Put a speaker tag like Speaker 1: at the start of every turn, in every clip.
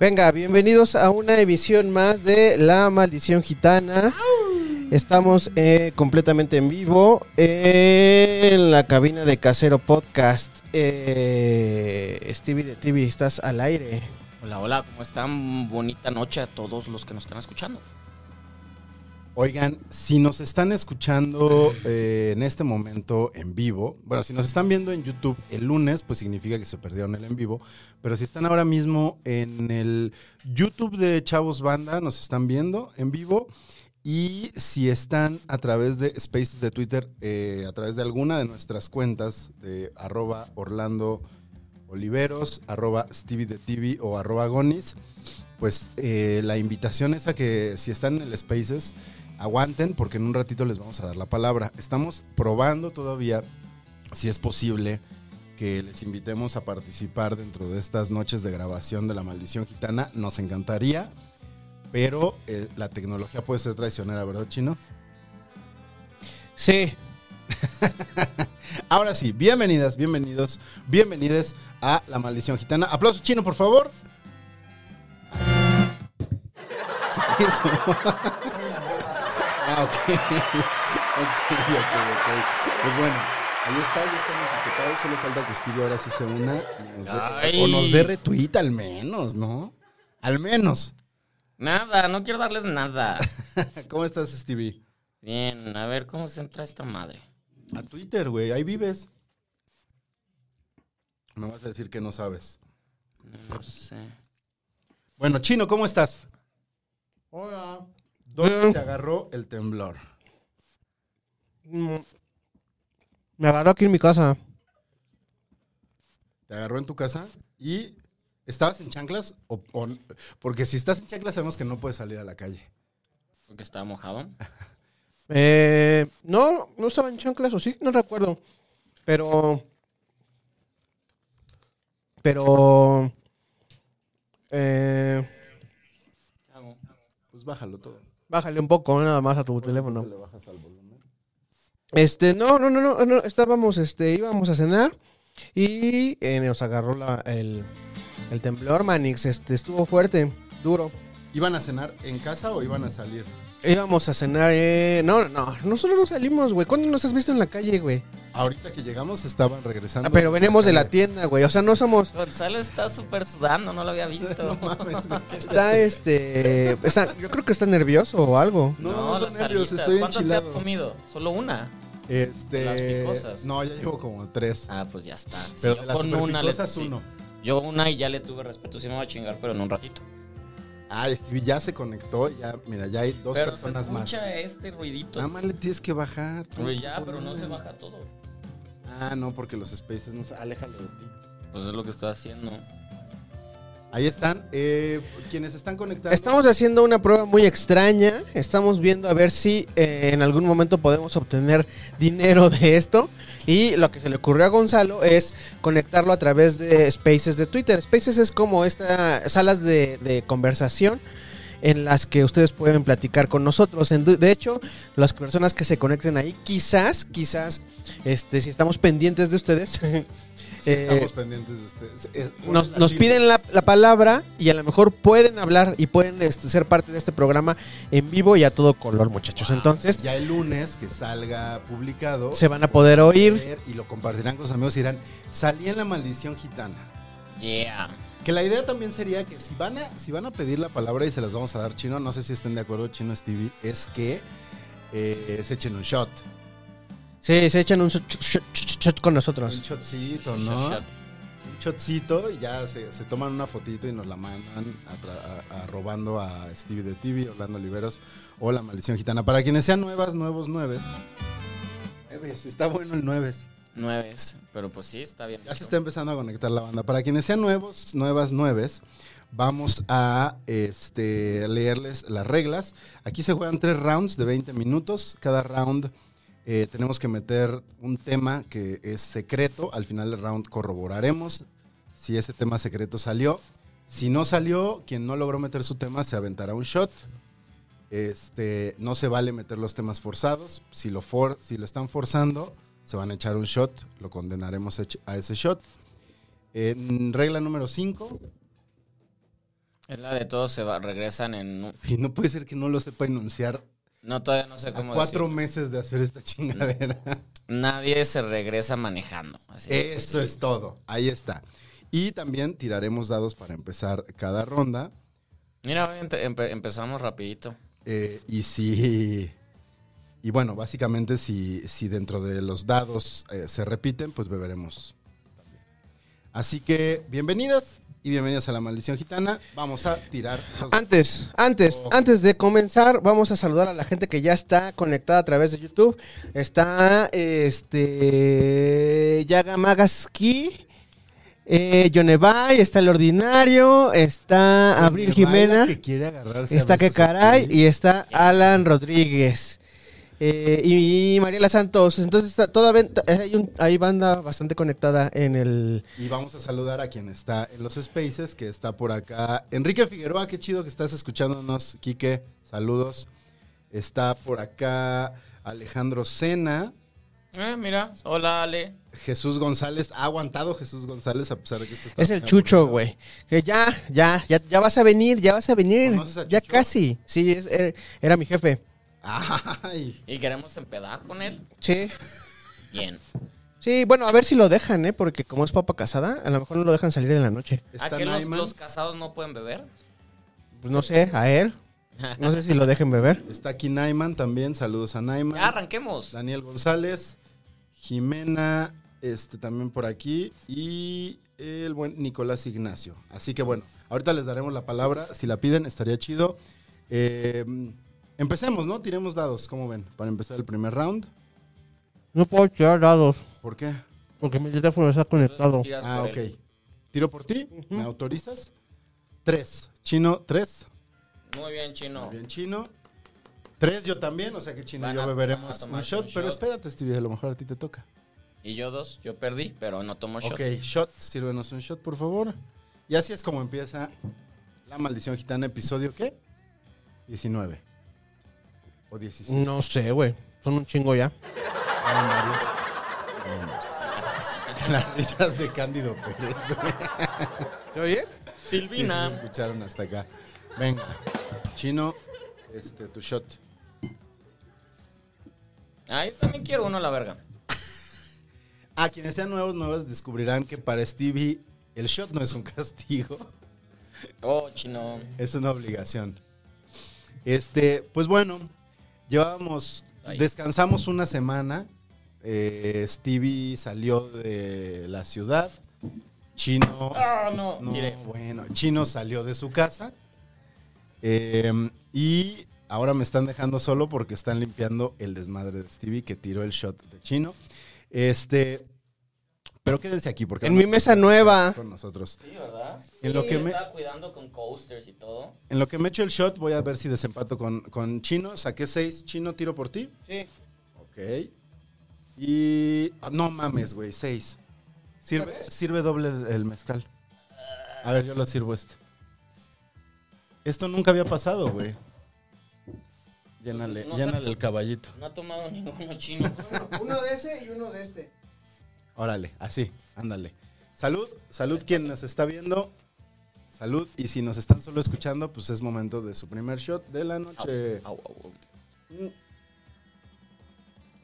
Speaker 1: Venga, bienvenidos a una emisión más de La Maldición Gitana. Estamos eh, completamente en vivo en la cabina de Casero Podcast. Eh, Stevie de TV, estás al aire.
Speaker 2: Hola, hola, ¿cómo están? Bonita noche a todos los que nos están escuchando.
Speaker 3: Oigan, si nos están escuchando eh, en este momento en vivo, bueno, si nos están viendo en YouTube el lunes, pues significa que se perdieron el en vivo, pero si están ahora mismo en el YouTube de Chavos Banda, nos están viendo en vivo, y si están a través de Spaces de Twitter, eh, a través de alguna de nuestras cuentas de arroba Orlando Oliveros, arroba Stevie de TV o arroba Gonis, pues eh, la invitación es a que si están en el Spaces, aguanten porque en un ratito les vamos a dar la palabra. Estamos probando todavía si es posible que les invitemos a participar dentro de estas noches de grabación de La Maldición Gitana. Nos encantaría, pero eh, la tecnología puede ser traicionera, ¿verdad, Chino?
Speaker 1: Sí.
Speaker 3: Ahora sí, bienvenidas, bienvenidos, bienvenides a La Maldición Gitana. Aplauso, Chino, por favor. Eso. ah, ok. ok, ok, ok. Pues bueno, ahí está, ya estamos etiquetados. Solo falta que Stevie ahora sí se una y nos dé-
Speaker 2: Ay.
Speaker 3: o nos dé retweet al menos, ¿no? Al menos.
Speaker 2: Nada, no quiero darles nada.
Speaker 3: ¿Cómo estás, Stevie?
Speaker 2: Bien, a ver cómo se entra esta madre.
Speaker 3: A Twitter, güey, ahí vives. Me vas a decir que no sabes.
Speaker 2: No sé.
Speaker 3: Bueno, Chino, ¿cómo estás? Hola. ¿Dónde te agarró el temblor?
Speaker 1: Mm. Me agarró aquí en mi casa.
Speaker 3: te agarró en tu casa y estabas en chanclas o, o- porque si estás en chanclas sabemos que no puedes salir a la calle.
Speaker 2: Porque estaba mojado.
Speaker 1: Eh, no, no estaba en chanclas o sí, no recuerdo. Pero. Pero. Eh,
Speaker 2: ¿Qué hago?
Speaker 3: Pues bájalo todo.
Speaker 1: bájale un poco nada más a tu teléfono. Este, no, no, no, no, no, estábamos, este, íbamos a cenar y eh, nos agarró la- el, el temblor, Manix, este, estuvo fuerte, duro.
Speaker 3: ¿Iban a cenar en casa o iban a salir?
Speaker 1: Íbamos a cenar, eh, no, no, nosotros no salimos, güey, ¿cuándo nos has visto en la calle, güey?
Speaker 3: Ahorita que llegamos estaban regresando.
Speaker 1: Ah, pero venimos de la
Speaker 3: calle.
Speaker 1: tienda, güey, o sea, no somos,
Speaker 2: Gonzalo está súper sudando, no lo había visto.
Speaker 3: No mames, güey.
Speaker 1: está, este, está, yo creo que está nervioso o algo.
Speaker 3: No, no son
Speaker 2: las
Speaker 3: nervios,
Speaker 2: alitas.
Speaker 3: estoy
Speaker 2: ¿Cuántas te has
Speaker 3: enchilado.
Speaker 2: comido? ¿Solo una? Las
Speaker 3: Este,
Speaker 2: picosas.
Speaker 3: no, ya llevo como tres.
Speaker 2: Ah, pues ya está. Sí,
Speaker 3: pero
Speaker 2: yo
Speaker 3: de las
Speaker 2: con una le
Speaker 3: superpicosas,
Speaker 2: sí.
Speaker 3: uno.
Speaker 2: Yo una y ya le tuve respeto, si me va a chingar, pero en un ratito.
Speaker 3: Ah, Stevie ya se conectó, ya, mira, ya hay dos
Speaker 2: pero se
Speaker 3: personas
Speaker 2: escucha
Speaker 3: más.
Speaker 2: este ruidito.
Speaker 3: Nada más le tienes que bajar.
Speaker 2: Pues ya, pero no se baja todo.
Speaker 3: Ah, no, porque los spaces no se alejan de ti.
Speaker 2: Pues es lo que estoy haciendo.
Speaker 3: Ahí están. eh, quienes están conectados.
Speaker 1: Estamos haciendo una prueba muy extraña. Estamos viendo a ver si eh, en algún momento podemos obtener dinero de esto. Y lo que se le ocurrió a Gonzalo es conectarlo a través de Spaces de Twitter. Spaces es como estas salas de, de conversación en las que ustedes pueden platicar con nosotros. En du- De hecho, las personas que se conecten ahí, quizás, quizás, este, si estamos pendientes de ustedes,
Speaker 3: Sí,
Speaker 1: eh,
Speaker 3: estamos pendientes de ustedes. Es-
Speaker 1: nos,
Speaker 3: ponen
Speaker 1: nos
Speaker 3: la tilde.
Speaker 1: piden la, la palabra y a lo mejor pueden hablar y pueden este, ser parte de este programa en vivo y a todo color, muchachos. Entonces
Speaker 3: Ya el lunes que salga publicado.
Speaker 1: se van a poder oír.
Speaker 3: ver Y lo compartirán con sus amigos y dirán: Salí en la maldición gitana.
Speaker 2: Yeah.
Speaker 3: Que la idea también sería que si van a, si van a pedir la palabra y se las vamos a dar chino, no sé si estén de acuerdo, chino Stevie, es que eh, se echen un shot.
Speaker 1: Sí, se echan un shot- shot shot- shot con
Speaker 3: Un
Speaker 1: nosotros.
Speaker 3: shotcito, ¿no? Un shotcito y ya se, se toman una fotito y nos la mandan a tra- a- a- robando a Stevie de TV, Orlando Oliveros o La Maldición Gitana. Para quienes sean nuevas, nuevos nueves. Nueves, está bueno el nueves.
Speaker 2: Nueves. Pero pues sí, está bien.
Speaker 3: Ya se
Speaker 2: rico.
Speaker 3: está empezando a conectar la banda. Para quienes sean nuevos, nuevas, nueves, vamos a este, leerles las reglas. Aquí se juegan tres rounds de 20 minutos. Cada round eh, tenemos que meter un tema que es secreto. Al final del round corroboraremos si ese tema secreto salió. Si no salió, quien no logró meter su tema se aventará un shot. Este, no se vale meter los temas forzados. Si lo, for- si lo están forzando, se van a echar un shot. Lo condenaremos a ch- a ese shot. En regla número 5.
Speaker 2: Es la de todos se va, regresan en... un-
Speaker 3: Y no puede ser que no lo sepa enunciar
Speaker 2: No, todavía no sé
Speaker 3: a
Speaker 2: cómo
Speaker 3: cuatro
Speaker 2: decirlo.
Speaker 3: meses de hacer esta chingadera.
Speaker 2: Nadie se regresa manejando. Así
Speaker 3: Eso es todo. Ahí está. Y también tiraremos dados para empezar cada ronda.
Speaker 2: Mira, hoy empe- empe- empezamos rapidito.
Speaker 3: Eh, y si. Y bueno, básicamente, si, si dentro de los dados eh, se repiten, pues beberemos. Así que, bienvenidas y bienvenidos a la maldición gitana. Vamos a tirar. los-
Speaker 1: Antes, antes, antes de comenzar, vamos a saludar a la gente que ya está conectada a través de YouTube. Está este Yaga Magaski, eh, Yonevay, está el ordinario, está Abril
Speaker 3: Donde baila
Speaker 1: Jimena,
Speaker 3: Que quiere agarrarse a
Speaker 1: está que
Speaker 3: besos a
Speaker 1: caray
Speaker 3: ti.
Speaker 1: y está Alan Rodríguez. Eh, y, y Mariela Santos, entonces está- todavía hay, un- hay banda bastante conectada en el...
Speaker 3: Y vamos a saludar a quien está en los spaces, que está por acá. Enrique Figueroa, qué chido que estás escuchándonos, Quique. Saludos. Está por acá Alejandro Sena.
Speaker 2: Eh, mira. Hola, Ale.
Speaker 3: Jesús González, ha aguantado Jesús González a pesar de que esto está
Speaker 1: Es el
Speaker 3: muy
Speaker 1: Chucho,
Speaker 3: aburrido.
Speaker 1: güey. Que ya, ya, ya, ya vas a venir, ya vas a venir.
Speaker 3: ¿Conoces a
Speaker 1: Ya
Speaker 3: Chucho?
Speaker 1: casi. Sí, es- er- era mi jefe.
Speaker 3: Ay,
Speaker 2: ¿Y queremos empedar con él?
Speaker 1: Sí.
Speaker 2: Bien.
Speaker 1: Sí, bueno, a ver si lo dejan, ¿eh? Porque como es papa casada, a lo mejor no lo dejan salir en la noche.
Speaker 2: ¿A
Speaker 3: está
Speaker 2: qué los,
Speaker 3: Naiman,
Speaker 2: los casados no pueden beber?
Speaker 1: Pues no sé, a él. No sé si lo dejen beber.
Speaker 3: está aquí Naiman también, saludos a Naiman.
Speaker 2: Ya, arranquemos.
Speaker 3: Daniel González, Jimena, este también por aquí y el buen Nicolás Ignacio. Así que bueno, ahorita les daremos la palabra, si la piden estaría chido. Eh, empecemos, ¿no? Tiremos dados, como ven? Para empezar el primer round.
Speaker 1: No puedo tirar dados,
Speaker 3: ¿Por qué?
Speaker 1: porque mi teléfono está conectado.
Speaker 2: Tiras
Speaker 3: Ah,
Speaker 2: por
Speaker 3: ok.
Speaker 2: él.
Speaker 3: Tiro por ti, ¿me autorizas? Tres, chino, tres.
Speaker 2: Muy bien, chino.
Speaker 3: Bien chino. Tres yo también, o sea que chino y
Speaker 2: Van
Speaker 3: yo
Speaker 2: a- vamos
Speaker 3: beberemos
Speaker 2: a
Speaker 3: un
Speaker 2: tomar
Speaker 3: shot,
Speaker 2: un
Speaker 3: pero
Speaker 2: shot.
Speaker 3: espérate Stevie, a lo mejor a ti te toca.
Speaker 2: Y yo dos, yo perdí, pero no tomo shot.
Speaker 3: Ok, shot, sírvenos un shot por favor. Y así es como empieza La Maldición Gitana, episodio ¿qué? 19. O 17.
Speaker 1: No sé, güey. Son un chingo ya.
Speaker 3: Eran varios. Eran varios. Las risas de Cándido Pérez. güey.
Speaker 1: ¿Te oye?
Speaker 3: Sí, sí,
Speaker 2: Silvina.
Speaker 3: se escucharon hasta acá. Venga, chino, este, tu shot.
Speaker 2: Ah, yo también quiero uno a la verga.
Speaker 3: A quienes sean nuevos, nuevas, descubrirán que para Stevie el shot no es un castigo,
Speaker 2: Oh, chino.
Speaker 3: es una obligación. Este, pues bueno, llevábamos,
Speaker 2: Ay.
Speaker 3: descansamos una semana. eh, Stevie salió de la ciudad. Chino.
Speaker 2: Ah, no, tiré.
Speaker 3: bueno, Chino salió de su casa. eh, y ahora me están dejando solo porque están limpiando el desmadre de Stevie que tiró el shot de Chino. Este. Pero quédense aquí porque.
Speaker 1: En
Speaker 3: van a
Speaker 1: mi mesa
Speaker 3: estar
Speaker 1: nueva.
Speaker 3: Con nosotros.
Speaker 2: Sí, ¿verdad?
Speaker 3: En lo
Speaker 2: Sí,
Speaker 3: que
Speaker 2: yo
Speaker 3: me-
Speaker 2: estaba cuidando con coasters y todo.
Speaker 3: En lo que me echo el shot, voy a ver si desempato con, con Chino. Saqué seis. Chino, tiro por ti.
Speaker 1: Sí.
Speaker 3: Ok. Y. ah, no mames, güey, seis. Sirve,
Speaker 2: Pues.
Speaker 3: sirve doble el- el mezcal. A ver, yo lo sirvo este. Esto nunca había pasado, güey. Llénale,
Speaker 2: No sé.
Speaker 3: llénale el caballito.
Speaker 2: No ha tomado ninguno chino.
Speaker 1: Uno de ese y uno de este.
Speaker 3: Órale, así, ándale. Salud, salud quien nos está viendo. Salud, y si nos están solo escuchando, pues es momento de su primer shot de la noche.
Speaker 2: Au, au, au.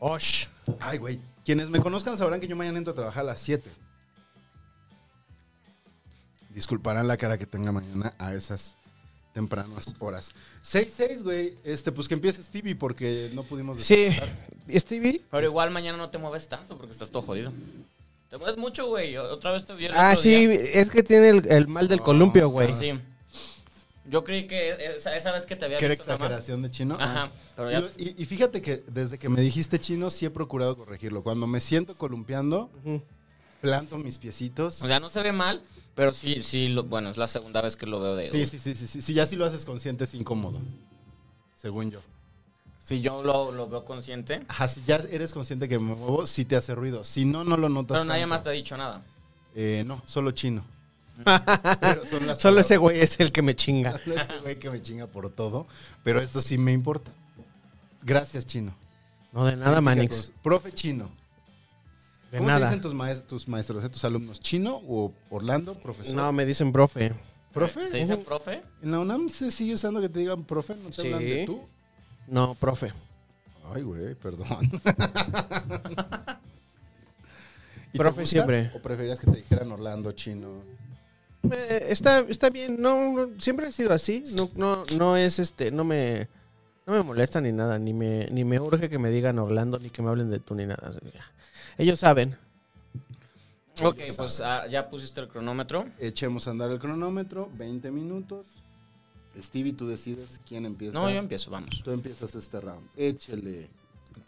Speaker 3: Osh. Ay, güey. Quienes me conozcan sabrán que yo mañana entro a trabajar a las 7. Disculparán la cara que tenga mañana a esas tempranas horas. 6-6, güey. Este, pues que empiece Stevie porque no pudimos
Speaker 1: Sí.
Speaker 3: descansar.
Speaker 1: Stevie.
Speaker 2: Pero igual mañana no te mueves tanto porque estás todo jodido. Te mueves mucho, güey. Otra vez te vi el
Speaker 1: Ah,
Speaker 2: otro
Speaker 1: sí,
Speaker 2: día.
Speaker 1: es que tiene el, el mal del
Speaker 3: No,
Speaker 1: columpio, güey.
Speaker 2: Sí. Yo creí que e, esa, esa vez que te había
Speaker 3: ¿Qué era
Speaker 2: visto nada más.
Speaker 3: exageración de chino?
Speaker 2: Ajá,
Speaker 3: Ah.
Speaker 2: pero ya-
Speaker 3: Y, y- y fíjate que desde que me dijiste chino sí he procurado corregirlo. Cuando me siento columpiando, planto mis piecitos.
Speaker 2: O sea, no se ve mal, pero sí, sí, lo- bueno, es la segunda vez que lo veo de
Speaker 3: Sí, sí, sí, sí, sí, sí, ya si lo haces consciente es incómodo. Según yo.
Speaker 2: Sí, yo lo, lo veo consciente.
Speaker 3: Ajá, si ya eres consciente que me muevo, sí te hace ruido. Si no, no lo notas.
Speaker 2: Pero nadie
Speaker 3: tanto.
Speaker 2: más te ha dicho nada.
Speaker 3: Eh, no, solo chino.
Speaker 1: Solo ese güey es el que me chinga.
Speaker 3: Solo este güey que me chinga por todo, pero esto sí me importa. Gracias, chino.
Speaker 1: No, de nada,
Speaker 3: Crítica
Speaker 1: Manix.
Speaker 3: cons- Profe chino.
Speaker 1: De
Speaker 3: ¿Cómo te
Speaker 1: nada.
Speaker 3: dicen tus, maes- tus maestros, eh, tus alumnos? ¿Chino o Orlando, profesor?
Speaker 1: No, me dicen profe.
Speaker 3: ¿Profe?
Speaker 2: ¿Te dicen profe?
Speaker 3: ¿En la UNAM se sigue usando que te digan profe? ¿No te
Speaker 1: Sí.
Speaker 3: hablan de tú?
Speaker 1: No, profe.
Speaker 3: Ay, güey, perdón. ¿Y te
Speaker 1: Profe
Speaker 3: gusta?
Speaker 1: siempre.
Speaker 3: ¿O preferías que te dijeran Orlando, chino?
Speaker 1: Eh, está, está bien, no, no, siempre he sido así. No, no, no es este, no me, no me molesta ni nada, ni me, ni me urge que me digan Orlando, ni que me hablen de tú, ni nada. Ellos saben.
Speaker 2: Ok,
Speaker 3: ya
Speaker 2: pues ah, ya pusiste el cronómetro.
Speaker 3: Echemos a andar el cronómetro, 20 minutos. Stevie, tú decides quién empieza.
Speaker 2: No, yo empiezo, vamos.
Speaker 3: Tú empiezas este round. Échale.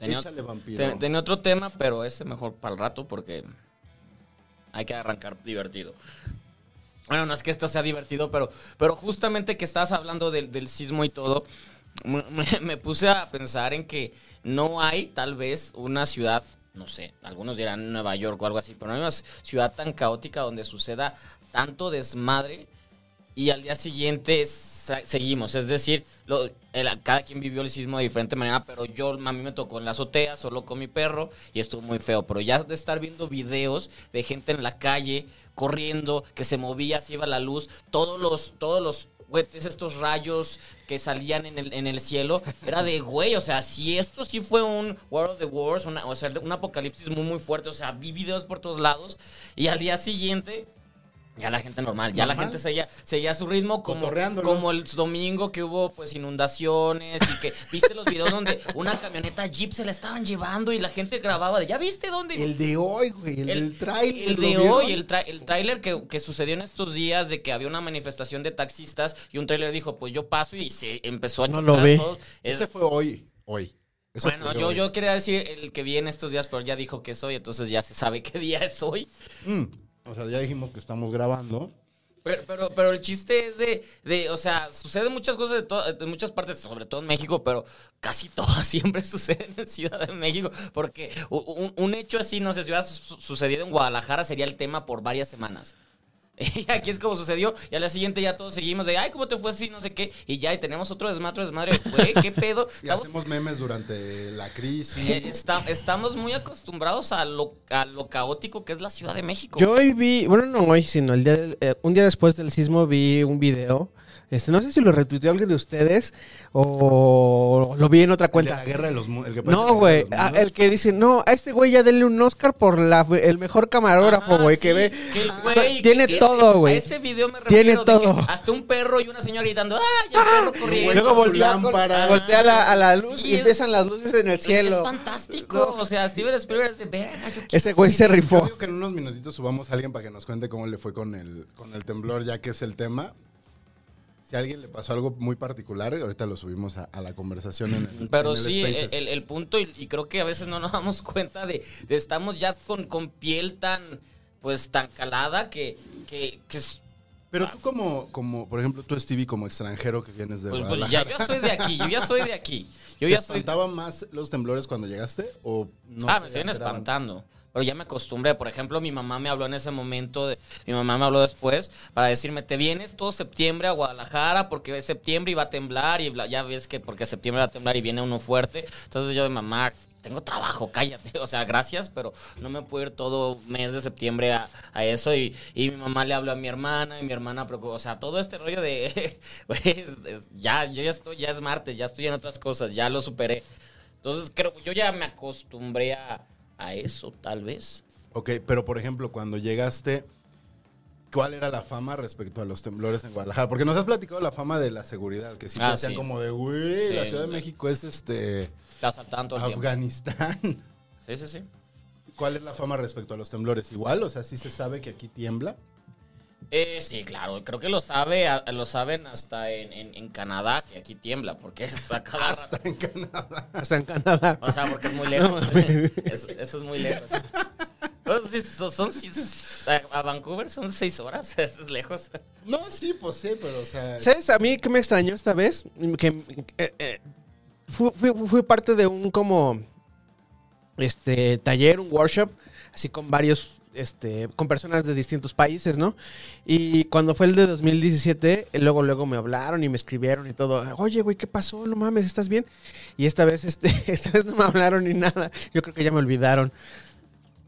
Speaker 2: Tenía,
Speaker 3: Échale, vampiro.
Speaker 2: te- tenía otro tema, pero ese mejor para el rato porque hay que arrancar divertido. Bueno, no es que esto sea divertido, pero, pero justamente que estabas hablando del, del sismo y todo, me, me- me puse a pensar en que no hay tal vez una ciudad, no sé, algunos dirán Nueva York o algo así, pero no hay una ciudad tan caótica donde suceda tanto desmadre y al día siguiente sa- seguimos. Es decir, lo- el- cada quien vivió el sismo de diferente manera, pero yo a mí me tocó en la azotea, solo con mi perro, y estuvo muy feo. Pero ya de estar viendo videos de gente en la calle, corriendo, que se movía, se iba la luz, todos los, todos los cohetes, estos rayos que salían en el, en el cielo, era de güey, o sea, si esto sí fue un War of the Wars, una- o sea, un apocalipsis muy, muy fuerte, o sea, vi videos por todos lados, y al día siguiente ya la gente normal, ya la
Speaker 3: Normal.
Speaker 2: gente seguía, seguía su ritmo como,
Speaker 3: Cotorreándolo.
Speaker 2: como el domingo que hubo pues inundaciones y que viste los videos donde una camioneta Jeep se la estaban llevando y la gente grababa de ya viste dónde
Speaker 3: El de hoy, güey. El, del trailer.
Speaker 2: el
Speaker 3: ¿lo
Speaker 2: de
Speaker 3: vieron?
Speaker 2: hoy, el, tra- el tráiler que, que sucedió en estos días de que había una manifestación de taxistas y un tráiler dijo, pues yo paso y se empezó a
Speaker 1: No
Speaker 2: chocar
Speaker 1: lo vi.
Speaker 2: todos. Es-
Speaker 3: Ese fue hoy. Hoy. Eso
Speaker 2: bueno,
Speaker 3: ocurrió
Speaker 2: yo,
Speaker 3: hoy.
Speaker 2: yo quería decir el que vi en estos días, pero ya dijo que es hoy, entonces ya se sabe qué día es hoy.
Speaker 3: Mm. O sea, ya dijimos que estamos grabando.
Speaker 2: Pero, pero, pero el chiste es de, de, o sea, suceden muchas cosas de, to- de muchas partes, sobre todo en México, pero casi todas siempre suceden en Ciudad de México, porque u- u- un, un hecho así, no sé, si hubiera su- sucedido en Guadalajara, sería el tema por varias semanas. Y aquí es como sucedió, y al día siguiente ya todos seguimos de, ay, ¿cómo te fue así? No sé qué, y ya, y tenemos otro desmadre, desmadre, güey, ¿qué pedo?
Speaker 3: Y
Speaker 2: Estamos-
Speaker 3: hacemos memes durante la
Speaker 2: eh,
Speaker 3: crisis.
Speaker 2: esta- estamos muy acostumbrados a lo, a lo caótico que es la Ciudad de México.
Speaker 1: Yo hoy vi, bueno, no hoy, sino el día del- eh, un día después del sismo vi un video. Este, no sé si lo retuiteó alguien de ustedes o lo vi en otra
Speaker 3: El
Speaker 1: cuenta.
Speaker 3: de la guerra de los mu- el que parece
Speaker 1: No,
Speaker 3: la guerra de
Speaker 1: güey.
Speaker 3: los
Speaker 1: ah,
Speaker 3: mundos.
Speaker 1: el que dice, no, a este güey ya denle un Oscar por la, el mejor camarógrafo,
Speaker 2: Ajá,
Speaker 1: güey,
Speaker 2: Ah, sí,
Speaker 1: que ve. Ah,
Speaker 2: el güey-
Speaker 1: tiene
Speaker 2: que ese-
Speaker 1: todo,
Speaker 2: a
Speaker 1: güey.
Speaker 2: Ese video me refiero
Speaker 1: Tiene
Speaker 2: de
Speaker 1: todo.
Speaker 2: que hasta un perro y una señora gritando, ¡ah! Y el perro corriendo.
Speaker 3: Luego
Speaker 1: Luego
Speaker 3: con su
Speaker 1: voltea, con-
Speaker 3: lámpara.
Speaker 1: voltea a la, a la luz
Speaker 2: Sí,
Speaker 1: y
Speaker 2: es-
Speaker 1: empiezan las luces en el
Speaker 2: Es
Speaker 1: cielo.
Speaker 2: fantástico. O sea, Steven Spielberg es de verga. yo
Speaker 1: Ese
Speaker 2: quiero
Speaker 1: güey
Speaker 2: ese
Speaker 1: se
Speaker 2: video".
Speaker 3: Yo
Speaker 1: rifó.
Speaker 3: digo que en unos minutitos subamos a alguien para que nos cuente cómo le fue con el, con el temblor, ya que es el tema. Si a alguien le pasó algo muy particular, ahorita lo subimos a, a la conversación en el
Speaker 2: Pero
Speaker 3: en el
Speaker 2: sí,
Speaker 3: Spaces.
Speaker 2: el, el punto, y, y creo que a veces no nos damos cuenta de, de estamos ya con, con piel tan, pues, tan calada que, que, que es- ah.
Speaker 3: Pero tú como, como, por ejemplo, tú Stevie como extranjero que vienes de
Speaker 2: pues, pues, ya,
Speaker 3: Guadalajara,
Speaker 2: yo ya soy de aquí, yo ya soy de aquí. Yo
Speaker 3: ¿te
Speaker 2: ya soy
Speaker 3: espantaban más los temblores cuando llegaste o no?
Speaker 2: ah,
Speaker 3: te
Speaker 2: me siguen
Speaker 3: enteraban?
Speaker 2: espantando. Pero ya me acostumbré. Por ejemplo, mi mamá me habló en ese momento, de- mi mamá me habló después para decirme, te vienes todo septiembre a Guadalajara porque es septiembre y va a temblar y bla- ya ves que porque septiembre va a temblar y viene uno fuerte. Entonces yo de mamá, tengo trabajo, cállate. O sea, gracias, pero no me puedo ir todo mes de septiembre a, a eso. Y, y mi mamá le habló a mi hermana y mi hermana, preocup- o sea, todo este rollo de, güey, es- es- ya, yo ya estoy, ya es martes, ya estoy en otras cosas, ya lo superé. Entonces creo yo ya me acostumbré a, a eso, tal vez.
Speaker 3: Ok, pero por ejemplo, cuando llegaste, ¿cuál era la fama respecto a los temblores en Guadalajara? Porque nos has platicado la fama de la seguridad, que sí te
Speaker 2: Ah,
Speaker 3: hacían
Speaker 2: sí.
Speaker 3: como de, güey,
Speaker 2: Sí,
Speaker 3: la Ciudad de
Speaker 2: no.
Speaker 3: México es este
Speaker 2: Te asaltaban todo el tiempo.
Speaker 3: Afganistán.
Speaker 2: Sí, sí, sí.
Speaker 3: ¿Cuál es la fama respecto a los temblores? Igual, o sea, sí se sabe que aquí tiembla.
Speaker 2: Eh, sí, claro, creo que lo sabe, a- lo saben hasta en, en- en Canadá, que aquí tiembla, porque es a cada rato.
Speaker 3: Hasta en Canadá.
Speaker 1: Hasta en Canadá.
Speaker 2: O sea, porque es muy lejos. eso, eso es muy lejos. Entonces, sí, son, son sí, a- a Vancouver son seis horas, eso es lejos.
Speaker 3: No, sí, pues sí, pero o sea.
Speaker 1: ¿Sabes a mí que me extrañó esta vez? Que eh, eh, fui, fui- fui parte de un como este taller, un workshop, así con varios, este, con personas de distintos países, ¿no? Y cuando fue el de 2017, eh, luego, luego me hablaron y me escribieron y todo. Oye, güey, ¿qué pasó? No mames, ¿estás bien? Y esta vez, este, esta vez no me hablaron ni nada. Yo creo que ya me olvidaron.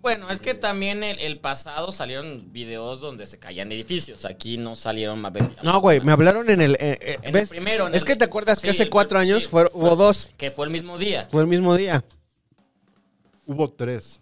Speaker 2: Bueno, es que también el, el pasado salieron videos donde se caían edificios. Aquí no salieron más benditas.
Speaker 1: No, güey, me hablaron en el. eh, eh,
Speaker 2: En el
Speaker 1: ¿ves?
Speaker 2: primero, en
Speaker 1: es
Speaker 2: el-
Speaker 1: que te acuerdas
Speaker 2: sí,
Speaker 1: que hace
Speaker 2: el-
Speaker 1: cuatro
Speaker 2: sí,
Speaker 1: años fueron- hubo dos.
Speaker 2: Que fue el mismo día.
Speaker 1: Fue el mismo día.
Speaker 3: Hubo tres.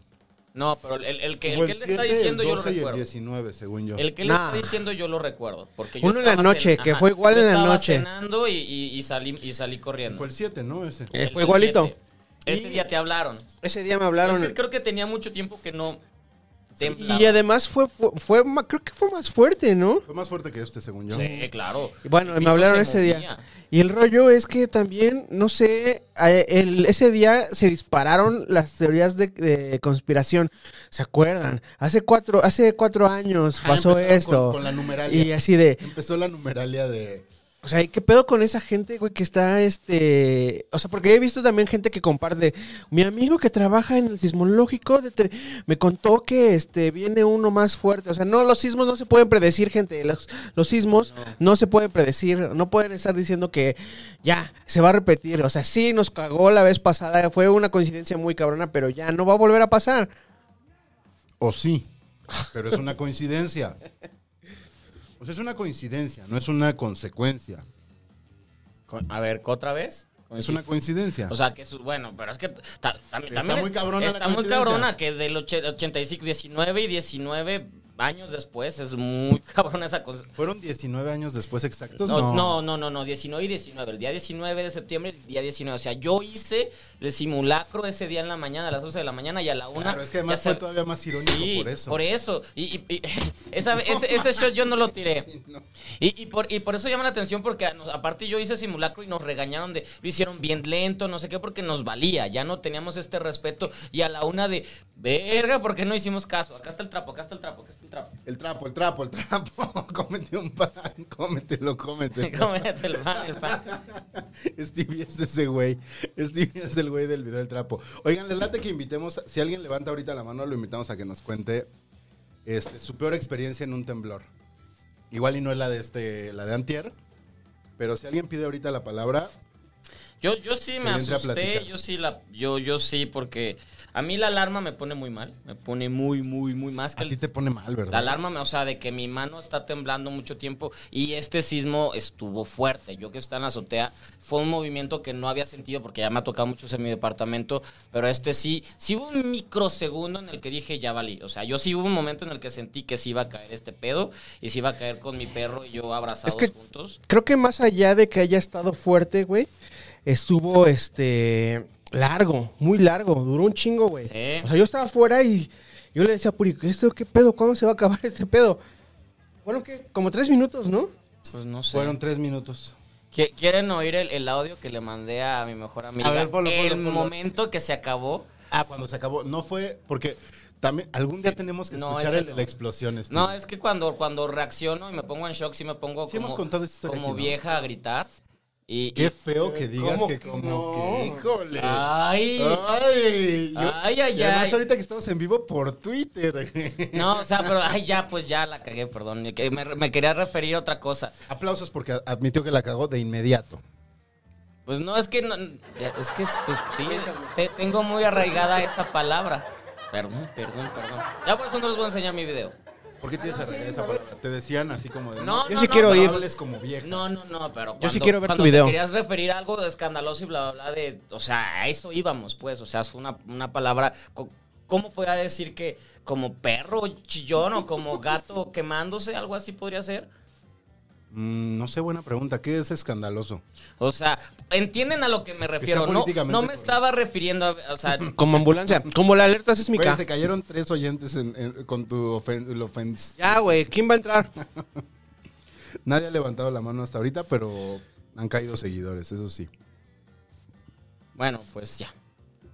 Speaker 2: No, pero el, el que, el
Speaker 3: Hubo
Speaker 2: que él está
Speaker 3: siete, el
Speaker 2: diciendo yo lo
Speaker 3: 12 y
Speaker 2: recuerdo.
Speaker 3: El 19, según yo.
Speaker 2: El que le
Speaker 1: Nah.
Speaker 2: está diciendo yo lo recuerdo. Porque yo
Speaker 1: Uno en la
Speaker 2: estaba
Speaker 1: noche,
Speaker 2: cen-
Speaker 1: que fue igual
Speaker 2: yo
Speaker 1: en la
Speaker 2: estaba
Speaker 1: noche.
Speaker 2: cenando y, y- y salí, y salí corriendo.
Speaker 3: Fue el 7, ¿no? Ese.
Speaker 1: Eh, fue
Speaker 2: El
Speaker 1: igualito.
Speaker 2: siete. Ese
Speaker 1: Y-
Speaker 2: día te hablaron.
Speaker 1: Ese día me
Speaker 2: Es
Speaker 1: hablaron.
Speaker 2: que creo que tenía mucho tiempo que no temblaba.
Speaker 1: Y además fue, fue, fue ma- creo que fue más fuerte, ¿no?
Speaker 3: Fue más fuerte que este, según yo.
Speaker 2: Sí, Eh, claro.
Speaker 1: Y Bueno,
Speaker 2: El
Speaker 1: me
Speaker 2: piso
Speaker 1: hablaron
Speaker 2: se
Speaker 1: ese día.
Speaker 2: movía.
Speaker 1: Y el rollo es que también, no sé, a- el, ese día se dispararon las teorías de, de conspiración. ¿Se acuerdan? Hace cuatro, hace cuatro años
Speaker 3: Ah,
Speaker 1: pasó
Speaker 3: empezaron
Speaker 1: esto.
Speaker 3: Con, con la numeralia.
Speaker 1: y así de,
Speaker 3: Empezó la numeralia de.
Speaker 1: O sea, ¿y ¿qué pedo con esa gente, güey, que está, este... O sea, porque he visto también gente que comparte... Mi amigo que trabaja en el sismológico de Tre- me contó que, este, viene uno más fuerte. O sea, no, los sismos no se pueden predecir, gente. Los, los sismos no. se pueden predecir. No pueden estar diciendo que ya, se va a repetir. O sea, sí, nos cagó la vez pasada. Fue una coincidencia muy cabrona, pero ya no va a volver a pasar.
Speaker 3: O sí. Pero es una coincidencia. O sea, es una coincidencia, no es una consecuencia.
Speaker 2: Co- A ver, ¿co- ¿otra vez?
Speaker 3: Es una coincidencia.
Speaker 2: O sea, que es bueno, pero es que ta- ta- también,
Speaker 3: Está
Speaker 2: también
Speaker 3: muy
Speaker 2: es-
Speaker 3: cabrona la
Speaker 2: está muy
Speaker 3: coincidencia.
Speaker 2: cabrona que del och- 85, 19 y 19 años después es muy cabrona esa cosa.
Speaker 3: Fueron 19 años después exactos.
Speaker 2: No, no, no, no, no, 19 y 19, el día 19 de septiembre, el día 19, o sea, yo hice el simulacro ese día en la mañana, a las 11 de la mañana y a la 1.
Speaker 3: Claro, es que además fue todavía más irónico por eso.
Speaker 2: Por eso, y, y- y- esa- ese, ese shot yo no lo tiré. Y, y por, y por eso llama la atención porque a nos- aparte yo hice simulacro y nos regañaron de lo hicieron bien lento, no sé qué, porque nos valía, ya no teníamos este respeto y a la una de verga, ¿por qué no hicimos caso? Acá está el trapo, acá está el trapo, acá está el trapo.
Speaker 3: El trapo, el trapo, el trapo. cómete un pan, cómetelo, cómetelo.
Speaker 2: Cómete el pan, el pan.
Speaker 3: Stevie es ese güey. Stevie es el güey del video del trapo. Oigan, les late que invitemos, si alguien levanta ahorita la mano, lo invitamos a que nos cuente este, su peor experiencia en un temblor. Igual y no es la de este, la de Antier, pero si alguien pide ahorita la palabra,
Speaker 2: Yo, yo sí me
Speaker 3: le entre a
Speaker 2: asusté,
Speaker 3: platicar.
Speaker 2: yo sí la, yo, yo sí, porque a mí la alarma me pone muy mal, me pone muy, muy, muy más
Speaker 3: a
Speaker 2: que
Speaker 3: ti
Speaker 2: el,
Speaker 3: te pone mal, ¿verdad?
Speaker 2: la alarma, me- o sea, de que mi mano está temblando mucho tiempo y este sismo estuvo fuerte. Yo que estaba en la azotea, fue un movimiento que no había sentido porque ya me ha tocado mucho en mi departamento, pero este sí, sí hubo un microsegundo en el que dije, ya valí. O sea, yo sí hubo un momento en el que sentí que sí iba a caer este pedo y sí iba a caer con mi perro y yo abrazados
Speaker 1: que-
Speaker 2: juntos.
Speaker 1: Creo que más allá de que haya estado fuerte, güey, estuvo este largo, muy largo, duró un chingo, güey.
Speaker 2: Sí.
Speaker 1: O sea, yo estaba afuera y yo le decía a Puri, ¿esto qué pedo? ¿Cuándo se va a acabar este pedo? Fueron que como tres minutos, ¿no?
Speaker 2: Pues no sé.
Speaker 3: Fueron tres minutos.
Speaker 2: ¿Qui- ¿Quieren oír el, el audio que le mandé a mi mejor amiga?
Speaker 3: A ver, ponlo, ponlo,
Speaker 2: el
Speaker 3: ponlo.
Speaker 2: momento que se acabó.
Speaker 3: Ah, cuando se acabó. No fue porque también algún día tenemos que
Speaker 2: No,
Speaker 3: escuchar
Speaker 2: ese
Speaker 3: el de
Speaker 2: no.
Speaker 3: la explosión. Steve.
Speaker 2: No, es que cuando, cuando reacciono y me pongo en shock, sí me pongo
Speaker 3: Sí
Speaker 2: como,
Speaker 3: hemos contado esta historia
Speaker 2: como
Speaker 3: aquí, ¿no?
Speaker 2: vieja a gritar. Y,
Speaker 3: Qué
Speaker 2: y-
Speaker 3: feo que digas
Speaker 1: ¿Cómo
Speaker 3: que
Speaker 1: que
Speaker 3: como
Speaker 1: no?
Speaker 3: que, híjole.
Speaker 2: Ah, ¡Ay!
Speaker 3: Ay, yo-
Speaker 2: Ay, ay,
Speaker 3: y además
Speaker 2: ay.
Speaker 3: ahorita que estamos en vivo por Twitter.
Speaker 2: No, o sea, pero ay, ya, pues ya la cagué, perdón. que Me, me quería referir a otra cosa.
Speaker 3: Aplausos porque a- admitió que la cagó de inmediato.
Speaker 2: Pues no, es que no, ya, es que es- pues, sí, te- tengo muy arraigada esa palabra. Perdón, perdón, perdón. Ya por eso no les voy a enseñar mi video.
Speaker 3: ¿Por qué tienes arraigada esa palabra? Te decían así como de
Speaker 2: Ah, No,
Speaker 3: yo
Speaker 2: no,
Speaker 1: sí
Speaker 2: no,
Speaker 1: quiero
Speaker 2: pero-
Speaker 1: oír.
Speaker 3: hables como vieja.
Speaker 2: No, no, no, pero cuando,
Speaker 1: Yo sí quiero ver
Speaker 2: cuando
Speaker 1: tu video.
Speaker 2: te querías referir a algo de escandaloso y bla, bla, bla, de, o sea, a eso íbamos, pues, o sea, fue una, una palabra, co- ¿cómo podía decir que como perro chillón o como gato quemándose, algo así podría ser?
Speaker 3: Mm, no sé, buena pregunta. ¿Qué es escandaloso?
Speaker 2: O sea, entienden a lo que me refiero.
Speaker 3: sea
Speaker 2: No,
Speaker 3: políticamente
Speaker 2: no me
Speaker 3: correcto.
Speaker 2: estaba refiriendo a. O sea,
Speaker 1: Como ambulancia, como la alerta
Speaker 3: Güey,
Speaker 1: sísmica.
Speaker 3: se cayeron tres oyentes en- en- con tu ofen- el ofens.
Speaker 1: Ya, güey, ¿quién va a entrar?
Speaker 3: Nadie ha levantado la mano hasta ahorita, pero han caído seguidores, eso sí.
Speaker 2: bueno, pues ya.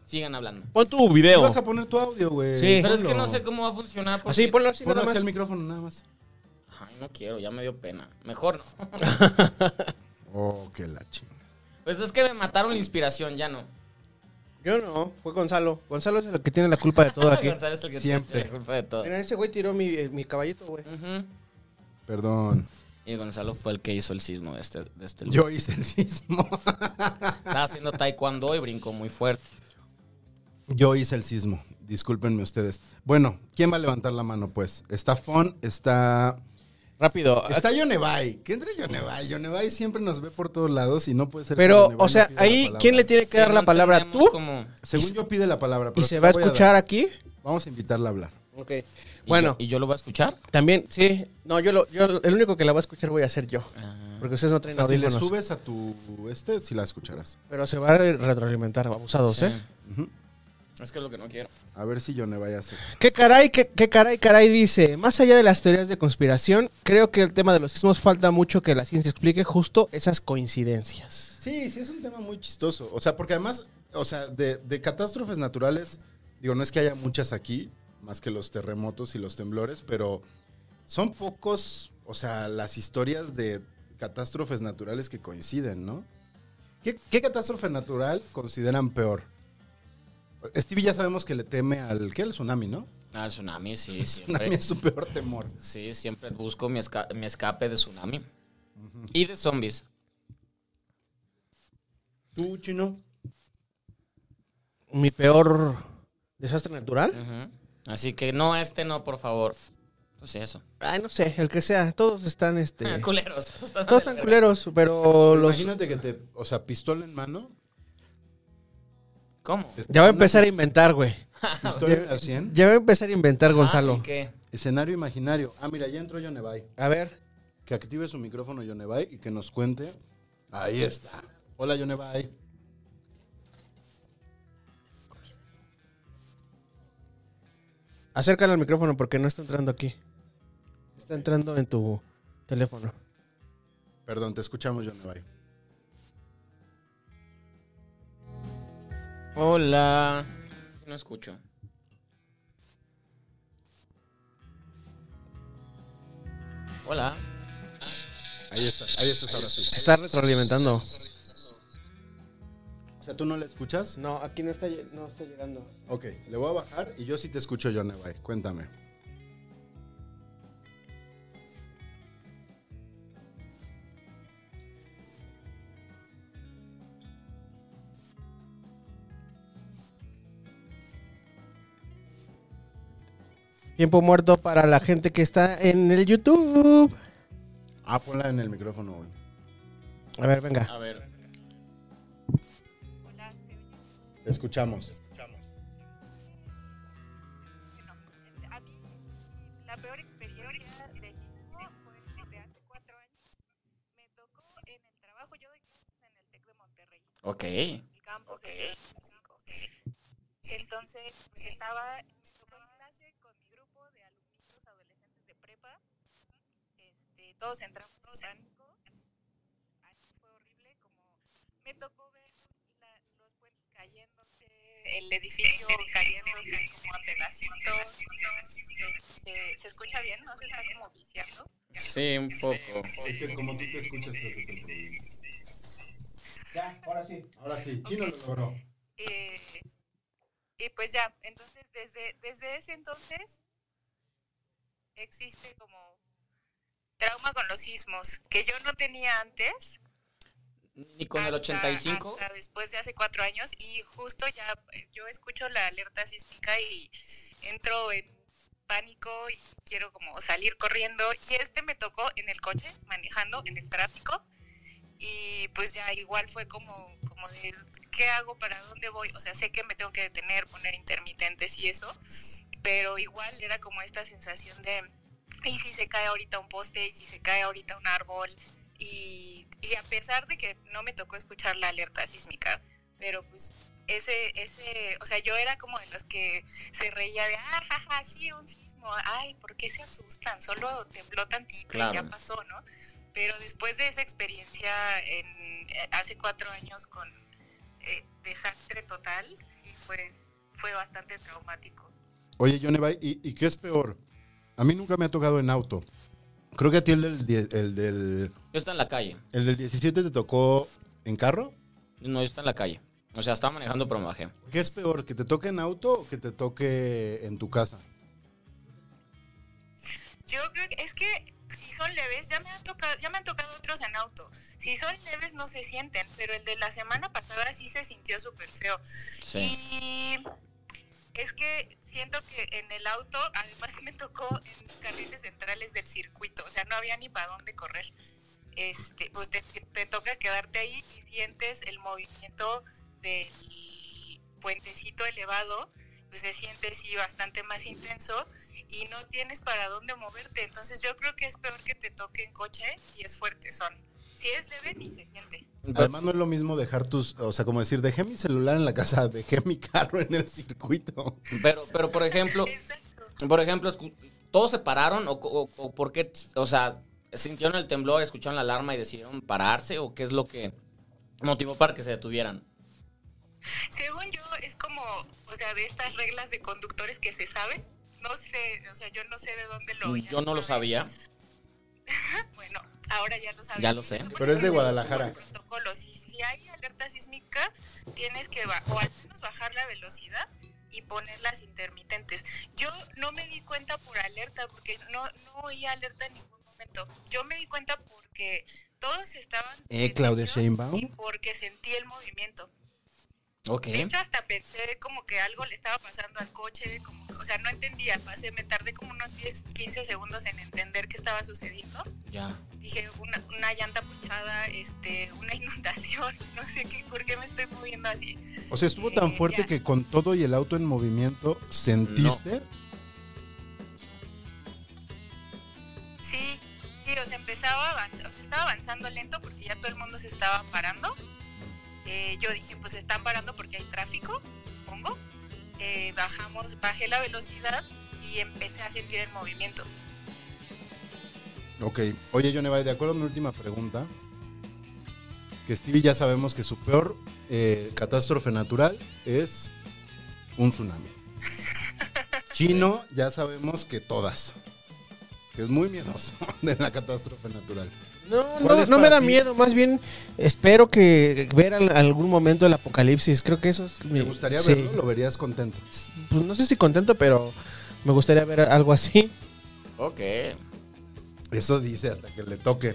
Speaker 2: Sigan hablando.
Speaker 1: Pon tu video.
Speaker 3: Vas a poner tu audio, güey.
Speaker 1: Sí.
Speaker 2: Pero es que
Speaker 3: Ponlo.
Speaker 2: no sé cómo va a funcionar. Porque...
Speaker 1: Así, ponlo así
Speaker 3: Ponlo
Speaker 1: nada
Speaker 3: hacia
Speaker 1: más.
Speaker 3: el micrófono, nada más.
Speaker 2: Ay, no quiero, ya me dio pena. Mejor no.
Speaker 3: Oh, qué la chingada.
Speaker 2: Pues es que me mataron la inspiración, ya no.
Speaker 1: Yo no, fue Gonzalo.Gonzalo es el que tiene la culpa de todo aquí.
Speaker 2: Gonzalo es el que
Speaker 3: Siempre.
Speaker 2: tiene la culpa de todo.
Speaker 1: Mira, ese güey tiró mi, eh, mi caballito, güey.
Speaker 2: Ujú.
Speaker 3: Perdón.
Speaker 2: Y Gonzalo fue el que hizo el sismo de este, de este lugar.
Speaker 3: Yo hice el sismo.
Speaker 2: Estaba haciendo taekwondo y brincó muy fuerte.
Speaker 3: Yo hice el sismo. Discúlpenme ustedes. Bueno, ¿quién va a levantar la mano, pues? Está Fon, está.
Speaker 1: Rápido.
Speaker 3: Está Yonevay. ¿Qué entre Yonevay? Yonevay siempre nos ve por todos lados y no puede ser. que
Speaker 1: Pero,
Speaker 3: Yonevay
Speaker 1: o
Speaker 3: no
Speaker 1: sea,
Speaker 3: pida la
Speaker 1: ahí,
Speaker 3: palabra.
Speaker 1: ¿quién le tiene que dar la
Speaker 2: No
Speaker 1: palabra?
Speaker 2: entendemos
Speaker 1: ¿Tú?
Speaker 2: cómo-
Speaker 3: Según yo pide la palabra.
Speaker 1: ¿Y
Speaker 3: pero
Speaker 1: se
Speaker 3: te
Speaker 1: va a
Speaker 3: voy dar.
Speaker 1: escuchar aquí?
Speaker 3: Vamos a invitar a hablar.
Speaker 1: Ok.
Speaker 2: ¿Y
Speaker 1: Bueno,
Speaker 2: yo- ¿Y yo lo voy a escuchar?
Speaker 1: también, sí. No, yo, lo, yo el único que la va a escuchar voy a ser yo.
Speaker 2: Ah.
Speaker 1: Porque ustedes no
Speaker 3: O
Speaker 1: traen
Speaker 3: sea, si le
Speaker 1: audífonos.
Speaker 3: subes a tu este, si la escucharás.
Speaker 1: Pero se va a retroalimentar, abusados,
Speaker 2: Sí.
Speaker 1: ¿eh?
Speaker 3: Ujú.
Speaker 2: Es que es lo que no quiero.
Speaker 3: A ver si Yonevay hace.
Speaker 1: ¿Qué caray, qué, qué caray, caray dice? Más allá de las teorías de conspiración, creo que el tema de los sismos falta mucho que la ciencia explique justo esas coincidencias.
Speaker 3: Sí, sí, es un tema muy chistoso. O sea, porque además, o sea, de, de catástrofes naturales, digo, no es que haya muchas aquí, más que los terremotos y los temblores, pero son pocos, o sea, las historias de catástrofes naturales que coinciden, ¿no? ¿Qué, qué catástrofe natural consideran peor? Stevie ya sabemos que le teme al, ¿qué? El tsunami, ¿no?
Speaker 2: Ah, el tsunami, sí,
Speaker 3: Tsunami
Speaker 2: siempre.
Speaker 3: es su peor temor.
Speaker 2: Sí, siempre busco mi, esca- mi escape de tsunami. Y de zombies.
Speaker 3: ¿Tú, Chino?
Speaker 1: Mi peor desastre natural.
Speaker 2: Ujú. Así que no, este no, por favor. Pues eso.
Speaker 1: Ay, no sé, el que sea. Todos están, este...
Speaker 2: Ah, culeros. Todos están
Speaker 1: Todos están
Speaker 2: de verga.
Speaker 1: culeros, pero los...
Speaker 3: Imagínate que te, o sea, pistola en mano.
Speaker 2: ¿Cómo?
Speaker 1: Ya va a empezar a inventar, güey.
Speaker 3: Pistola al 100.
Speaker 1: Ya va a empezar a inventar,
Speaker 2: Ah, ¿y
Speaker 1: Gonzalo.
Speaker 2: qué?
Speaker 3: Escenario imaginario. Ah, mira, ya entró Yonevay.
Speaker 1: A ver.
Speaker 3: Que active su micrófono Yonevay y que nos cuente. Ahí está. Hola Yonevay.
Speaker 1: Acércale al micrófono porque no está entrando aquí. Está entrando en tu teléfono.
Speaker 3: Perdón, te escuchamos Yonevay.
Speaker 2: Hola. Sí, No escucho. Hola.
Speaker 3: Ahí estás, ahí estás ahora sí.
Speaker 1: Se está retroalimentando.
Speaker 3: O sea, ¿tú no la escuchas?
Speaker 1: No, aquí no está, lle- no está llegando.
Speaker 3: Ok, le voy a bajar y yo sí te escucho Yonevay. Cuéntame.
Speaker 1: Tiempo muerto para la gente que está en el YouTube.
Speaker 3: Ah, ponla en el micrófono, güey.
Speaker 1: A ver, venga.
Speaker 2: A ver.
Speaker 3: Te escuchamos.
Speaker 4: bueno, el- a mí la peor experiencia de sismo fue de hace cuatro años. Me tocó en el trabajo, yo doy clases en el TEC de Monterrey,
Speaker 2: Ok.
Speaker 4: el campus de México. Entonces, pues, estaba, me tocó en clase con mi grupo de alumnos adolescentes de prepa. Este, todos entramos en pánico. Ay, Fue horrible, como me tocó ver la- los puentes cayéndose, el edificio cayéndose como a pedacitos. Este, ¿Se escucha bien? ¿No se está como viciando?
Speaker 2: Sí, un poco.
Speaker 3: como tú te escuchas,
Speaker 1: Ya, ahora sí.
Speaker 3: Ahora sí,
Speaker 4: Chino
Speaker 3: lo logró.
Speaker 4: Eh, y pues ya, entonces desde, desde ese entonces existe como trauma con los sismos, que yo no tenía antes.
Speaker 2: Ni con el
Speaker 4: hasta-
Speaker 2: 85.
Speaker 4: Hasta después de hace cuatro años y justo ya eh, yo escucho la alerta sísmica y entro en pánico y quiero como salir corriendo y este me tocó en el coche manejando en el tráfico y pues ya igual fue como como de qué hago para dónde voy o sea sé que me tengo que detener poner intermitentes y eso pero igual era como esta sensación de Y si se cae ahorita un poste, y si se cae ahorita un árbol. Y, y a pesar de que no me tocó escuchar la alerta sísmica, pero pues ese, ese, o sea, yo era como de los que se reía de, ah, jaja, sí, un sismo, ay, ¿por qué se asustan? Solo tembló tantito
Speaker 2: Claro.
Speaker 4: y ya pasó, ¿no? Pero después de esa experiencia en, eh, hace cuatro años con eh, desastre total, sí fue, fue bastante traumático.
Speaker 3: Oye, Johnny, Bai, ¿y, y qué es peor? A mí nunca me ha tocado en auto. Creo que a ti el del, die- el del,
Speaker 2: Yo estaba en la calle.
Speaker 3: el del 17 te tocó en carro.
Speaker 2: No, yo estaba en la calle. O sea, estaba manejando, pero me bajé.
Speaker 3: ¿Qué es peor, que te toque en auto o que te toque en tu casa?
Speaker 4: Yo creo que es que si son leves, ya me han tocado, ya me han tocado otros en auto. Si son leves no se sienten, pero el de la semana pasada sí se sintió súper feo.
Speaker 2: Sí.
Speaker 4: Y es que siento que en el auto, además me tocó en carriles centrales del circuito, o sea, no había ni para dónde correr. Este, pues te, te toca quedarte ahí y sientes el movimiento del puentecito elevado, pues se siente sí bastante más intenso y no tienes para dónde moverte. Entonces yo creo que es peor que te toque en coche si es fuerte son. Si es leve ni se siente.
Speaker 3: Además, no es lo mismo dejar tus. O sea, como decir, dejé mi celular en la casa, dejé mi carro en el circuito.
Speaker 2: Pero, pero por ejemplo,
Speaker 4: Exacto.
Speaker 2: por ejemplo, escu- ¿todos se pararon? ¿O, o, o por qué? O sea, ¿sintieron el temblor, escucharon la alarma y decidieron pararse? ¿O qué es lo que motivó para que se detuvieran?
Speaker 4: Según yo, es como, o sea, de estas reglas de conductores que se saben. No sé, o sea, yo no sé de dónde lo oí.
Speaker 2: Yo no lo sabía.
Speaker 4: Bueno, ahora ya lo sabes.
Speaker 2: Ya lo sé.
Speaker 4: Se supone
Speaker 3: Pero es
Speaker 4: que
Speaker 3: de
Speaker 4: un
Speaker 3: Guadalajara.
Speaker 4: Protocolo, si, si hay alerta sísmica, tienes que, ba- o al menos bajar la velocidad y poner las intermitentes. Yo no me di cuenta por alerta, porque no, no oí alerta en ningún momento. Yo me di cuenta porque todos estaban...
Speaker 3: Eh, Claudia
Speaker 4: detenidos
Speaker 3: Sheinbaum.
Speaker 4: Y porque sentí el movimiento.
Speaker 2: Ok.
Speaker 4: De hecho, hasta pensé como que algo le estaba pasando al coche, como, o sea, no entendía, pasé, me tardé como unos 10, 15 segundos en entender qué estaba sucediendo.
Speaker 2: Ya.
Speaker 4: Dije, una, una llanta punchada, este, una inundación, no sé qué, por qué me estoy moviendo así.
Speaker 3: O sea, estuvo tan
Speaker 4: Eh,
Speaker 3: fuerte
Speaker 4: ya.
Speaker 3: que con todo y el auto en movimiento, ¿sentiste?
Speaker 4: Sí, sí, o sea, empezaba a avanzar, o sea, estaba avanzando lento porque ya todo el mundo se estaba parando. Eh, yo dije, pues se están parando porque hay tráfico, supongo. Eh, bajamos, bajé la velocidad y empecé a sentir el movimiento.
Speaker 3: Ok. Oye, Johnny, Bai, de acuerdo a mi última pregunta, que Stevie ya sabemos que su peor eh, catástrofe natural es un tsunami. Chino, ya sabemos que todas. Que es muy miedoso de la catástrofe natural.
Speaker 1: No,
Speaker 3: ¿Cuál
Speaker 1: no,
Speaker 3: es
Speaker 1: no me
Speaker 3: para
Speaker 1: da
Speaker 3: ti?
Speaker 1: miedo, más bien espero que ver al- algún momento el apocalipsis, creo que eso es...
Speaker 3: ¿Te gustaría
Speaker 1: sí.
Speaker 3: verlo? ¿Lo verías contento?
Speaker 1: Pues no sé si contento, pero me gustaría ver algo así.
Speaker 2: Ok.
Speaker 3: Eso dice hasta que le toque.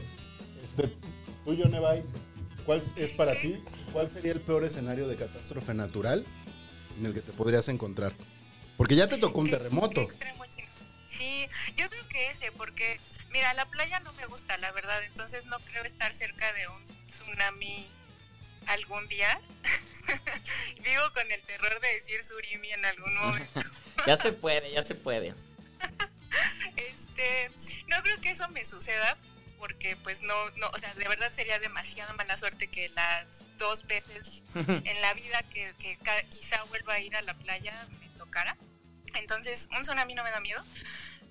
Speaker 3: Este, tuyo, Nevai, ¿cuál es para ti? ¿Cuál sería el peor escenario de catástrofe natural en el que te podrías encontrar? Porque ya te tocó un
Speaker 4: Qué- qué
Speaker 3: terremoto.
Speaker 4: extremo, chino. Sí, yo creo que ese, porque, mira, la playa no me gusta, la verdad, entonces no creo estar cerca de un tsunami algún día. Vivo con el terror de decir surimi en algún momento.
Speaker 2: Ya se puede, ya se puede.
Speaker 4: Este, no creo que eso me suceda, porque pues no, no, o sea, de verdad sería demasiada mala suerte que las dos veces en la vida que, que ca- quizá vuelva a ir a la playa me tocara. Entonces, un tsunami no me da miedo.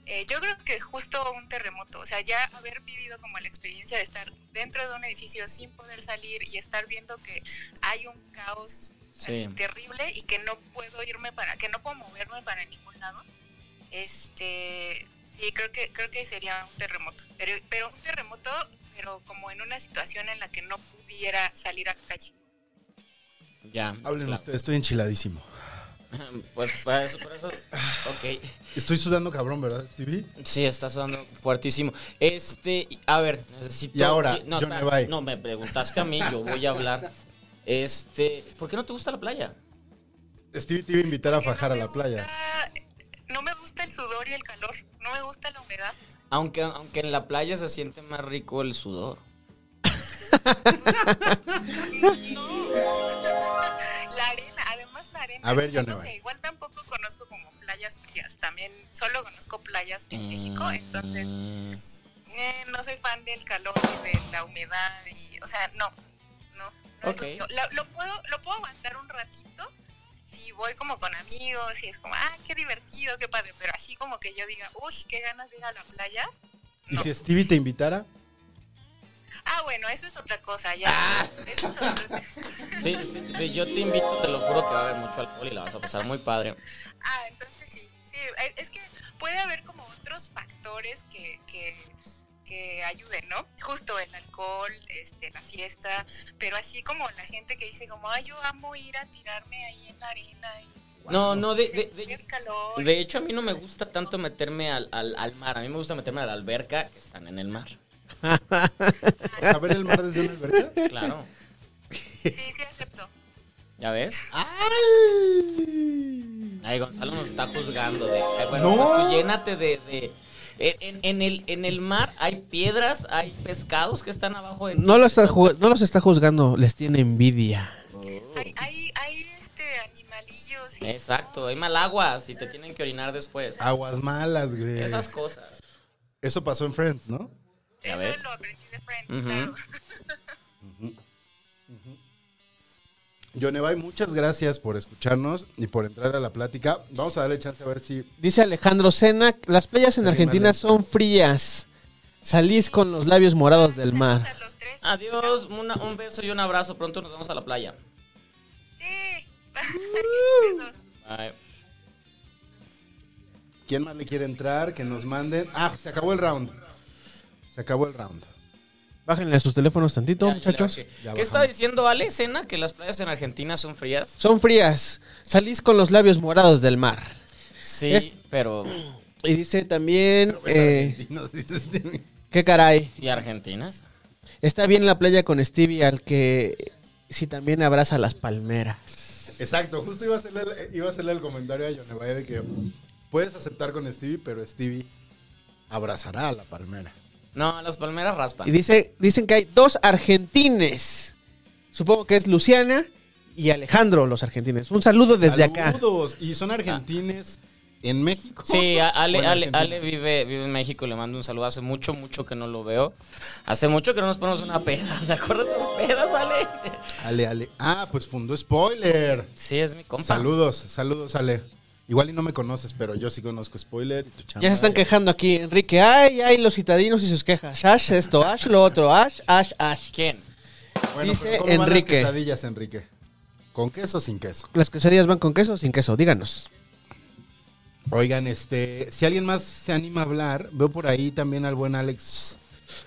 Speaker 4: Eh, yo creo que justo un terremoto, o sea, ya haber vivido como la experiencia de estar dentro de un edificio sin poder salir y estar viendo que hay un caos así
Speaker 2: Sí.
Speaker 4: terrible y que no puedo irme para, que no puedo moverme para ningún lado. Este, sí, creo que creo que sería un terremoto, pero, pero un terremoto, pero como en una situación en la que no pudiera salir a la calle.
Speaker 2: Ya.
Speaker 3: Hablen
Speaker 2: claro.
Speaker 3: ustedes, estoy enchiladísimo.
Speaker 2: Pues para eso, por eso. Ok.
Speaker 3: Estoy sudando cabrón, ¿verdad, Stevie?
Speaker 2: Sí, está sudando fuertísimo. Este, a ver, necesito.
Speaker 3: Y ahora,
Speaker 2: no,
Speaker 3: John
Speaker 2: espera,
Speaker 3: Evay.
Speaker 2: no, me preguntaste a mí, yo voy a hablar. Este, ¿por qué no te gusta la playa?
Speaker 3: Stevie te iba a invitar a
Speaker 4: Que no
Speaker 3: fajar a
Speaker 4: me
Speaker 3: la playa.
Speaker 4: gusta- eh, No me gusta el sudor y el calor, no me gusta la humedad.
Speaker 2: Aunque, aunque en la playa se siente más rico el sudor.
Speaker 4: No. La arena, además la arena.
Speaker 3: A ver, yo no
Speaker 4: no
Speaker 3: voy.
Speaker 4: sé, igual tampoco conozco como playas frías, también solo conozco playas en México, entonces
Speaker 2: Mm.
Speaker 4: eh, no soy fan del calor, de la humedad, y, o sea, no, no, no es
Speaker 2: Ok.
Speaker 4: lo mío. La- lo, puedo, lo puedo aguantar un ratito si voy como con amigos y es como, ah, qué divertido, qué padre, pero así como que yo diga, uy, qué ganas de ir a la playa.
Speaker 3: ¿Y
Speaker 4: no.
Speaker 3: si Stevie te invitara?
Speaker 4: Ah, bueno, eso es otra cosa, ya. Eso es otra-
Speaker 2: Sí, sí, sí, yo te invito, te lo juro que va a haber mucho alcohol y la vas a pasar muy padre.
Speaker 4: Ah, entonces sí. sí eh, es que puede haber como otros factores que, que, que ayuden, ¿no? Justo el alcohol, este, la fiesta, pero así como la gente que dice como, ay, yo amo ir a tirarme ahí en la arena y
Speaker 2: No, no, de, de-
Speaker 4: sentir el
Speaker 2: de,
Speaker 4: calor.
Speaker 2: de hecho a mí no me gusta tanto meterme al, al, al mar, a mí me gusta meterme a la alberca, que están en el mar.
Speaker 3: O sea, ver el mar desde una alberca.
Speaker 2: Claro,
Speaker 4: Sí, sí, acepto.
Speaker 2: ¿ya ves? Ay, Gonzalo nos está juzgando. De, ay, bueno,
Speaker 3: No.
Speaker 2: pues tú llénate de... de- en, en- en el, en el mar hay piedras, hay pescados que están abajo de ti.
Speaker 1: No, lo está ju- no los está juzgando, les tiene envidia.
Speaker 2: Oh.
Speaker 4: Hay, hay, hay este animalillos. y-
Speaker 2: Exacto, hay malaguas y te tienen que orinar después.
Speaker 3: Aguas malas, güey.
Speaker 2: Esas cosas.
Speaker 3: Eso pasó en Friends, ¿no?
Speaker 2: Ya
Speaker 4: Eso
Speaker 2: ves.
Speaker 4: lo aprendí de Friends,
Speaker 2: Ujú.
Speaker 4: claro.
Speaker 3: Yonevay, muchas gracias por escucharnos y por entrar a la plática. Vamos a darle chance a ver si.
Speaker 1: Dice Alejandro Sena, las playas en
Speaker 3: Animales.
Speaker 1: Argentina son frías. Salís con los labios morados del mar.
Speaker 4: Saludos a los tres.
Speaker 2: Adiós, una- un beso y un abrazo. Pronto nos vamos a la playa.
Speaker 4: Sí. Besos.
Speaker 2: Bye.
Speaker 3: ¿Quién más le quiere entrar? Que nos manden. Ah, se acabó el round. Se acabó el round.
Speaker 1: Bájenle sus teléfonos tantito,
Speaker 2: Ya, ya
Speaker 1: muchachos.
Speaker 2: le bajé.
Speaker 3: Ya
Speaker 2: ¿Qué está
Speaker 3: bajamos.
Speaker 2: diciendo Ale, Sena? ¿Que las playas en Argentina son frías?
Speaker 1: Son frías. Salís con los labios morados del mar.
Speaker 2: Sí,
Speaker 1: Es-
Speaker 2: pero...
Speaker 1: Y dice también, eh,
Speaker 3: Argentinos, dice Stevie.
Speaker 1: qué caray,
Speaker 2: ¿Y argentinas?
Speaker 1: está bien la playa con Stevie al que si también abraza las palmeras.
Speaker 3: Exacto, justo iba a hacerle, el- iba a hacerle el comentario a Yonevay de que puedes aceptar con Stevie, pero Stevie abrazará a la palmera.
Speaker 2: No, las palmeras raspan.
Speaker 1: Y dice, dicen que hay dos argentines. Supongo que es Luciana y Alejandro, los argentines. Un saludo desde acá. Ah.
Speaker 3: Saludos. Y son argentines en México.
Speaker 2: Sí, a- Ale,
Speaker 3: O en
Speaker 2: Ale,
Speaker 3: Argentina.
Speaker 2: Ale vive, vive en México, le mando un saludo. Hace mucho, mucho que no lo veo. Hace mucho que no nos ponemos una peda. ¿Te acuerdas de las pedas, Ale?
Speaker 3: Ale, Ale. Ah, pues fundó Spoiler.
Speaker 2: Sí, es mi compa.
Speaker 3: Saludos, saludos, Ale. Igual y no me conoces, pero yo sí conozco Spoiler y tu chamba.
Speaker 1: Ya se están quejando aquí, Enrique. Ay, ay, los citadinos y sus quejas. Ash esto, Ash lo otro, Ash, Ash, Ash.
Speaker 2: ¿Quién?
Speaker 3: Bueno,
Speaker 1: Dice
Speaker 3: pero ¿cómo van las
Speaker 1: Enrique.
Speaker 3: quesadillas, Enrique? ¿Con queso o sin queso?
Speaker 1: ¿Las quesadillas van con queso o sin queso? Díganos.
Speaker 3: Oigan, este, si alguien más se anima a hablar, veo por ahí también al buen Alex,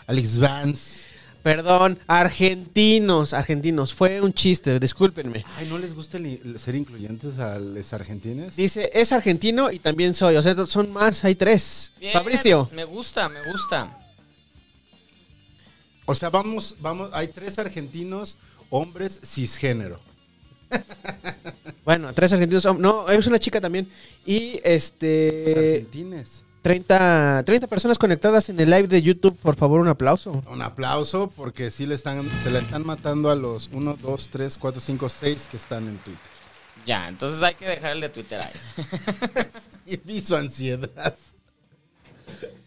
Speaker 3: Alex Vance.
Speaker 1: Perdón, argentinos, argentinos. Fue un chiste, discúlpenme.
Speaker 3: Ay, ¿no les gusta el i- el ser incluyentes a los argentines?
Speaker 1: Dice, es argentino y también soy. O sea, son más, hay tres.
Speaker 2: Bien,
Speaker 1: Fabricio.
Speaker 2: Me gusta, me gusta.
Speaker 3: O sea, vamos, vamos, hay tres argentinos hombres cisgénero.
Speaker 1: Bueno, tres argentinos. son- No, es una chica también. Y este.
Speaker 3: Eh, argentines.
Speaker 1: 30, 30 personas conectadas en el live de YouTube. Por favor, un aplauso.
Speaker 3: Un aplauso porque sí le están, se la están matando a los 1, 2, 3, 4, 5, 6 que están en Twitter.
Speaker 2: Ya, entonces hay que dejar el de Twitter ahí.
Speaker 3: Y vi su ansiedad.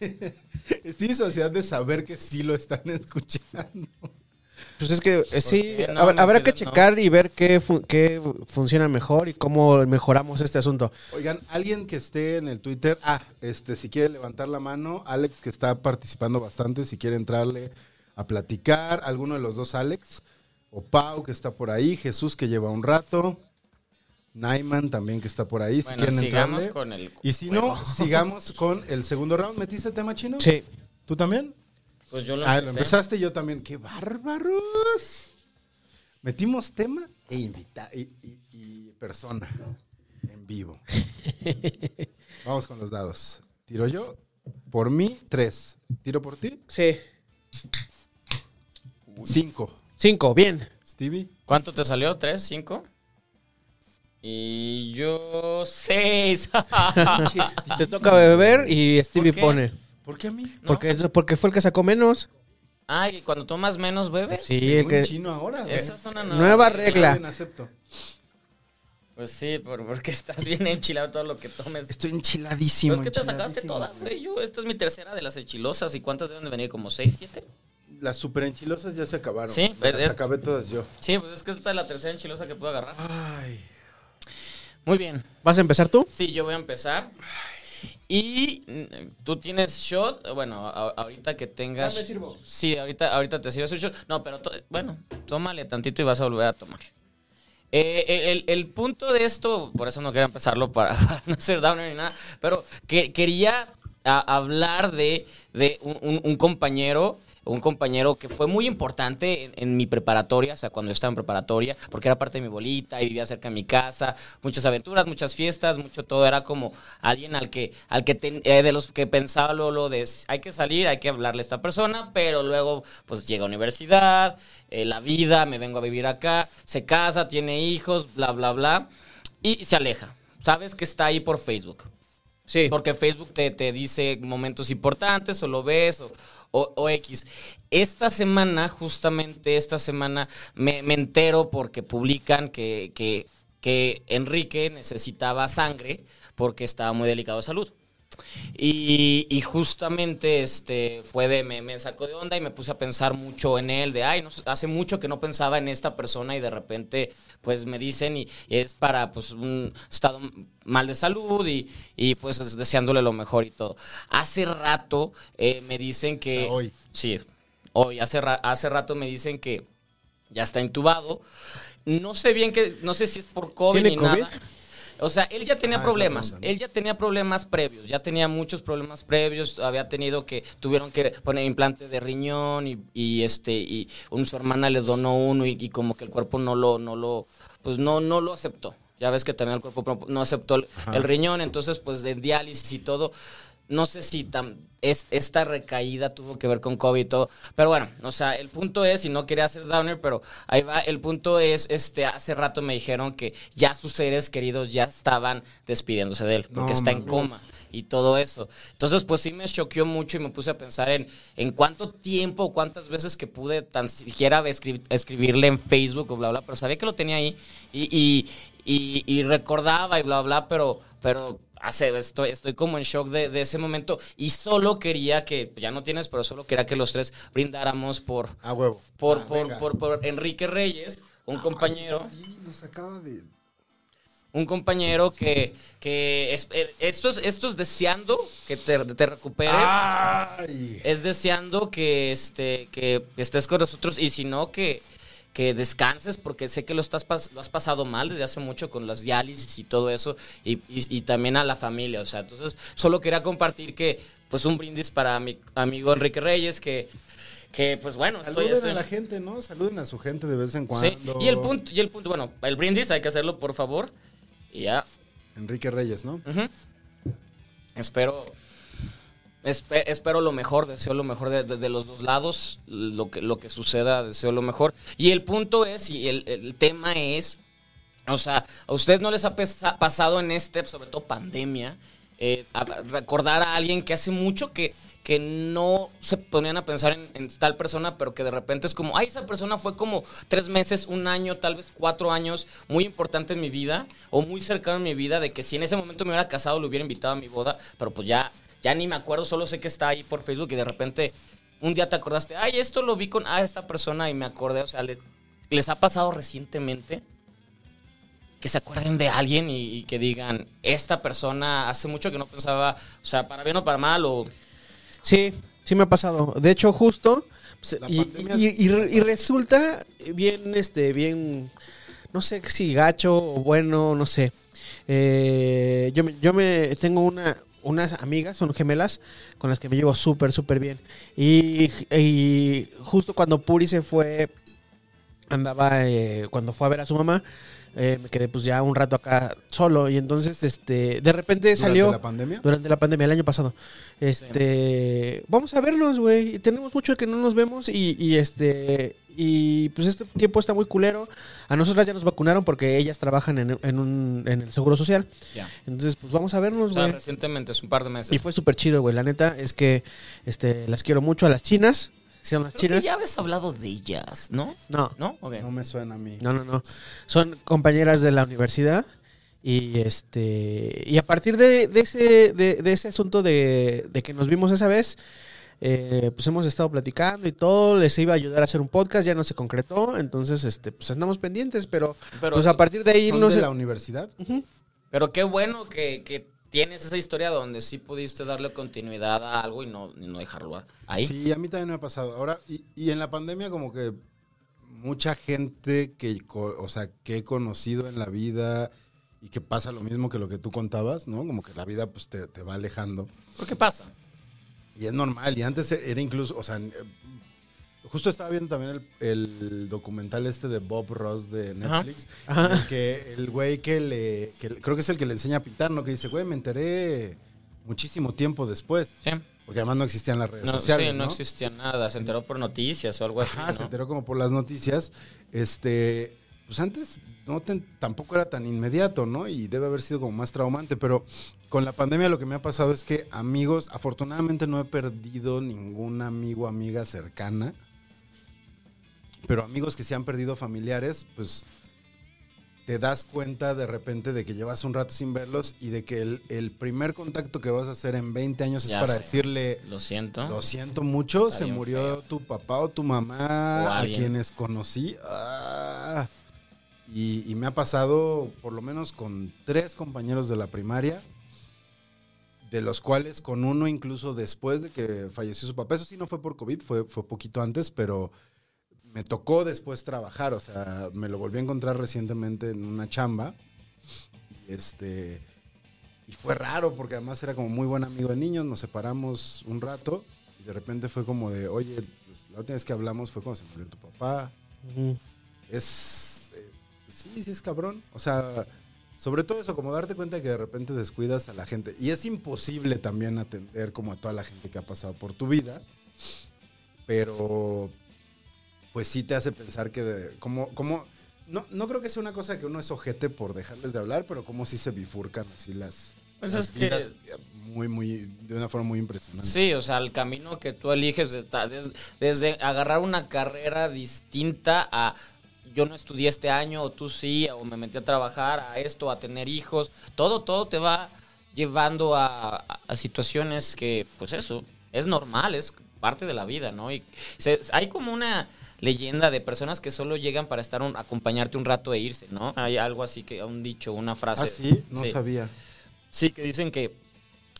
Speaker 3: Estoy en su ansiedad de saber que sí lo están escuchando.
Speaker 1: Pues es que eh, sí,
Speaker 2: qué? No,
Speaker 1: hab-
Speaker 2: no,
Speaker 1: habrá
Speaker 2: sí,
Speaker 1: que
Speaker 2: no.
Speaker 1: checar y ver qué, fu- qué funciona mejor y cómo mejoramos este asunto.
Speaker 3: Oigan, alguien que esté en el Twitter, ah, este, si quiere levantar la mano, Alex que está participando bastante, si quiere entrarle a platicar, alguno de los dos Alex, o Pau que está por ahí, Jesús que lleva un rato, Naiman también que está por ahí, si
Speaker 2: Bueno,
Speaker 3: quieren
Speaker 2: sigamos
Speaker 3: entrarle.
Speaker 2: con el.
Speaker 3: Y si
Speaker 2: juego.
Speaker 3: no, sigamos con el segundo round. ¿Metiste tema chino?
Speaker 1: Sí.
Speaker 3: ¿Tú también?
Speaker 2: Pues yo lo
Speaker 3: Ah, lo
Speaker 2: empecé.
Speaker 3: empezaste yo también. ¡Qué bárbaros! Metimos tema e invita y, y- y persona en vivo. Vamos con los dados. Tiro yo. Por mí, tres. Tiro por ti,
Speaker 1: Sí.
Speaker 3: cinco.
Speaker 1: Cinco, bien.
Speaker 3: Stevie,
Speaker 2: ¿Cuánto te salió? ¿Tres? ¿Cinco? Y yo. ¡Seis!
Speaker 1: Te toca beber y Stevie
Speaker 2: qué?
Speaker 1: pone.
Speaker 3: ¿por qué a mí?
Speaker 2: ¿No?
Speaker 1: Porque, porque fue el que sacó menos.
Speaker 2: Ay, ¿y cuando tomas menos bebes.
Speaker 1: Sí, el
Speaker 3: Según
Speaker 1: que-
Speaker 3: chino ahora. güey.
Speaker 2: Esa es una nueva,
Speaker 1: Nueva
Speaker 3: Está
Speaker 1: regla.
Speaker 3: bien, acepto.
Speaker 2: Pues sí, por- porque estás bien enchilado todo lo que tomes.
Speaker 5: Estoy
Speaker 2: Pero
Speaker 5: enchiladísimo.
Speaker 2: es que te las acabaste
Speaker 5: enchiladísimo,
Speaker 2: todas, güey. Yo, esta es mi tercera de las enchilosas. ¿Y cuántas deben de venir? ¿Como seis, siete?
Speaker 3: Las super enchilosas ya se acabaron.
Speaker 2: Sí,
Speaker 3: las
Speaker 2: es-
Speaker 3: acabé todas yo.
Speaker 2: Sí, pues es que esta es la tercera enchilosa que puedo agarrar.
Speaker 3: Ay.
Speaker 2: Muy bien.
Speaker 1: ¿Vas a empezar tú?
Speaker 2: Sí, yo voy a empezar. Y mm, tú tienes shot, bueno, a- ahorita que tengas...
Speaker 1: me sirvo.
Speaker 2: Sí, ahorita, ahorita te sirves un shot. No, pero to- bueno, tómale tantito y vas a volver a tomar. Eh, el, el- el punto de esto, por eso no quería empezarlo para, para no ser downer ni nada, pero que, quería a- hablar de, de un, un- un compañero, un compañero que fue muy importante en, en mi preparatoria, o sea, cuando yo estaba en preparatoria, porque era parte de mi bolita y vivía cerca de mi casa, muchas aventuras, muchas fiestas, mucho todo, era como alguien al que, al que ten- eh, de los que pensaba luego, lo de hay que salir, hay que hablarle a esta persona, pero luego pues llega a universidad, eh, la vida, me vengo a vivir acá, se casa, tiene hijos, bla, bla, bla, y se aleja. Sabes que está ahí por Facebook.
Speaker 1: Sí.
Speaker 2: Porque Facebook te, te dice momentos importantes o lo ves o, o- o X. Esta semana, justamente esta semana, me, me entero porque publican que, que- que Enrique necesitaba sangre porque estaba muy delicado de salud. Y, y justamente este fue de me, me sacó de onda y me puse a pensar mucho en él de ay no sé, hace mucho que no pensaba en esta persona y de repente pues me dicen y, y es para pues un estado mal de salud y, y, pues es- deseándole lo mejor y todo hace rato eh, me dicen que
Speaker 3: O sea, hoy.
Speaker 2: sí hoy hace ra- hace rato me dicen que ya está intubado no sé bien que no sé si es por covid
Speaker 1: ¿Tiene
Speaker 2: ni
Speaker 1: COVID?
Speaker 2: nada o sea, él ya tenía
Speaker 3: Ah, es la
Speaker 2: problemas.
Speaker 3: onda, ¿no?
Speaker 2: Él ya tenía problemas previos. Ya tenía muchos problemas previos. Había tenido que tuvieron que poner implante de riñón y, y, este y un, su hermana le donó uno y, y como que el cuerpo no lo no lo pues no no lo aceptó. Ya ves que también el cuerpo pro- no aceptó el, el riñón, entonces pues de diálisis y todo. No sé si tam- es, esta recaída tuvo que ver con COVID y todo. Pero bueno, o sea, el punto es, y no quería hacer downer, pero ahí va, el punto es, este, hace rato me dijeron que ya sus seres queridos ya estaban despidiéndose de él, porque
Speaker 3: No,
Speaker 2: está en
Speaker 3: mames.
Speaker 2: coma y todo eso. Entonces, pues sí me choqueó mucho y me puse a pensar en, en cuánto tiempo, cuántas veces que pude tan siquiera escri- escribirle en Facebook o bla, bla, pero sabía que lo tenía ahí y, y- y- y recordaba y bla, bla, pero, pero hace, estoy, estoy como en shock de, de ese momento y solo quería que, ya no tienes, pero solo quería que los tres brindáramos por,
Speaker 3: A huevo.
Speaker 2: por,
Speaker 3: Ah,
Speaker 2: por,
Speaker 3: venga. Ah,
Speaker 2: por, por Enrique Reyes, un compañero
Speaker 3: Ay, nos acaba de.
Speaker 2: un compañero que, que es, eh, esto, es, esto es deseando que te, te recuperes.
Speaker 3: Ah. Ay.
Speaker 2: Es deseando que, este, que estés con nosotros y si no, que, que descanses porque sé que lo, estás, pas- lo has pasado mal desde hace mucho con las diálisis y todo eso y, y- y también a la familia. O sea, entonces solo quería compartir que pues un brindis para mi amigo Enrique Reyes que, que pues bueno, estoy,
Speaker 3: Saluden
Speaker 2: estoy
Speaker 3: a
Speaker 2: en
Speaker 3: la
Speaker 2: su-
Speaker 3: gente, ¿no? Saluden a su gente de vez en cuando.
Speaker 2: Sí, y el punto, y el punto, bueno, el brindis hay que hacerlo por favor. Y ya,
Speaker 3: Enrique Reyes, ¿no?
Speaker 2: Ujú. Espero. espe- espero lo mejor, deseo lo mejor de, de- de los dos lados, lo que, lo que suceda, deseo lo mejor. Y el punto es, y el, el tema es, o sea, ¿a ustedes no les ha pesa- pasado en este, sobre todo pandemia, eh, a- recordar a alguien que hace mucho que, que no se ponían a pensar en, en tal persona, pero que de repente es como, ay, esa persona fue como tres meses, un año, tal vez cuatro años, muy importante en mi vida o muy cercano en mi vida, de que si en ese momento me hubiera casado, lo hubiera invitado a mi boda, pero pues ya, ya ni me acuerdo, solo sé que está ahí por Facebook y de repente un día te acordaste, ay, esto lo vi con ah, esta persona y me acordé, o sea, le- les ha pasado recientemente que se acuerden de alguien y, y que digan, esta persona hace mucho que no pensaba, o sea, para bien o para mal, o...
Speaker 1: Sí, sí me ha pasado. De hecho, justo. pues,
Speaker 3: La
Speaker 1: y,
Speaker 3: pandemia-
Speaker 1: y- y- y re- y resulta bien, este, bien. No sé si gacho o bueno, no sé. Eh, yo, me- yo me tengo una, unas amigas, son gemelas, con las que me llevo súper, súper bien. Y, y justo cuando Puri se fue, andaba, eh, cuando fue a ver a su mamá, eh, me quedé pues ya un rato acá solo. Y entonces, este, de repente salió...
Speaker 3: ¿Durante la pandemia?
Speaker 1: Durante la pandemia, el año pasado. Este. Vamos a vernos, güey. Tenemos mucho que no nos vemos y, y este. Y pues este tiempo está muy culero. A nosotras ya nos vacunaron porque ellas trabajan en, en un, en el seguro social.
Speaker 2: Ya.
Speaker 1: Entonces, pues vamos a
Speaker 2: O
Speaker 1: vernos,
Speaker 2: sea,
Speaker 1: güey.
Speaker 2: recientemente, es un par de meses.
Speaker 1: Y fue súper chido, güey. La neta es que este, las quiero mucho a las chinas. Son las
Speaker 2: Creo que
Speaker 1: chinas.
Speaker 2: ya habías hablado de ellas, ¿no?
Speaker 1: No,
Speaker 2: ¿No? Ok.
Speaker 3: No me suena a mí.
Speaker 1: no, no, no. Son compañeras de la universidad. Y este y a partir de, de ese, de, de ese asunto de, de que nos vimos esa vez, eh, pues hemos estado platicando y todo, les iba a ayudar a hacer un podcast, ya no se concretó, entonces este, pues andamos pendientes, pero,
Speaker 2: Pero,
Speaker 1: pues a partir de ahí
Speaker 3: ¿Son
Speaker 1: no
Speaker 3: de
Speaker 1: sé.
Speaker 3: la universidad?
Speaker 2: pero qué bueno que, que tienes esa historia donde sí pudiste darle continuidad a algo y no, y no dejarlo a- ahí.
Speaker 3: Sí, a mí también me ha pasado. Ahora, y, y en la pandemia como que mucha gente que, co- o sea, que he conocido en la vida y que pasa lo mismo que lo que tú contabas, ¿no? Como que la vida pues te, te va alejando.
Speaker 2: ¿Por qué pasa?
Speaker 3: Y es normal, y antes era incluso, o sea, eh, justo estaba viendo también el, el documental este de Bob Ross de Netflix, en el que el güey que le, que le- creo que es el que le enseña a pintar, ¿no? Que dice, güey, me enteré muchísimo tiempo después,
Speaker 2: Sí.
Speaker 3: porque además no existían las redes
Speaker 2: No,
Speaker 3: sociales,
Speaker 2: sí, no
Speaker 3: ¿no?
Speaker 2: existía nada. Se enteró por noticias o algo así.
Speaker 3: Ajá, se
Speaker 2: ¿no?
Speaker 3: enteró como por las noticias. Este, pues antes no te- tampoco era tan inmediato, ¿no? Y debe haber sido como más traumante, pero con la pandemia lo que me ha pasado es que amigos, afortunadamente no he perdido ningún amigo, amiga cercana, pero amigos que se han perdido familiares, pues te das cuenta de repente de que llevas un rato sin verlos y de que el, el primer contacto que vas a hacer en 20 años es
Speaker 2: Ya
Speaker 3: para
Speaker 2: sé.
Speaker 3: decirle...
Speaker 2: Lo siento.
Speaker 3: Lo siento mucho,
Speaker 2: Está
Speaker 3: se
Speaker 2: bien
Speaker 3: murió
Speaker 2: feo.
Speaker 3: tu papá o tu
Speaker 2: O
Speaker 3: mamá, a
Speaker 2: alguien.
Speaker 3: quienes conocí. Ah. y, y me ha pasado por lo menos con tres compañeros de la primaria, de los cuales con uno incluso después de que falleció su papá, eso sí no fue por COVID, fue, fue poquito antes, pero me tocó después trabajar, o sea, me lo volví a encontrar recientemente en una chamba. Y este. Y fue raro porque además era como muy buen amigo de niños, nos separamos un rato y de repente fue como de, oye, pues, la última vez que hablamos fue cuando se murió tu papá.
Speaker 1: Ujú.
Speaker 3: Es... eh, sí, sí es cabrón. O sea, sobre todo eso, como darte cuenta de que de repente descuidas a la gente. Y es imposible también atender como a toda la gente que ha pasado por tu vida, pero pues sí te hace pensar que de- como... como no, no creo que sea una cosa que uno es ojete por dejarles de hablar, pero como si se bifurcan así las,
Speaker 2: Pues
Speaker 3: las
Speaker 2: es que-
Speaker 3: vidas, eh, muy, muy, de una forma muy impresionante.
Speaker 2: Sí, o sea, el camino que tú eliges de ta- des- desde, agarrar una carrera distinta a yo no estudié este año, o tú sí, o me metí a trabajar, a esto, a tener hijos, todo, todo te va llevando a, a- a situaciones que, pues eso, es normal, es parte de la vida, ¿no? Y se- hay como una leyenda de personas que solo llegan para estar un- acompañarte un rato e irse, ¿no? Hay algo así que un dicho, una frase.
Speaker 3: Ah, sí, no
Speaker 2: Sí.
Speaker 3: sabía.
Speaker 2: Sí, que dicen que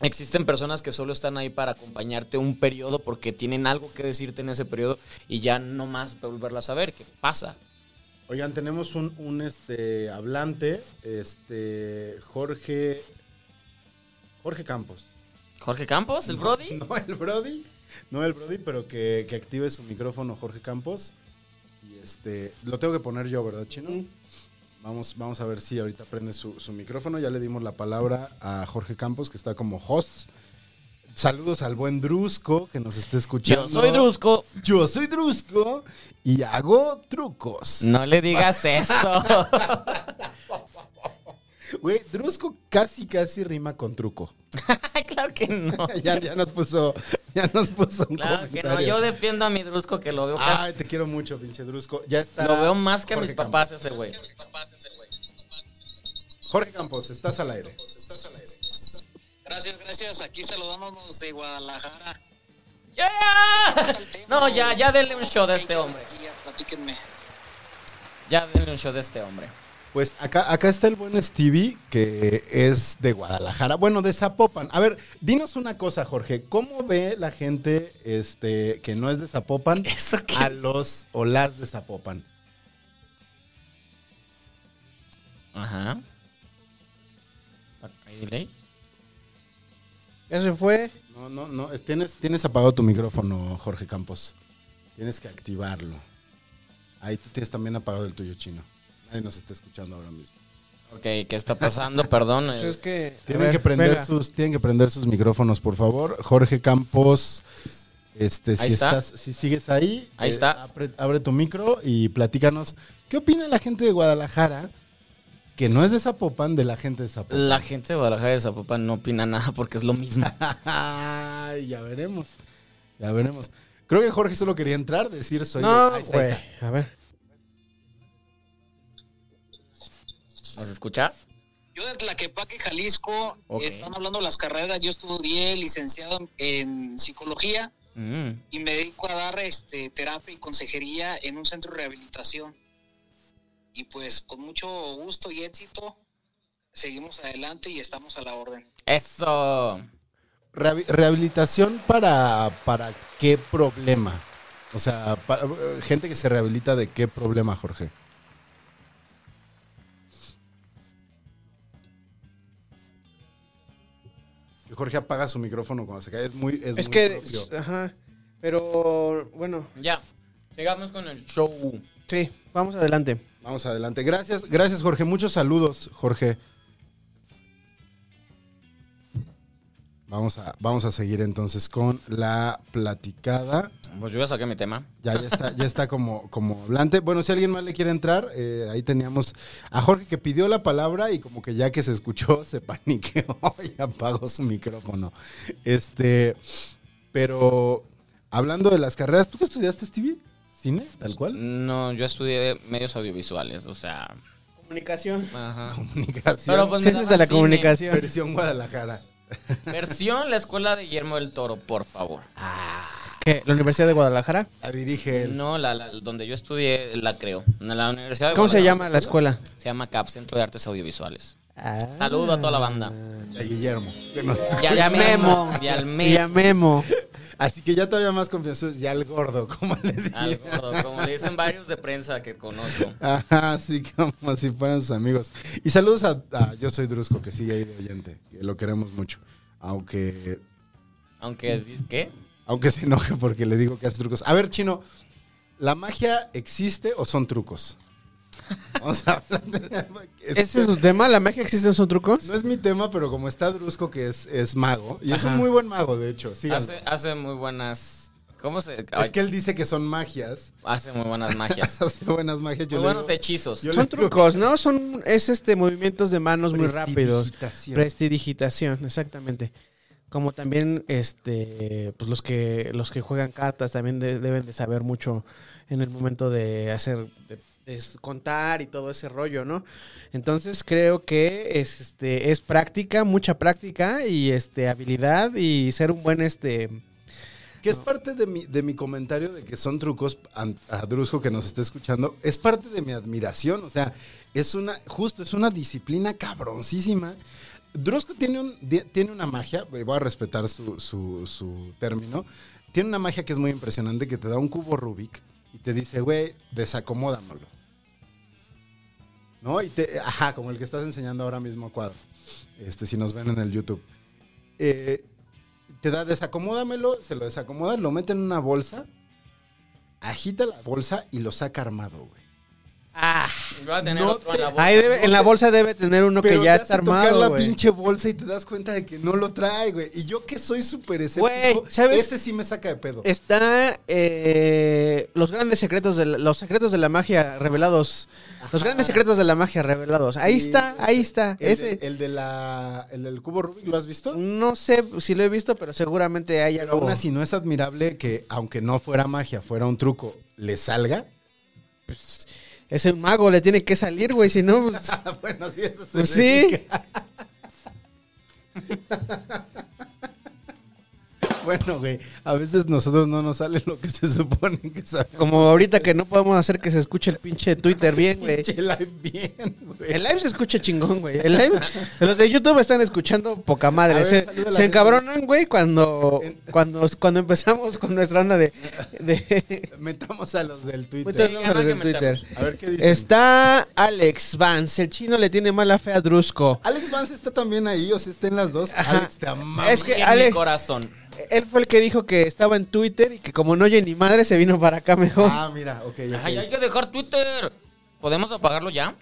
Speaker 2: existen personas que solo están ahí para acompañarte un periodo porque tienen algo que decirte en ese periodo y ya no más volverlas a ver. ¿Qué pasa?
Speaker 3: Oigan, tenemos un, un, este, hablante, este, Jorge, Jorge Campos.
Speaker 2: ¿Jorge Campos? ¿El Brody?
Speaker 3: No el Brody, no el Brody, pero que, que active su micrófono Jorge Campos. Y este, lo tengo que poner yo, ¿verdad, Chino? Vamos, vamos a ver si ahorita prende su, su micrófono. Ya le dimos la palabra a Jorge Campos, que está como host. Saludos al buen Drusco, que nos está escuchando.
Speaker 2: Yo soy Drusco.
Speaker 3: Yo soy Drusco y hago trucos.
Speaker 2: No le digas eso.
Speaker 3: Güey, Drusco casi, casi rima con truco.
Speaker 2: claro que no.
Speaker 3: ya, ya nos puso, ya nos puso un
Speaker 2: Claro que no.
Speaker 3: comentario.
Speaker 2: Yo defiendo a mi Drusco que lo veo casi-
Speaker 3: Ay, te quiero mucho, pinche Drusco. Ya está.
Speaker 2: Lo veo más que a mis
Speaker 3: Jorge Campos.
Speaker 2: papás ese güey.
Speaker 3: Jorge Campos, estás al aire.
Speaker 6: Gracias, gracias. Aquí saludándonos de Guadalajara.
Speaker 2: ¡Yeah!
Speaker 6: El tema
Speaker 2: No, ya,
Speaker 6: de-
Speaker 2: ya denle un show de este hombre.
Speaker 6: Aquí, Platíquenme.
Speaker 2: Ya denle un show de este hombre.
Speaker 3: Pues acá, acá está el buen Stevie, que es de Guadalajara. Bueno, de Zapopan. A ver, dinos una cosa, Jorge. ¿Cómo ve la gente este, que no es de Zapopan
Speaker 2: ¿Eso qué?
Speaker 3: a los o las de Zapopan?
Speaker 2: Ajá. ¿Hay delay?
Speaker 1: Ya se fue.
Speaker 3: No, no, no. es- Tienes, tienes apagado tu micrófono, Jorge Campos. Tienes que activarlo. Ahí tú tienes también apagado el tuyo, chino. Nadie nos está escuchando ahora mismo.
Speaker 2: Ok, ¿qué está pasando? Perdón.
Speaker 1: Pues es que. a
Speaker 3: Tienen
Speaker 1: ver,
Speaker 3: que prender
Speaker 1: venga.
Speaker 3: sus, tienen que prender sus micrófonos, por favor. Jorge Campos, este, si
Speaker 2: Ahí está.
Speaker 3: estás, si sigues ahí,
Speaker 2: Ahí está.
Speaker 3: Abre, abre tu micro y platícanos. ¿Qué opina la gente de Guadalajara? Que no es de Zapopan, de la gente de Zapopan.
Speaker 2: La gente de Guadalajara y de Zapopan no opina nada porque es lo mismo.
Speaker 3: Ay, ya veremos. Ya veremos. Creo que Jorge solo quería entrar, decir soy.
Speaker 1: No,
Speaker 3: de- ahí está, ahí
Speaker 1: güey.
Speaker 3: está.
Speaker 1: A ver.
Speaker 2: ¿Nos escucha?
Speaker 6: Yo de Tlaquepaque, Jalisco,
Speaker 2: Ok.
Speaker 6: están hablando las carreras. Yo estudié licenciado en- en psicología
Speaker 2: Mm.
Speaker 6: y me dedico a dar este terapia y consejería en un centro de rehabilitación. Y pues con mucho gusto y éxito seguimos adelante y estamos a la orden.
Speaker 2: Eso.
Speaker 3: Rehabi- rehabilitación para, para qué problema? O sea, para- gente que se rehabilita de qué problema, Jorge. Que Jorge apaga su micrófono cuando se cae. Es muy, es
Speaker 1: Es
Speaker 3: muy
Speaker 1: que,
Speaker 3: propio.
Speaker 1: ajá, pero bueno,
Speaker 2: Ya. Sigamos con el show.
Speaker 1: sí, vamos adelante.
Speaker 3: Vamos adelante. Gracias, gracias, Jorge. Muchos saludos, Jorge. Vamos a, vamos a seguir entonces con la platicada.
Speaker 2: Pues yo ya saqué mi tema.
Speaker 3: Ya, ya está, ya está como, como hablante. Bueno, si alguien más le quiere entrar, eh, ahí teníamos a Jorge que pidió la palabra y como que ya que se escuchó, se paniqueó y apagó su micrófono. Este, pero hablando de las carreras, ¿tú qué estudiaste, Stevie? ¿Cine? ¿Tal cual?
Speaker 2: No, yo estudié medios audiovisuales, o sea.
Speaker 1: Comunicación.
Speaker 2: Ajá.
Speaker 3: Comunicación.
Speaker 2: Pero, pues, me
Speaker 1: Ciencias
Speaker 2: daban
Speaker 1: de la
Speaker 2: cine.
Speaker 1: comunicación.
Speaker 3: Versión Guadalajara.
Speaker 2: Versión la escuela de Guillermo del Toro, por favor. Ah,
Speaker 1: ¿Qué? ¿La Universidad de Guadalajara?
Speaker 3: La dirige él.
Speaker 2: No, la, la- donde yo estudié la creo. En la Universidad de
Speaker 1: ¿Cómo se
Speaker 2: Guadalajara.
Speaker 1: llama la escuela?
Speaker 2: Se llama CAP, Centro de Artes Audiovisuales. Saludo a toda la banda.
Speaker 3: A Guillermo.
Speaker 2: Ah, Y al
Speaker 1: Ya
Speaker 2: Memo,
Speaker 1: Ah. Memo.
Speaker 2: y al Memo.
Speaker 1: Ya Memo.
Speaker 3: Así que ya todavía más confianza. Ya el gordo, como le dije.
Speaker 2: Al gordo, como le dicen varios de prensa que conozco.
Speaker 3: Ajá, así como si fueran sus amigos. Y saludos a, a Yo Soy Drusco, que sigue ahí de oyente. que Lo queremos mucho. Aunque,
Speaker 2: Aunque, di- ¿qué?
Speaker 3: aunque se enoje porque le digo que hace trucos. A ver, Chino, ¿la magia existe o son trucos? Vamos a hablar de... Este,
Speaker 1: ¿Ese es su tema? ¿La magia existe en sus trucos?
Speaker 3: No es mi tema, pero como está Drusco, que es, es mago, y es
Speaker 2: Ajá.
Speaker 3: un muy buen mago, de hecho.
Speaker 1: Ah,
Speaker 3: síganlo.
Speaker 2: Hace, hace muy buenas. ¿Cómo se.?
Speaker 3: Es que él dice que son magias.
Speaker 2: Hace muy buenas magias.
Speaker 3: Hace buenas magias.
Speaker 1: Pues
Speaker 2: Muy
Speaker 3: Yo
Speaker 2: buenos
Speaker 3: le digo,
Speaker 2: hechizos.
Speaker 3: yo
Speaker 1: Son
Speaker 3: le digo-
Speaker 1: trucos, ¿no? Son es este movimientos de manos muy rápidos.
Speaker 3: Prestidigitación.
Speaker 1: Prestidigitación, exactamente. Como también este pues los que los que juegan cartas también de- deben de saber mucho en el momento de hacer de- de s- contar y todo ese rollo, ¿no? Entonces creo que es, este es práctica, mucha práctica y este habilidad y ser un buen este
Speaker 3: Que es parte de mi, de mi comentario de que son trucos an- a Drusco que nos está escuchando. Es parte de mi admiración. O sea, es una, justo, es una disciplina cabroncísima. Drusco tiene, un, di- tiene una magia, y voy a respetar su, su- su término. Tiene una magia que es muy impresionante, que te da un cubo Rubik y te dice, güey, desacomódamelo. ¿No? Y te, ajá, como el que estás enseñando ahora mismo a cuadro. Este, si nos ven en el YouTube. Eh, te da desacomódamelo, se lo desacomoda, lo mete en una bolsa, agita la bolsa y lo saca armado, güey.
Speaker 2: Yo voy a tener
Speaker 3: No
Speaker 2: otro
Speaker 3: te-
Speaker 2: en la boca.
Speaker 1: ahí debe- en la bolsa debe tener uno
Speaker 3: Pero
Speaker 1: que
Speaker 3: te
Speaker 1: ya
Speaker 3: hace
Speaker 1: está
Speaker 3: tocar
Speaker 1: armado,
Speaker 3: la
Speaker 1: güey.
Speaker 3: pinche bolsa y te das cuenta de que no lo trae, güey. Y yo que soy súper escéptico,
Speaker 1: Güey, ¿sabes?
Speaker 3: ese sí me saca de pedo.
Speaker 1: Está eh, los grandes secretos de la- los secretos de la magia revelados. Los grandes secretos de la magia revelados. Ahí
Speaker 3: Sí,
Speaker 1: está, ahí está.
Speaker 3: El,
Speaker 1: Ese
Speaker 3: de, el de la el del cubo Rubik, ¿lo has visto?
Speaker 1: no sé si lo he visto, pero seguramente hay
Speaker 3: Pero
Speaker 1: algo.
Speaker 3: aún así no es admirable que aunque no fuera magia, fuera un truco, le salga.
Speaker 1: Es un mago, le tiene que salir, güey, si no pues,
Speaker 3: bueno, sí eso se
Speaker 1: pues sí.
Speaker 3: dedica. Bueno, güey, a veces nosotros no nos sale lo que se supone que sale.
Speaker 1: Como ahorita que no podemos hacer que se escuche el pinche Twitter bien, güey.
Speaker 3: Pinche live bien, güey.
Speaker 1: El live se escucha chingón, güey. El live, los de YouTube están escuchando poca
Speaker 3: A
Speaker 1: madre.
Speaker 3: ver,
Speaker 1: se,
Speaker 3: saluda a
Speaker 1: se
Speaker 3: la gente.
Speaker 1: encabronan, güey, cuando,
Speaker 3: En-
Speaker 1: cuando, cuando empezamos con nuestra onda de- de
Speaker 3: Metamos a los del Twitter.
Speaker 1: Twitter,
Speaker 2: Sí,
Speaker 1: vamos a
Speaker 2: hay que
Speaker 1: ver Twitter.
Speaker 2: meternos.
Speaker 3: A ver qué dicen.
Speaker 1: Está Alex Vance, el chino le tiene mala fe a Drusco.
Speaker 3: Alex Vance está también ahí, o sea, está en las dos.
Speaker 1: Ajá.
Speaker 3: Alex, te amamos.
Speaker 1: Es que
Speaker 2: en mi
Speaker 1: Alex,
Speaker 2: corazón.
Speaker 1: él fue el que dijo que estaba en Twitter y que como no oye ni madre se vino para acá mejor.
Speaker 3: Ah, mira, ok. ok.
Speaker 2: Ay, hay que dejar Twitter. ¿Podemos apagarlo ya?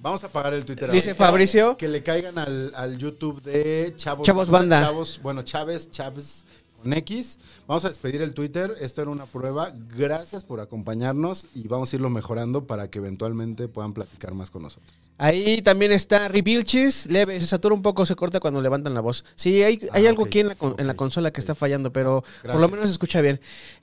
Speaker 3: Vamos a apagar el Twitter.
Speaker 1: Dice
Speaker 3: ahorita.
Speaker 1: Fabricio.
Speaker 3: Que le caigan al, al YouTube de Chavos,
Speaker 1: Chavos Banda.
Speaker 3: Chavos, bueno, Chávez, Chávez. con con X. Vamos a despedir el Twitter. Esto era una prueba. Gracias por acompañarnos y vamos a irlo mejorando para que eventualmente puedan platicar más con nosotros.
Speaker 1: Ahí también está Revilchis, leve, se satura un poco, se corta cuando levantan la voz. Sí, hay, hay
Speaker 3: Ah,
Speaker 1: algo
Speaker 3: ok,
Speaker 1: aquí en la, con- en la
Speaker 3: ok,
Speaker 1: consola que
Speaker 3: ok.
Speaker 1: está fallando, pero por lo
Speaker 3: Gracias.
Speaker 1: menos se escucha bien.
Speaker 3: Gracias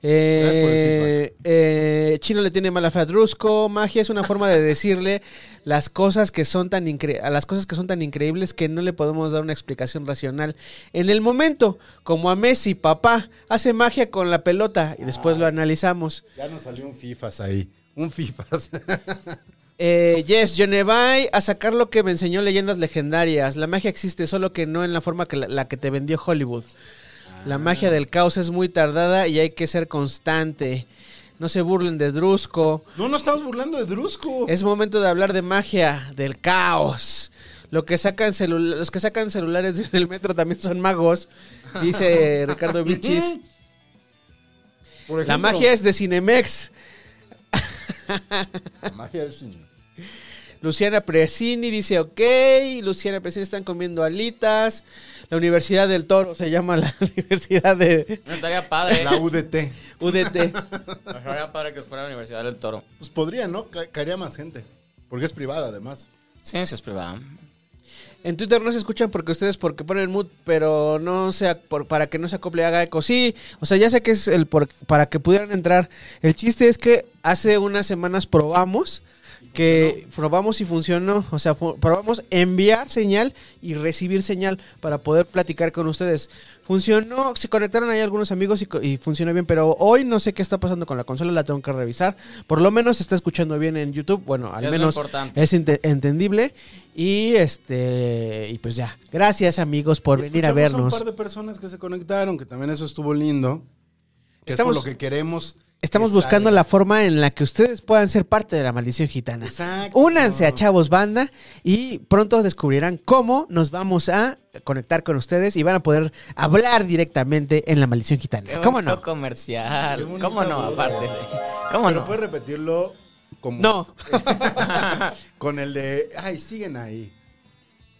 Speaker 3: por el
Speaker 1: Eh, eh, Chino le tiene mala fe a Drusco, magia es una forma de decirle las cosas que son tan incre- a las cosas que son tan increíbles que no le podemos dar una explicación racional. En el momento, como a Messi, papá, hace magia con la pelota y después
Speaker 3: Ah.
Speaker 1: lo analizamos.
Speaker 3: Ya nos salió un FIFAS ahí. Un FIFAS.
Speaker 1: Eh, yes, Yonevay, a sacar lo que me enseñó Leyendas Legendarias. La magia existe, solo que no en la forma que la, la que te vendió Hollywood.
Speaker 3: Ah.
Speaker 1: La magia del caos es muy tardada y hay que ser constante. No se burlen de Drusco.
Speaker 3: No nos estamos burlando de Drusco.
Speaker 1: Es momento de hablar de magia, del caos. Lo que sacan celu- los que sacan celulares en el metro también son magos, dice Ricardo Vilchis.
Speaker 3: Por
Speaker 1: La
Speaker 3: ejemplo,
Speaker 1: magia es de Cinemex.
Speaker 3: La magia del cine.
Speaker 1: Luciana Presini dice, ok, Luciana Presini están comiendo alitas. La Universidad del Toro se llama la Universidad de
Speaker 2: No estaría
Speaker 1: Eh.
Speaker 2: padre.
Speaker 3: La UDT.
Speaker 1: UDT.
Speaker 2: Estaría padre que fuera la Universidad del Toro.
Speaker 3: Pues podría, ¿no? Ca- caería más gente. Porque es privada, además.
Speaker 2: Ciencias privadas.
Speaker 1: En Twitter no se escuchan porque ustedes porque ponen mood, pero no sea por- para que no se acople haga eco. Sí, o sea, ya sé que es el por- para que pudieran entrar. El chiste es que hace unas semanas probamos que probamos y funcionó, o sea, fu- probamos enviar señal y recibir señal para poder platicar con ustedes. Funcionó, se conectaron ahí algunos amigos y, co- y funcionó bien, pero hoy no sé qué está pasando con la consola, la tengo que revisar. Por lo menos se está escuchando bien en YouTube, bueno, al
Speaker 2: es lo
Speaker 1: menos
Speaker 2: importante.
Speaker 1: es ente- entendible. Y este. Y pues ya. Gracias, amigos, por venir a
Speaker 3: Escuchamos
Speaker 1: vernos.
Speaker 3: un par de personas que se conectaron, que también eso estuvo lindo. Que
Speaker 1: Estamos-
Speaker 3: es por lo que queremos.
Speaker 1: Estamos
Speaker 3: que
Speaker 1: buscando
Speaker 3: salga.
Speaker 1: la forma en la que ustedes puedan ser parte de la maldición gitana.
Speaker 3: Exacto.
Speaker 1: Únanse a Chavos Banda y pronto descubrirán cómo nos vamos a conectar con ustedes y van a poder hablar directamente en la maldición
Speaker 2: Qué
Speaker 1: gitana. ¿Cómo
Speaker 2: bonito
Speaker 1: no?
Speaker 2: comercial.
Speaker 3: Qué bonito.
Speaker 2: ¿Cómo no? Aparte. ¿Cómo
Speaker 3: Pero
Speaker 2: no?
Speaker 3: puedes repetirlo como.
Speaker 1: No.
Speaker 3: Con el de. Ay, siguen ahí.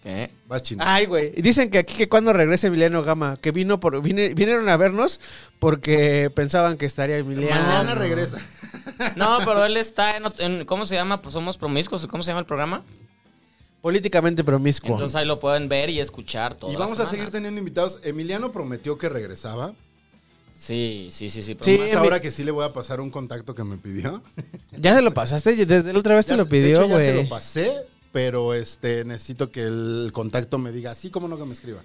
Speaker 2: ¿Qué?
Speaker 3: Vas chino.
Speaker 1: Ay, güey. Dicen que aquí que cuando regrese Emiliano Gama, que vino por, vine- vinieron a vernos porque pensaban que estaría Emiliano.
Speaker 3: Mañana regresa.
Speaker 2: No, pero él está en, ot- en- ¿cómo se llama? Pues somos promiscuos, ¿cómo se llama el programa?
Speaker 1: Políticamente promiscuo.
Speaker 2: Entonces ahí lo pueden ver y escuchar todo.
Speaker 3: Y vamos a seguir teniendo invitados. Emiliano prometió que regresaba.
Speaker 2: Sí, sí, sí, sí. pero
Speaker 1: Sí,
Speaker 2: más-
Speaker 3: Más ahora que sí le voy a pasar un contacto que me pidió.
Speaker 1: Ya se lo pasaste, desde la otra vez te
Speaker 3: Ya
Speaker 1: Este lo
Speaker 3: se- de
Speaker 1: pidió,
Speaker 3: hecho, ya se
Speaker 1: güey.
Speaker 3: lo pasé, pero este necesito que el contacto me diga así como no que me escriba.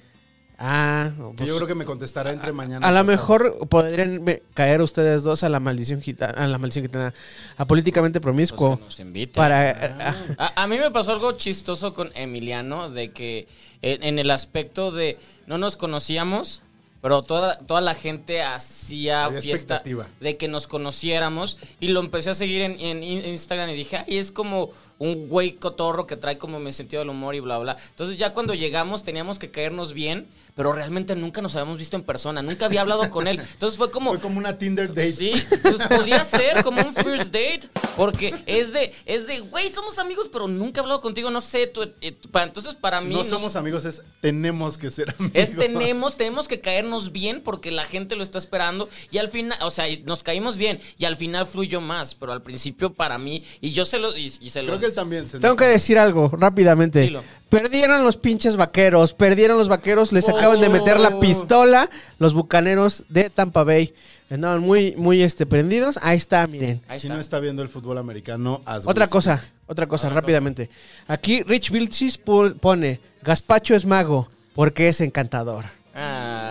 Speaker 1: Ah,
Speaker 3: Que
Speaker 1: pues,
Speaker 3: yo creo que me contestará entre mañana.
Speaker 1: a lo
Speaker 3: y pasado.
Speaker 1: mejor podrían ve- caer ustedes dos a la maldición gitana, a la maldición gitana, a políticamente
Speaker 2: pues,
Speaker 1: promiscuo
Speaker 2: que nos inviten.
Speaker 1: para ah,
Speaker 2: A, a mí me pasó algo chistoso con Emiliano, de que en, en el aspecto de no nos conocíamos, pero toda, toda la gente hacía
Speaker 3: Había
Speaker 2: fiesta
Speaker 3: expectativa.
Speaker 2: de que nos conociéramos y lo empecé a seguir en, en In- Instagram y dije, ay, es como un güey cotorro que trae como mi sentido del humor y bla, bla. Entonces ya cuando llegamos teníamos que caernos bien, pero realmente nunca nos habíamos visto en persona, nunca había hablado con él. Entonces fue como,
Speaker 3: Fue como una Tinder date.
Speaker 2: Sí, pues podría ser como un first date, porque es de, es de, güey, somos amigos, pero nunca he hablado contigo, no sé, tú, eh, tú- pa- entonces para mí
Speaker 3: no
Speaker 2: nos-
Speaker 3: somos amigos, es tenemos que ser amigos.
Speaker 2: es tenemos, tenemos que caernos bien porque la gente lo está esperando y al final, o sea, y nos caímos bien y al final fluyó más, pero al principio para mí, y yo se lo, y, y se
Speaker 3: Creo
Speaker 2: lo...
Speaker 3: que él también se
Speaker 1: Tengo que decir algo rápidamente.
Speaker 2: Dilo.
Speaker 1: Perdieron los pinches vaqueros, perdieron los vaqueros, les acaban de meter la pistola los bucaneros de Tampa Bay. Andaban muy muy este prendidos. Ahí está, miren.
Speaker 2: Ahí
Speaker 3: Si
Speaker 2: está.
Speaker 3: no está viendo el fútbol americano, as we
Speaker 1: Otra
Speaker 3: speak.
Speaker 1: cosa, otra cosa, rápidamente. Aquí Rich Vilchis pu- pone, Gaspacho es mago porque es encantador.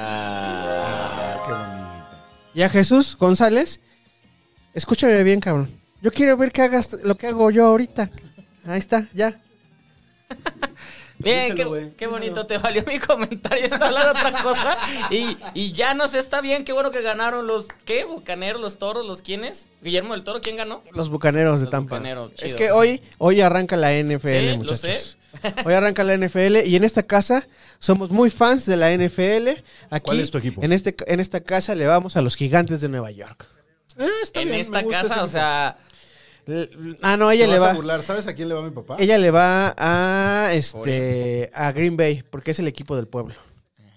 Speaker 2: Ah.
Speaker 3: Ah, qué bonito.
Speaker 1: Y a Jesús González, escúchame bien, cabrón. Yo quiero ver que hagas lo que hago yo ahorita. Ahí está, ya.
Speaker 2: Bien, Eh,
Speaker 3: Díselo,
Speaker 2: qué,
Speaker 3: güey.
Speaker 2: qué bonito, te valió mi comentario, está hablando de otra cosa. Y, y ya nos está bien, qué bueno que ganaron los, ¿qué? Bucaneros, los toros, los quiénes? Guillermo del Toro, ¿quién ganó?
Speaker 1: Los bucaneros de
Speaker 2: Los
Speaker 1: Tampa.
Speaker 2: Bucaneros, chido.
Speaker 1: es que hoy, hoy arranca la NFL,
Speaker 2: Sí, lo
Speaker 1: muchachos. Hoy arranca la NFL y en esta casa somos muy fans de la NFL. Aquí,
Speaker 3: ¿Cuál es tu equipo?
Speaker 1: En, este, en esta casa le vamos a los gigantes de Nueva York.
Speaker 3: Eh, está
Speaker 2: en
Speaker 3: bien, me
Speaker 2: esta
Speaker 3: gusta
Speaker 2: casa,
Speaker 3: ese
Speaker 2: o sea,
Speaker 1: L- Ah, no,
Speaker 3: tipo.
Speaker 1: ella
Speaker 3: Te
Speaker 1: le
Speaker 3: vas a
Speaker 1: va.
Speaker 3: burlar. ¿Sabes a quién le va mi papá?
Speaker 1: Ella le va a este a Green Bay porque es el equipo del pueblo.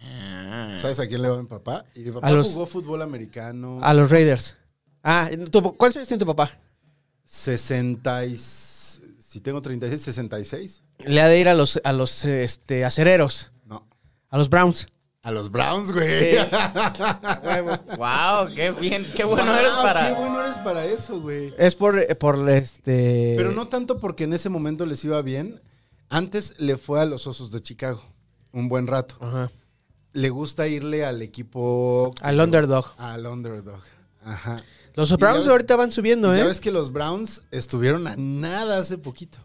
Speaker 2: Ah.
Speaker 3: ¿Sabes a quién le va mi papá? Y mi papá
Speaker 1: A los-
Speaker 3: jugó fútbol americano
Speaker 1: A los Raiders. Ah, ¿tu- ¿cuántos años tiene tu papá?
Speaker 3: 60 y- si tengo 36, 66.
Speaker 1: Le ha de ir a los, a los este, acereros,
Speaker 3: No.
Speaker 1: a los Browns.
Speaker 3: A los Browns, güey.
Speaker 1: Sí. es
Speaker 2: Wow, qué bien, qué bueno eres
Speaker 3: Wow,
Speaker 2: para.
Speaker 3: Qué bueno eres para eso, güey.
Speaker 1: por, eh, por este.
Speaker 3: Pero no tanto porque en ese momento les iba bien. Antes le fue a los Osos de Chicago un buen rato.
Speaker 1: Ajá.
Speaker 3: Le gusta irle al equipo...
Speaker 1: Al underdog.
Speaker 3: Al underdog. Ajá.
Speaker 1: Los
Speaker 3: Y ya
Speaker 1: Browns
Speaker 3: ves-
Speaker 1: ahorita van subiendo,
Speaker 3: Y
Speaker 1: ¿eh?
Speaker 3: Ya ves que los Browns estuvieron a nada hace poquito.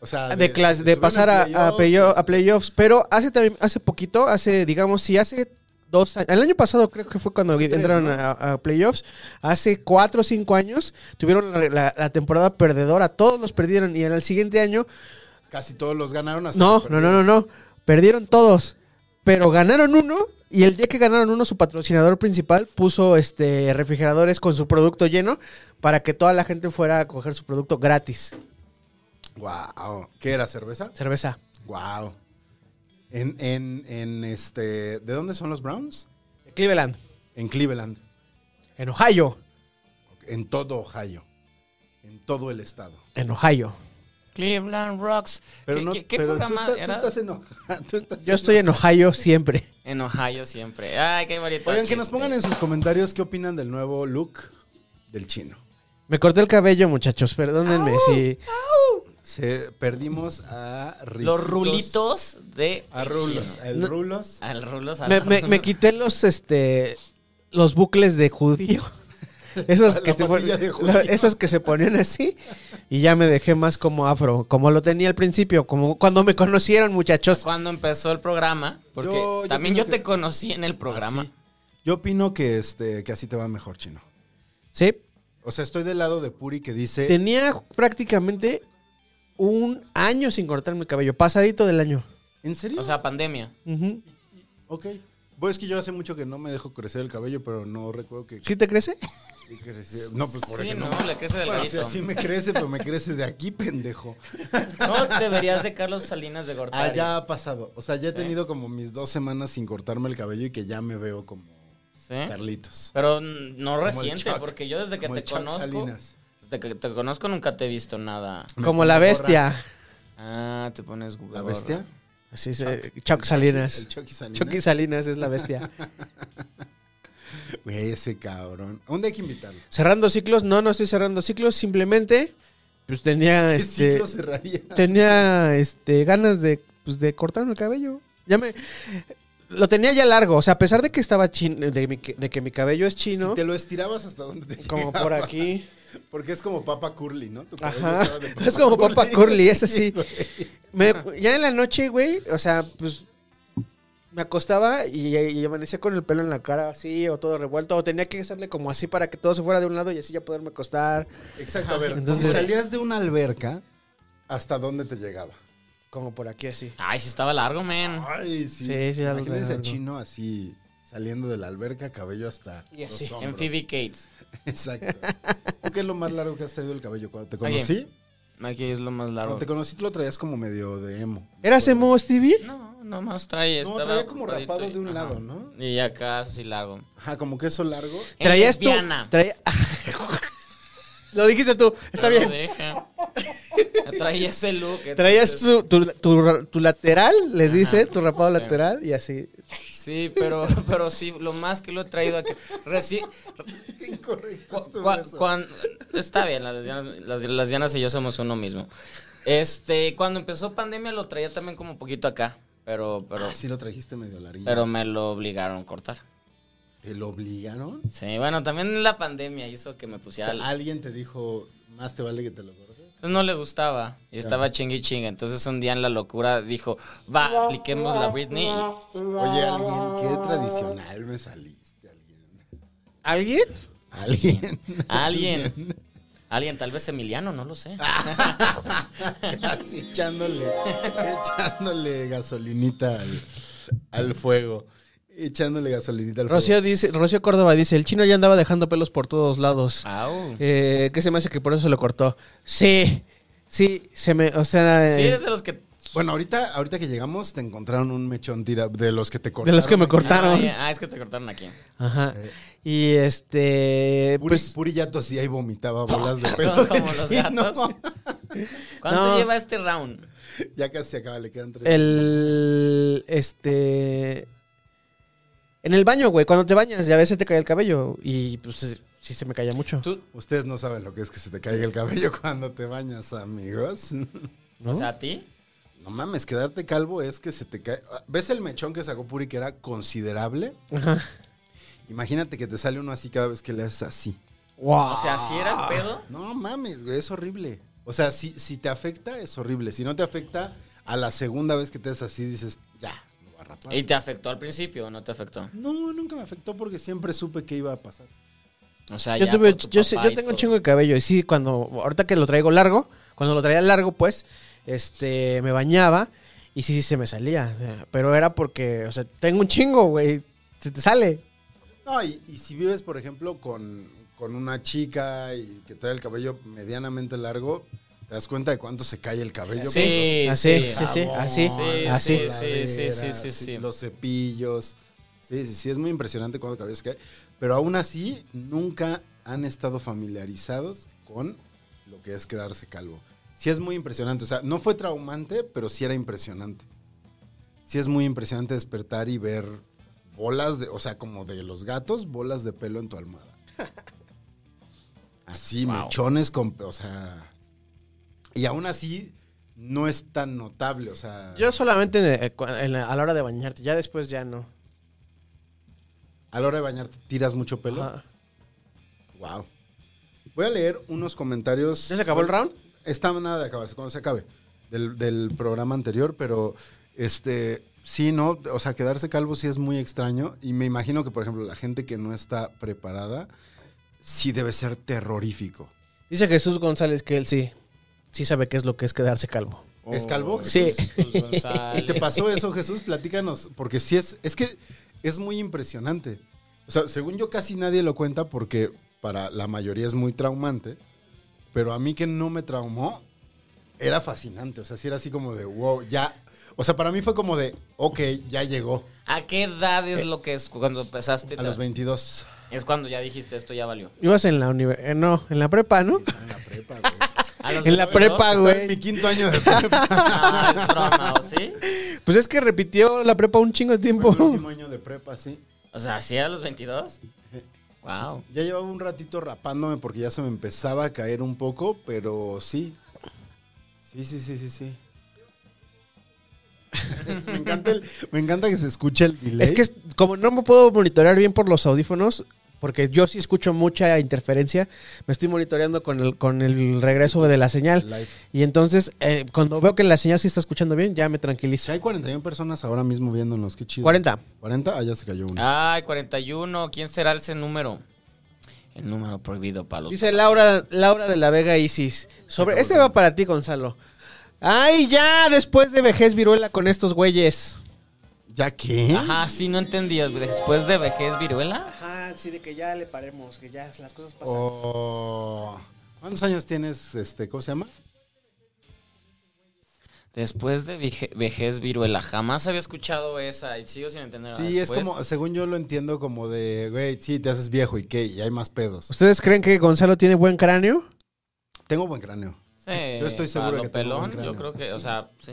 Speaker 3: O sea,
Speaker 1: de, clase- de
Speaker 3: estuvieron
Speaker 1: pasar
Speaker 3: en
Speaker 1: a, a, playo-
Speaker 3: playoffs.
Speaker 1: a playoffs. Pero hace también, hace poquito, hace, digamos, sí, hace dos años. El año pasado creo que fue cuando
Speaker 3: Hace tres,
Speaker 1: entraron
Speaker 3: ¿no?
Speaker 1: a, a playoffs. Hace cuatro o cinco años tuvieron la, la- la temporada perdedora. Todos los perdieron. Y en el siguiente año.
Speaker 3: Casi todos los ganaron hasta
Speaker 1: No,
Speaker 3: que
Speaker 1: no, no,
Speaker 3: perdieron.
Speaker 1: no, no. Perdieron todos. Pero ganaron uno. Y el día que ganaron uno, su patrocinador principal puso este refrigeradores con su producto lleno para que toda la gente fuera a coger su producto gratis.
Speaker 3: Wow. ¿Qué era cerveza?
Speaker 1: Cerveza.
Speaker 3: Wow. En, en, en este, ¿de dónde son los Browns?
Speaker 1: Cleveland.
Speaker 3: En Cleveland,
Speaker 1: En Ohio.
Speaker 3: en todo Ohio, en todo el estado.
Speaker 1: En Ohio.
Speaker 2: Cleveland Rocks.
Speaker 3: Pero
Speaker 2: ¿Qué,
Speaker 3: no,
Speaker 2: qué- qué
Speaker 3: pero tú
Speaker 2: programa
Speaker 3: estás- tú,
Speaker 2: era?
Speaker 3: estás en Ohio. tú estás
Speaker 1: Yo estoy en Ohio siempre.
Speaker 2: En Ohio siempre. Ay, qué bonito.
Speaker 3: Oigan, que nos
Speaker 2: chiste.
Speaker 3: pongan en sus comentarios qué opinan del nuevo look del chino.
Speaker 1: Me corté el cabello, muchachos. Perdónenme si.
Speaker 3: Se, perdimos a Ricitos-
Speaker 2: Los rulitos Ah, de.
Speaker 3: A Rulos. El
Speaker 1: No.
Speaker 3: Rulos.
Speaker 2: Al rulos.
Speaker 1: Me, me- me quité los este los bucles de judío. Esos,
Speaker 3: La
Speaker 1: que se,
Speaker 3: patilla
Speaker 1: pon-
Speaker 3: de judío.
Speaker 1: la- esos que se ponían así y ya me dejé más como afro, como lo tenía al principio, como cuando me conocieron muchachos.
Speaker 2: Cuando empezó el programa, porque
Speaker 3: Yo- yo
Speaker 2: también yo
Speaker 3: creo
Speaker 2: te
Speaker 3: que- ¿Ah,
Speaker 2: conocí en el programa.
Speaker 3: Así. Yo opino que, este, que así te va mejor, chino.
Speaker 1: Sí,
Speaker 3: O sea, estoy del lado de Puri que dice.
Speaker 1: tenía prácticamente un año sin cortarme el cabello, pasadito del año.
Speaker 3: ¿En serio?
Speaker 2: O sea, pandemia.
Speaker 1: Ujú.
Speaker 3: Ok. Bueno, es que yo hace mucho que no me dejo crecer el cabello, pero no recuerdo que.
Speaker 1: ¿Sí te crece?
Speaker 3: que creciera. No, pues por
Speaker 2: Sí,
Speaker 3: qué no.
Speaker 2: no, le crece del
Speaker 3: Bueno, o sea,
Speaker 2: gallito.
Speaker 3: sí me crece, pero me crece de aquí, pendejo.
Speaker 2: No te verías de Carlos Salinas de
Speaker 3: Ah,
Speaker 2: Gortari.
Speaker 3: ya ha pasado. O sea, ya he
Speaker 2: Sí.
Speaker 3: tenido como mis dos semanas sin cortarme el cabello y que ya me veo como
Speaker 2: ¿Sí?
Speaker 3: Carlitos.
Speaker 2: ¿Eh? Pero mm, no
Speaker 3: Como el
Speaker 2: reciente,
Speaker 3: Chuck.
Speaker 2: porque yo desde que
Speaker 3: Como
Speaker 2: te
Speaker 3: el Chuck
Speaker 2: conozco.
Speaker 3: Salinas.
Speaker 2: Desde que te conozco nunca te he visto nada.
Speaker 3: Me
Speaker 1: Como
Speaker 3: pongo
Speaker 1: la
Speaker 3: gorra.
Speaker 1: bestia.
Speaker 2: Ah, te pones
Speaker 3: ¿La
Speaker 2: gorra.
Speaker 3: bestia?
Speaker 1: Así se, Chuck Salinas.
Speaker 3: El Chucky Salinas.
Speaker 1: Chucky Salinas es la bestia.
Speaker 3: Güey, ese cabrón. ¿A dónde hay que invitarlo?
Speaker 1: Cerrando ciclos, no, no estoy cerrando ciclos, simplemente pues tenía
Speaker 3: ¿Qué
Speaker 1: este
Speaker 3: ciclo cerraría?
Speaker 1: tenía este ganas de pues de cortarme el cabello. Ya me lo tenía ya largo, o sea, a pesar de que estaba chin- de, mi- de que mi cabello es chino,
Speaker 3: Si te lo estirabas hasta donde te
Speaker 1: como
Speaker 3: llegaba.
Speaker 1: por aquí.
Speaker 3: Porque es como papa curly, ¿no? Tu cabello
Speaker 1: Ajá.
Speaker 3: estaba de
Speaker 1: Es como papa curly, es así.
Speaker 3: güey.
Speaker 1: Me- ya en la noche, güey, o sea, pues me acostaba y, y amanecía con el pelo en la cara así o todo revuelto o tenía que hacerle como así para que todo se fuera de un lado y así ya poderme acostar
Speaker 3: Exacto, a ver.
Speaker 1: Entonces-
Speaker 3: si salías de una alberca, ¿hasta dónde te llegaba?
Speaker 1: como por aquí así.
Speaker 2: Ay, sí estaba largo, men.
Speaker 3: Ay, sí.
Speaker 1: Sí, sí, algo,
Speaker 3: Imagínense a
Speaker 1: algo.
Speaker 3: Chino así, saliendo de la alberca, cabello hasta
Speaker 1: Y así,
Speaker 3: los
Speaker 2: En
Speaker 3: hombros.
Speaker 2: Phoebe Cates.
Speaker 3: Exacto. ¿Tú qué es lo más largo que has traído el cabello? Cuando te
Speaker 2: Oye,
Speaker 3: conocí,
Speaker 2: Aquí es lo más largo.
Speaker 3: cuando te conocí te lo traías como medio de emo.
Speaker 1: ¿Eras emo, Stevie?
Speaker 2: No, nomás trae
Speaker 3: No,
Speaker 2: estaba
Speaker 3: traía como
Speaker 2: ocupadito
Speaker 3: rapado
Speaker 2: y-
Speaker 3: de un
Speaker 2: ajá.
Speaker 3: lado, ¿no?
Speaker 2: Y acá así largo.
Speaker 3: Ajá, como que eso largo.
Speaker 1: Traías tú.
Speaker 2: lesbiana.
Speaker 1: traía- Lo dijiste tú, está
Speaker 2: Pero
Speaker 1: bien.
Speaker 2: deja. Traía ese look.
Speaker 1: Traías
Speaker 2: entonces-
Speaker 1: tu, tu, tu- tu lateral, les dice, tu rapado
Speaker 2: Sí.
Speaker 1: lateral y así.
Speaker 2: Sí, pero, pero sí, lo más que lo he traído aquí. Reci...
Speaker 3: Incorrecto.
Speaker 2: cu-
Speaker 3: estuvo
Speaker 2: cua-
Speaker 3: eso.
Speaker 2: cuan- está bien, las lesbianas, las, las lesbianas y yo somos uno mismo. Este, cuando empezó pandemia lo traía también como un poquito acá, pero, pero,
Speaker 3: Ah, sí lo trajiste medio larguito.
Speaker 2: pero me lo obligaron a cortar.
Speaker 3: ¿Te lo obligaron?
Speaker 2: Sí, bueno, también la pandemia hizo que me pusiera...
Speaker 3: O sea, alguien te dijo, más te vale que te lo cortes.
Speaker 2: Pues no le gustaba y estaba chingui y chingue. Entonces un día en la locura dijo, va, apliquemos la Britney. y-
Speaker 3: Oye, alguien, qué tradicional me saliste, alguien.
Speaker 1: ¿Alguien?
Speaker 3: Alguien.
Speaker 2: Alguien. Alguien, tal vez Emiliano, no lo sé.
Speaker 3: Así echándole, echándole gasolinita al, al fuego. Echándole gasolinita al
Speaker 1: Rocío,
Speaker 3: fuego.
Speaker 1: dice, Rocío Córdoba dice, el chino ya andaba dejando pelos por todos lados.
Speaker 2: Au.
Speaker 1: Eh, ¿Qué se me hace que por eso se lo cortó? Sí, sí, se me, o sea...
Speaker 2: Sí,
Speaker 1: eh,
Speaker 2: es de los que minutos.
Speaker 3: Bueno, ahorita, ahorita que llegamos te encontraron un mechón tira de los que te
Speaker 1: De
Speaker 3: cortaron.
Speaker 1: los que me
Speaker 2: Ah,
Speaker 1: cortaron.
Speaker 2: ya. Ah, es que te cortaron Ah, aquí.
Speaker 1: Ajá. Y este.
Speaker 3: Puri,
Speaker 1: Pues.
Speaker 3: Puri ya tosía y vomitaba bolas de pelo.
Speaker 2: Como los
Speaker 3: de chino.
Speaker 2: gatos. ¿Cuánto
Speaker 1: No.
Speaker 2: lleva este round?
Speaker 3: Ya casi se acaba, le quedan tres.
Speaker 1: El. Este. En el baño, güey. Cuando te bañas, ya a veces te cae el cabello. Y pues sí se me caía mucho.
Speaker 2: Tú,
Speaker 3: Ustedes no saben lo que es que se te caiga el cabello cuando te bañas, amigos.
Speaker 1: ¿no?
Speaker 2: o sea, a ti.
Speaker 3: No mames, quedarte calvo es que se te cae. ¿Ves el mechón que sacó Puri que era considerable?
Speaker 1: Ajá.
Speaker 3: Imagínate que te sale uno así cada vez que le haces así.
Speaker 1: Wow.
Speaker 2: O sea, si era el pedo.
Speaker 3: No mames, güey, es horrible. O sea, si, si te afecta, es horrible. Si no te afecta, a la segunda vez que te haces así, dices, ya, me voy a rapar.
Speaker 2: ¿Y te afectó al principio o no te afectó?
Speaker 3: No, nunca me afectó porque siempre supe que iba a pasar.
Speaker 2: O sea,
Speaker 1: yo
Speaker 2: Ah, ya
Speaker 1: tuve,
Speaker 2: por tu
Speaker 1: yo, sé-
Speaker 2: papá
Speaker 1: yo
Speaker 2: y
Speaker 1: tengo un
Speaker 2: todo.
Speaker 1: chingo de cabello. Y sí, cuando, ahorita que lo traigo largo, cuando lo traía largo, pues, este, me bañaba y sí, sí se me salía. o sea, pero era porque, o sea, tengo un chingo, güey. Se te sale.
Speaker 3: No, y, y si vives, por ejemplo, con, con una chica y que trae el cabello medianamente largo, te das cuenta de cuánto se cae el cabello.
Speaker 2: Sí,
Speaker 1: Así,
Speaker 2: sí.
Speaker 1: sí, sí, así,
Speaker 2: Sí,
Speaker 1: así.
Speaker 3: las
Speaker 2: sí, sí, sí, sí,
Speaker 3: coladeras,
Speaker 2: sí.
Speaker 3: Los cepillos. Sí, sí, sí, es muy impresionante cuánto cabello se cae. Pero aún así, nunca han estado familiarizados con lo que es quedarse calvo. Sí es muy impresionante. O sea, no fue traumante, pero sí era impresionante. Sí es muy impresionante despertar y ver bolas de, o sea, como de los gatos, bolas de pelo en tu almohada. Así,
Speaker 2: Wow.
Speaker 3: mechones con, o sea, y aún así no es tan notable, o sea,
Speaker 1: Yo solamente eh, cu- en la- a la hora de bañarte, ya después ya no.
Speaker 3: a la hora de bañarte tiras mucho pelo.
Speaker 1: Ajá.
Speaker 3: Wow. Voy a leer unos comentarios.
Speaker 1: ¿Ya se acabó el round?
Speaker 3: Está nada de acabarse, cuando se acabe, del, del programa anterior, pero este, sí, ¿no? O sea, quedarse calvo sí es muy extraño y me imagino que, por ejemplo, la gente que no está preparada, sí debe ser terrorífico.
Speaker 1: Dice Jesús González que él sí, sí sabe qué es lo que es quedarse calvo.
Speaker 3: ¿Es calvo?
Speaker 1: Sí.
Speaker 2: Jesús González.
Speaker 3: ¿Y te pasó eso, Jesús? Platícanos, porque sí es, es que es muy impresionante. O sea, según yo casi nadie lo cuenta porque para la mayoría es muy traumante, pero a mí que no me traumó, era fascinante. O sea, sí era así como de, wow, ya. O sea, para mí fue como de, ok, ya llegó
Speaker 2: ¿A qué edad es lo que es cuando empezaste?
Speaker 3: a los 22.
Speaker 2: Es cuando ya dijiste esto ya valió.
Speaker 1: Ibas en la universidad, no, en la prepa, ¿no?
Speaker 3: Estaba Ah, En la prepa,
Speaker 2: ¿A
Speaker 3: güey.
Speaker 2: los
Speaker 1: En la prepa,
Speaker 2: 22?
Speaker 3: Estaba en
Speaker 1: güey.
Speaker 3: mi quinto año de prepa.
Speaker 2: Ah, es broma, ¿o sí?
Speaker 1: Pues es que repitió la prepa un chingo de
Speaker 3: Fue mi
Speaker 1: tiempo.
Speaker 3: último año de prepa, sí.
Speaker 2: O sea, ¿sí a los 22? Wow.
Speaker 3: Ya llevaba un ratito rapándome porque ya se me empezaba a caer un poco, pero sí. Sí, sí, sí, sí, sí. me, encanta el- me encanta que se escuche el delay.
Speaker 1: Es que es- como no me puedo monitorear bien por los audífonos, porque yo sí escucho mucha interferencia, me estoy monitoreando con el, con el regreso de la señal.
Speaker 3: Live.
Speaker 1: Y entonces, eh, cuando veo que la señal sí está escuchando bien, ya me
Speaker 3: Si
Speaker 1: tranquilizo.
Speaker 3: hay 41 personas ahora mismo viéndonos, qué chido.
Speaker 1: 40.
Speaker 3: 40, ah, ya se cayó uno.
Speaker 2: Ay, 41. ¿Quién será ese número? El número prohibido para los...
Speaker 1: Dice Laura, Laura de la Vega Isis. Sobre, este va para ti, Gonzalo. Ay, ya, después de vejez viruela con estos güeyes.
Speaker 3: ¿Ya qué?
Speaker 2: Ajá, sí, no entendías. Después de vejez viruela.
Speaker 1: Ajá, Ah, sí, de que ya le paremos, que ya las cosas
Speaker 3: Oh. ¿Cuántos años tienes, este, cómo se llama?
Speaker 2: Después de vije- vejez viruela. Jamás había escuchado esa y sigo sin entender.
Speaker 3: Sí, es como, según yo lo entiendo, como de, güey, sí, te haces viejo y qué, y hay más pedos.
Speaker 1: ¿Ustedes creen que Gonzalo tiene buen cráneo?
Speaker 3: Tengo buen cráneo.
Speaker 2: yo
Speaker 3: estoy seguro que tengo
Speaker 2: pelón,
Speaker 3: buen cráneo.
Speaker 2: yo creo que, o sea, sí.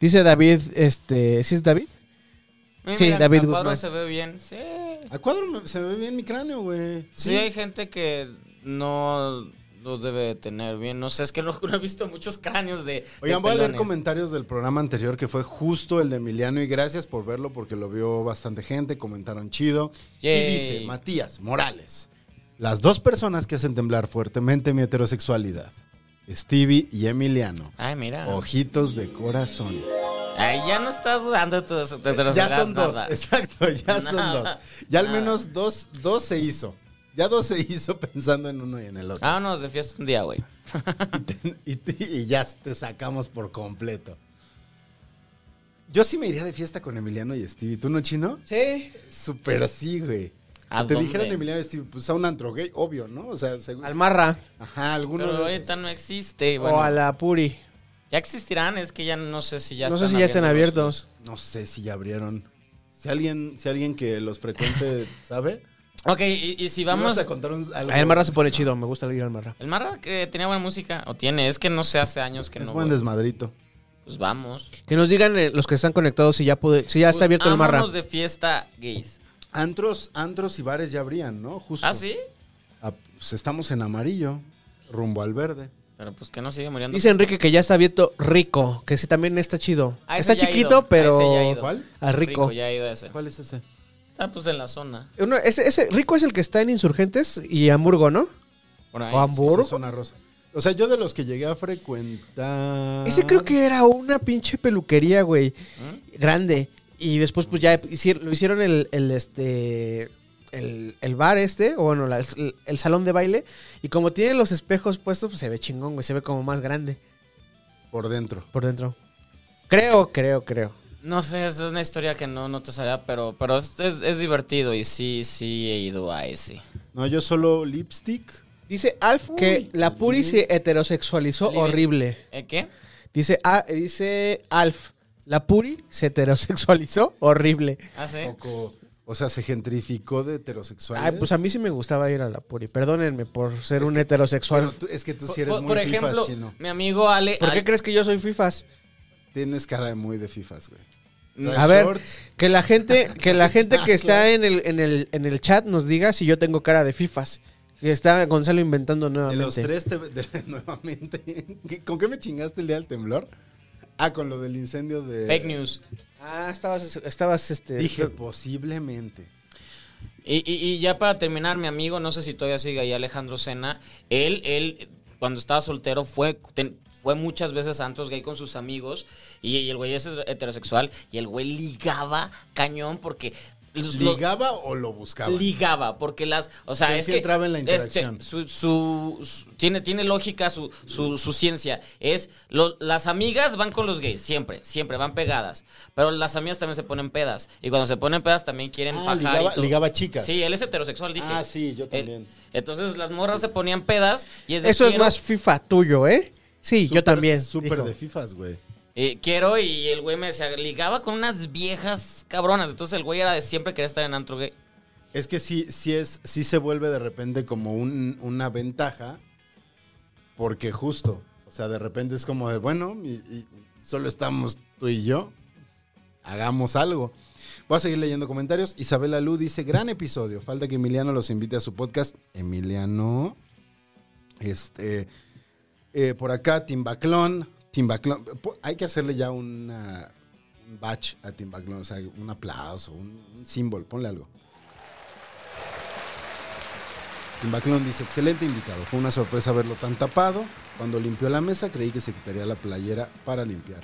Speaker 1: Dice David, este, ¿sí es David?
Speaker 2: Mira,
Speaker 1: Sí,
Speaker 2: mira,
Speaker 1: David
Speaker 2: a cuadro
Speaker 1: Guzmán.
Speaker 2: se ve bien. Sí.
Speaker 3: A Ah, cuadro me- se ve bien mi cráneo, güey.
Speaker 2: Sí, hay gente que no los debe tener bien. No sé, es que no, no he visto muchos cráneos de.
Speaker 3: Oigan,
Speaker 2: de
Speaker 3: voy a leer
Speaker 2: pelones.
Speaker 3: comentarios del programa anterior que fue justo el de Emiliano y gracias por verlo porque lo vio bastante gente, comentaron chido.
Speaker 2: Yay.
Speaker 3: Y dice Matías Morales, las dos personas que hacen temblar fuertemente mi heterosexualidad, Stevie y Emiliano,
Speaker 2: Ay, mira.
Speaker 3: Oh. ojitos de corazón.
Speaker 2: Ay, ya no estás dudando tu tu- tu- tu-
Speaker 3: Ya son
Speaker 2: nada.
Speaker 3: dos, exacto, ya son
Speaker 2: Nada.
Speaker 3: dos. Ya al
Speaker 2: Nada.
Speaker 3: menos dos, dos se hizo. Ya dos se hizo pensando en uno y en el otro.
Speaker 2: Vámonos de fiesta un día, güey.
Speaker 3: y, te- y te- y ya te sacamos por completo. Yo sí me iría de fiesta con Emiliano y Stevie. ¿Tú no, chino?
Speaker 1: Sí.
Speaker 3: Súper sí, güey.
Speaker 2: ¿A
Speaker 3: Te
Speaker 2: dónde?
Speaker 3: dijeron Emiliano y Stevie, pues a un antro gay, obvio, ¿no? O sea, seguro.
Speaker 1: Al Marra
Speaker 3: Ajá, alguno
Speaker 2: Pero
Speaker 3: de
Speaker 2: ahorita no existe. Bueno,
Speaker 1: o a la Puri.
Speaker 2: Ya existirán, es que ya no sé si ya
Speaker 1: no sé si ya están
Speaker 2: abriendo los-
Speaker 1: abiertos.
Speaker 3: No sé si ya abrieron. Si alguien, si alguien que los frecuente sabe.
Speaker 2: Ok, y, y si vamos.
Speaker 3: ¿ibas a contar un- algo?
Speaker 1: Ah, el Marra se pone chido, me gusta el Marra.
Speaker 2: El Marra que tenía buena música, o tiene, es que no sé, hace años que
Speaker 3: Es
Speaker 2: no.
Speaker 3: buen
Speaker 2: voy.
Speaker 3: desmadrito.
Speaker 2: Pues vamos.
Speaker 1: Que nos digan eh, los que están conectados si ya puede, si ya está abierto el Marra.
Speaker 2: Pues, Vámonos de fiesta gays.
Speaker 3: Antros, antros y bares ya abrían, ¿no? Justo.
Speaker 2: ¿Ah, sí?
Speaker 3: Ah, pues estamos en amarillo, rumbo al verde.
Speaker 2: Pero pues que no sigue muriendo.
Speaker 1: Dice Enrique que ya está abierto rico, que sí también está chido.
Speaker 2: A ese
Speaker 1: Está
Speaker 2: ya he
Speaker 1: chiquito,
Speaker 2: ido, a ese ya he
Speaker 1: pero
Speaker 2: ido.
Speaker 3: ¿Cuál?
Speaker 1: al "Ah, rico.
Speaker 2: ya he ido a ese.
Speaker 3: ¿Cuál es ese?
Speaker 2: Está pues en la zona.
Speaker 1: Uno- ese, ese rico es el que está en Insurgentes y Hamburgo, ¿no?
Speaker 2: Por ahí,
Speaker 1: O
Speaker 2: sí.
Speaker 1: Hamburgo.
Speaker 3: Esa zona rosa. O sea, yo de los que llegué a frecuentar.
Speaker 1: Ese creo que era una pinche peluquería, güey. Grande. Y después, pues ya hici- lo hicieron el, el, este. El, el bar este, o bueno, la- el, el salón de baile. Y como tiene los espejos puestos, pues se ve chingón, güey. Se ve como más grande
Speaker 3: Por dentro.
Speaker 1: por dentro. Creo, creo, creo.
Speaker 2: No sé, es una historia que no, no te salía, pero, pero es, es- es divertido y sí, sí he ido a ese.
Speaker 3: No, yo solo lipstick.
Speaker 1: Dice Alf que la Puri se heterosexualizó
Speaker 2: Libre.
Speaker 1: horrible.
Speaker 2: ¿Eh, ¿Qué?
Speaker 1: Dice, ah, dice Alf, la Puri se heterosexualizó horrible.
Speaker 2: ¿Ah, sí?
Speaker 3: Poco, o sea, se gentrificó de heterosexual.
Speaker 1: Ay, pues a mí sí me gustaba ir a la Puri. Perdónenme por ser
Speaker 3: Es
Speaker 1: un
Speaker 3: que-
Speaker 1: heterosexual.
Speaker 3: es que tú
Speaker 2: Por-
Speaker 3: sí eres
Speaker 2: por,
Speaker 3: muy
Speaker 2: por
Speaker 3: fifas,
Speaker 2: ejemplo,
Speaker 3: chino.
Speaker 2: mi amigo Ale.
Speaker 1: ¿Por qué
Speaker 2: Ale-
Speaker 1: crees que yo soy FIFAs?
Speaker 3: Tienes cara de muy de fifas, güey.
Speaker 2: No.
Speaker 1: A
Speaker 3: Traes
Speaker 1: ver,
Speaker 3: shorts,
Speaker 1: Que la gente, que la gente que
Speaker 3: Claro.
Speaker 1: está en el, en el, en el chat nos diga si yo tengo cara de FIFAs. Que está Gonzalo inventando
Speaker 3: De
Speaker 1: nuevamente.
Speaker 3: los tres, te- de- nuevamente. ¿Qué- ¿Con qué me chingaste el día del temblor? Ah, con lo del incendio de.
Speaker 2: Fake news.
Speaker 1: Ah, estabas, estabas este.
Speaker 3: Dije, posiblemente.
Speaker 2: Y, y- y ya para terminar, mi amigo, no sé si todavía sigue ahí Alejandro Sena, él, él, cuando estaba soltero, fue, ten- fue muchas veces a antros gay con sus amigos, y, y el güey es heterosexual, y el güey ligaba cañón porque... los- los-
Speaker 3: ¿Ligaba o lo buscaba?
Speaker 2: ligaba, porque las, o sea,
Speaker 3: Sí,
Speaker 2: es
Speaker 3: sí
Speaker 2: que
Speaker 3: entraba en la
Speaker 2: este,
Speaker 3: interacción.
Speaker 2: su, su- su- tiene, tiene lógica su, su, su ciencia. Es lo- las amigas van con los gays siempre, siempre van pegadas, pero las amigas también se ponen pedas y cuando se ponen pedas también quieren
Speaker 3: Ah,
Speaker 2: fajar y
Speaker 3: ligaba-
Speaker 2: todo.
Speaker 3: ligaba chicas.
Speaker 2: Sí, él es heterosexual, dije.
Speaker 3: Ah, sí, yo
Speaker 2: Él-
Speaker 3: también.
Speaker 2: entonces las morras se ponían pedas y es de,
Speaker 1: Eso es
Speaker 2: quiero-
Speaker 1: más FIFA tuyo, ¿eh? Sí, yo
Speaker 3: Súper-
Speaker 1: también.
Speaker 3: Súper
Speaker 1: dijo.
Speaker 3: de fifas, güey.
Speaker 2: Eh, quiero y el güey me decía, ligaba con unas viejas cabronas. Entonces el güey era de siempre querer estar en antro gay.
Speaker 3: Es que sí, sí es, sí se vuelve de repente como un- una ventaja, porque justo, o sea, de repente es como de, bueno, y- y solo estamos tú y yo, hagamos algo. Voy a seguir leyendo comentarios. Isabela Lu dice, gran episodio, falta que Emiliano los invite a su podcast. Emiliano, este, eh, por acá Timbaclón, Timbaclón, po- hay que hacerle ya una, un batch a Timbaclón, o sea, un aplauso, un, un símbolo, ponle algo. Timbaclón dice, excelente invitado. Fue una sorpresa verlo tan tapado. Cuando limpió la mesa creí que se quitaría la playera para limpiar.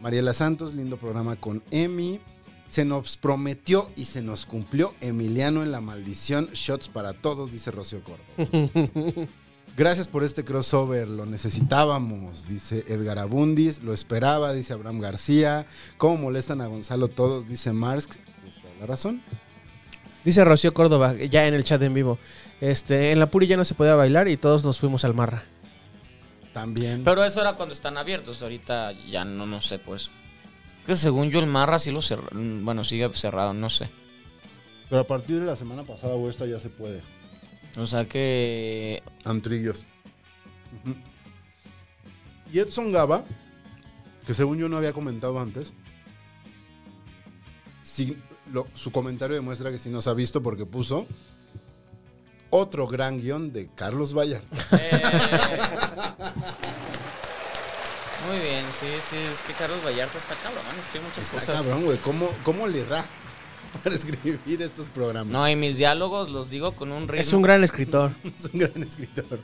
Speaker 3: Mariela Santos, lindo programa con Emi. Se nos prometió y se nos cumplió Emiliano en la maldición. Shots para todos, dice Rocío Córdoba. Gracias por este crossover, lo necesitábamos, dice Edgar Abundis, lo esperaba, dice Abraham García. ¿Cómo molestan a Gonzalo todos? Dice Marx. Tienes toda la razón.
Speaker 1: Dice Rocío Córdoba, ya en el chat en vivo. Este, en la Puri ya no se podía bailar y todos nos fuimos al Marra.
Speaker 3: También.
Speaker 2: Pero eso era cuando están abiertos. Ahorita ya no, no sé, pues. Que según yo el Marra sí lo cerró. Bueno, sigue cerrado, no sé.
Speaker 3: Pero a partir de la semana pasada o esta ya se puede.
Speaker 2: O sea que...
Speaker 3: Antrillos. Y Edson Gaba, que según yo no había comentado antes, sí, lo- su comentario demuestra que sí nos ha visto porque puso otro gran guión de Carlos Vallarta.
Speaker 2: eh, Muy bien, sí, sí. Es que Carlos Vallarta está cabrón. Escribe muchas
Speaker 3: Está
Speaker 2: cosas.
Speaker 3: cabrón, güey. ¿Cómo, ¿Cómo le da para escribir estos programas?
Speaker 2: No, y mis diálogos los digo con un ritmo.
Speaker 1: Es un gran escritor.
Speaker 3: Es un gran escritor.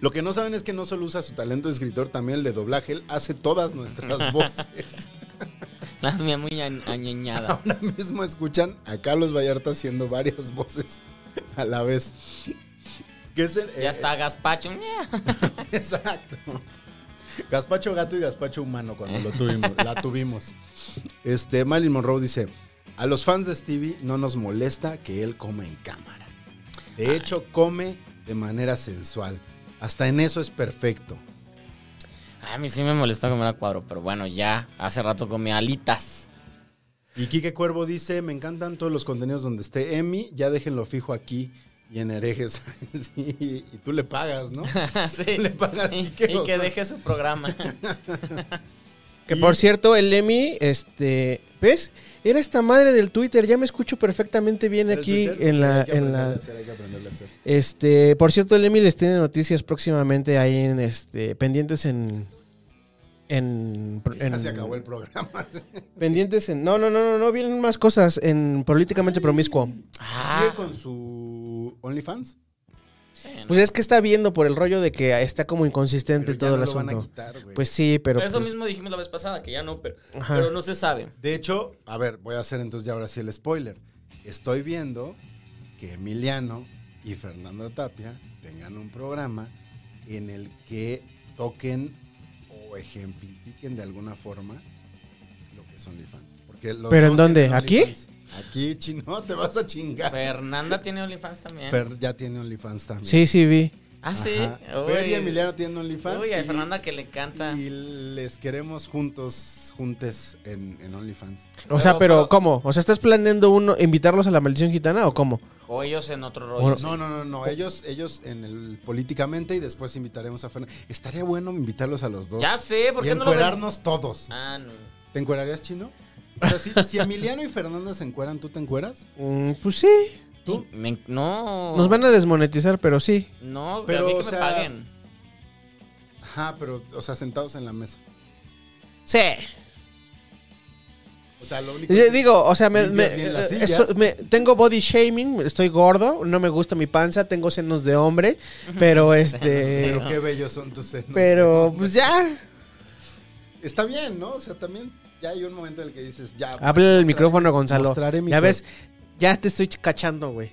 Speaker 3: Lo que no saben es que no solo usa su talento de escritor, también el de doblaje. Él hace todas nuestras voces.
Speaker 2: La mía muy añ- añeñada.
Speaker 3: Ahora mismo escuchan a Carlos Vallarta haciendo varias voces a la vez. Que es el- eh,
Speaker 2: Ya está Gaspacho.
Speaker 3: Exacto. Gaspacho gato y gaspacho humano cuando lo tuvimos, la tuvimos. Este, Marilyn Monroe dice, a los fans de Stevie no nos molesta que él coma en cámara. De hecho, come de manera sensual. Hasta en eso es perfecto.
Speaker 2: A mí sí me molestó comer a cuadro, pero bueno, ya hace rato comí alitas.
Speaker 3: Y Quique Cuervo dice, me encantan todos los contenidos donde esté Emi, ya déjenlo fijo aquí y en herejes. Sí, y tú le pagas, ¿no?
Speaker 2: sí.
Speaker 3: Le pagas
Speaker 2: y,
Speaker 3: Quique,
Speaker 2: y
Speaker 3: o
Speaker 2: que
Speaker 3: sea.
Speaker 2: deje su programa.
Speaker 1: Que por cierto, el Emi, este, ¿ves? Era esta madre del Twitter, ya me escucho perfectamente bien
Speaker 3: ¿El
Speaker 1: aquí
Speaker 3: Twitter?
Speaker 1: en la,
Speaker 3: Hay que
Speaker 1: en
Speaker 3: aprenderle a
Speaker 1: la,
Speaker 3: hacer, hay que aprenderle a hacer.
Speaker 1: este, por cierto, el Emi les tiene noticias próximamente ahí en, este, pendientes en, en,
Speaker 3: Ya
Speaker 1: en-
Speaker 3: se acabó el programa.
Speaker 1: pendientes en, no, no, no, no, no, vienen más cosas en políticamente promiscuo.
Speaker 2: Ah,
Speaker 3: ¿Sigue con su OnlyFans?
Speaker 2: sí, ¿no?
Speaker 1: Pues es que está viendo por el rollo de que está como
Speaker 3: Pero
Speaker 1: inconsistente
Speaker 3: ya
Speaker 1: todo el
Speaker 3: no lo van a
Speaker 1: asunto.
Speaker 3: quitar, güey.
Speaker 1: Pues sí, pero
Speaker 2: Eso
Speaker 1: pues,
Speaker 2: mismo dijimos la vez pasada, que ya no, pero,
Speaker 1: Ajá.
Speaker 2: pero no se sabe.
Speaker 3: De hecho, a ver, voy a hacer entonces ya ahora sí el spoiler. Estoy viendo que Emiliano y Fernanda Tapia tengan un programa en el que toquen o ejemplifiquen de alguna forma lo que son OnlyFans. Porque los
Speaker 1: ¿Pero en
Speaker 3: dos
Speaker 1: dónde?
Speaker 3: tienen
Speaker 1: ¿Aquí?
Speaker 3: OnlyFans. Aquí, chino, te vas a chingar. Fer,
Speaker 2: Fernanda tiene OnlyFans también.
Speaker 3: ya tiene OnlyFans también.
Speaker 1: sí, sí vi.
Speaker 2: ah, sí.
Speaker 3: Ajá.
Speaker 2: Uy.
Speaker 3: Fer y Emiliano tienen OnlyFans.
Speaker 2: Uy, a
Speaker 3: y-
Speaker 2: Fernanda que le canta.
Speaker 3: Y les queremos juntos, juntes en, en OnlyFans.
Speaker 1: O sea, pero
Speaker 2: Pero- pero-
Speaker 1: ¿cómo? O sea, ¿estás planeando uno invitarlos a la maldición gitana o cómo?
Speaker 2: O ellos en otro rollo.
Speaker 1: Bueno,
Speaker 2: sí.
Speaker 3: No, no, no, no. Ellos, ellos en el políticamente y después invitaremos a Fernanda. Estaría bueno invitarlos a los dos.
Speaker 2: Ya sé, ¿por
Speaker 3: y
Speaker 2: qué no lo ven?
Speaker 3: encuerarnos todos.
Speaker 2: Ah, no.
Speaker 3: ¿Te encuerarías, Chino? O sea, si, si Emiliano y Fernanda se encueran, ¿tú te encueras?
Speaker 1: Mm, pues sí.
Speaker 3: ¿Tú?
Speaker 2: Me- no.
Speaker 1: Nos van a desmonetizar, pero sí.
Speaker 2: No, a
Speaker 3: Pero,
Speaker 2: mí que
Speaker 3: o
Speaker 2: me
Speaker 3: sea-
Speaker 2: paguen.
Speaker 3: Ajá, pero, o sea, sentados en la mesa.
Speaker 1: Sí.
Speaker 3: O sea, lo único que-
Speaker 1: Digo, o sea, me,
Speaker 3: Limpias
Speaker 1: me-
Speaker 3: bien las
Speaker 1: eh,
Speaker 3: sillas.
Speaker 1: esto- me- tengo body shaming, estoy gordo, no me gusta mi panza, tengo senos de hombre, pero este...
Speaker 3: Pero qué bellos son tus senos.
Speaker 1: Pero pues ya,
Speaker 3: Está bien, ¿no? O sea, también ya hay un momento en el que dices, ya.
Speaker 1: habla el
Speaker 3: mostrar-
Speaker 1: micrófono Gonzalo.
Speaker 3: mostraré mi
Speaker 1: Ya
Speaker 3: cuerpo.
Speaker 1: ves, ya te estoy cachando, güey.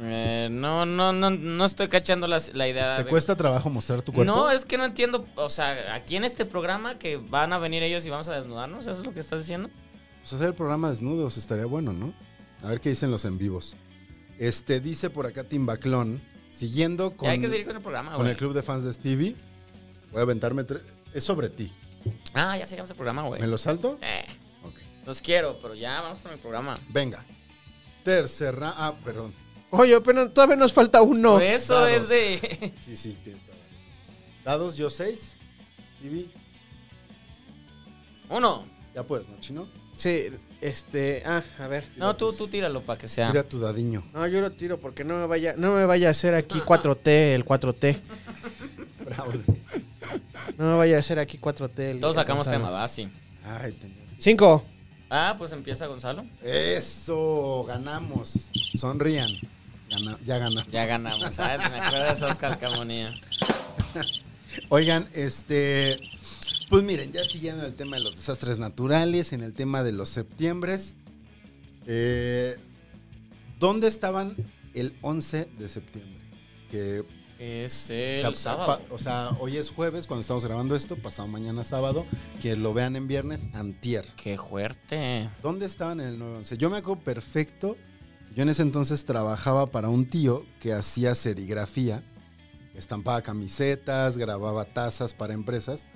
Speaker 2: Eh, no, no, no, no estoy cachando la, la idea.
Speaker 3: ¿Te
Speaker 2: de-
Speaker 3: cuesta trabajo mostrar tu cuerpo?
Speaker 2: No, es que no entiendo. O sea, aquí en este programa que van a venir ellos y vamos a desnudarnos, ¿eso es lo que estás diciendo?
Speaker 3: Pues hacer el programa desnudos estaría bueno, ¿no? A ver qué dicen los en vivos. Este, dice por acá Timbaclón, siguiendo con,
Speaker 2: ya hay que seguir con el programa,
Speaker 3: con
Speaker 2: güey.
Speaker 3: el club de fans de Stevie, voy a aventarme tres... Es sobre ti.
Speaker 2: Ah, ya seguimos el programa, güey.
Speaker 3: ¿Me lo salto?
Speaker 2: Eh,
Speaker 3: Ok.
Speaker 2: los quiero, pero ya vamos con el programa.
Speaker 3: Venga. Tercera... Ah, perdón.
Speaker 1: Oye, pero todavía nos falta uno.
Speaker 2: Por eso
Speaker 3: dados.
Speaker 2: es de.
Speaker 3: Sí, sí, tienes toda la razón. Dados, yo seis. Stevie,
Speaker 2: Uno.
Speaker 3: ya puedes, ¿no, chino?
Speaker 1: Sí, este... Ah, a ver.
Speaker 2: No, tú, tú tíralo para que sea.
Speaker 3: Mira tu dadiño.
Speaker 1: No, yo lo tiro porque no me vaya, no me vaya a hacer aquí 4T, el 4T.
Speaker 3: Fraude.
Speaker 1: No me vaya a hacer aquí 4T. el-
Speaker 2: Todos sacamos
Speaker 1: Gonzalo.
Speaker 2: tema, va, sí.
Speaker 3: Ay, tenías...
Speaker 1: Cinco.
Speaker 2: Ah, pues empieza Gonzalo.
Speaker 3: Eso, ganamos. Sonrían. Gana- ya ganamos.
Speaker 2: Ya ganamos, ¿sabes? Me acuerdo de esas calcamonías.
Speaker 3: Oigan, este. Pues miren, ya siguiendo el tema de los desastres naturales, en el tema de los septiembres. eh, ¿Dónde estaban el 11 de septiembre? Que
Speaker 2: Es
Speaker 3: o sea,
Speaker 2: el
Speaker 3: pa-
Speaker 2: sábado.
Speaker 3: o sea, hoy es jueves cuando estamos grabando esto, pasado mañana sábado, que lo vean en viernes, antier.
Speaker 2: Qué fuerte.
Speaker 3: ¿Dónde estaban en el 911? Yo me acuerdo perfecto. Yo en ese entonces trabajaba para un tío que hacía serigrafía, estampaba camisetas, grababa tazas para empresas.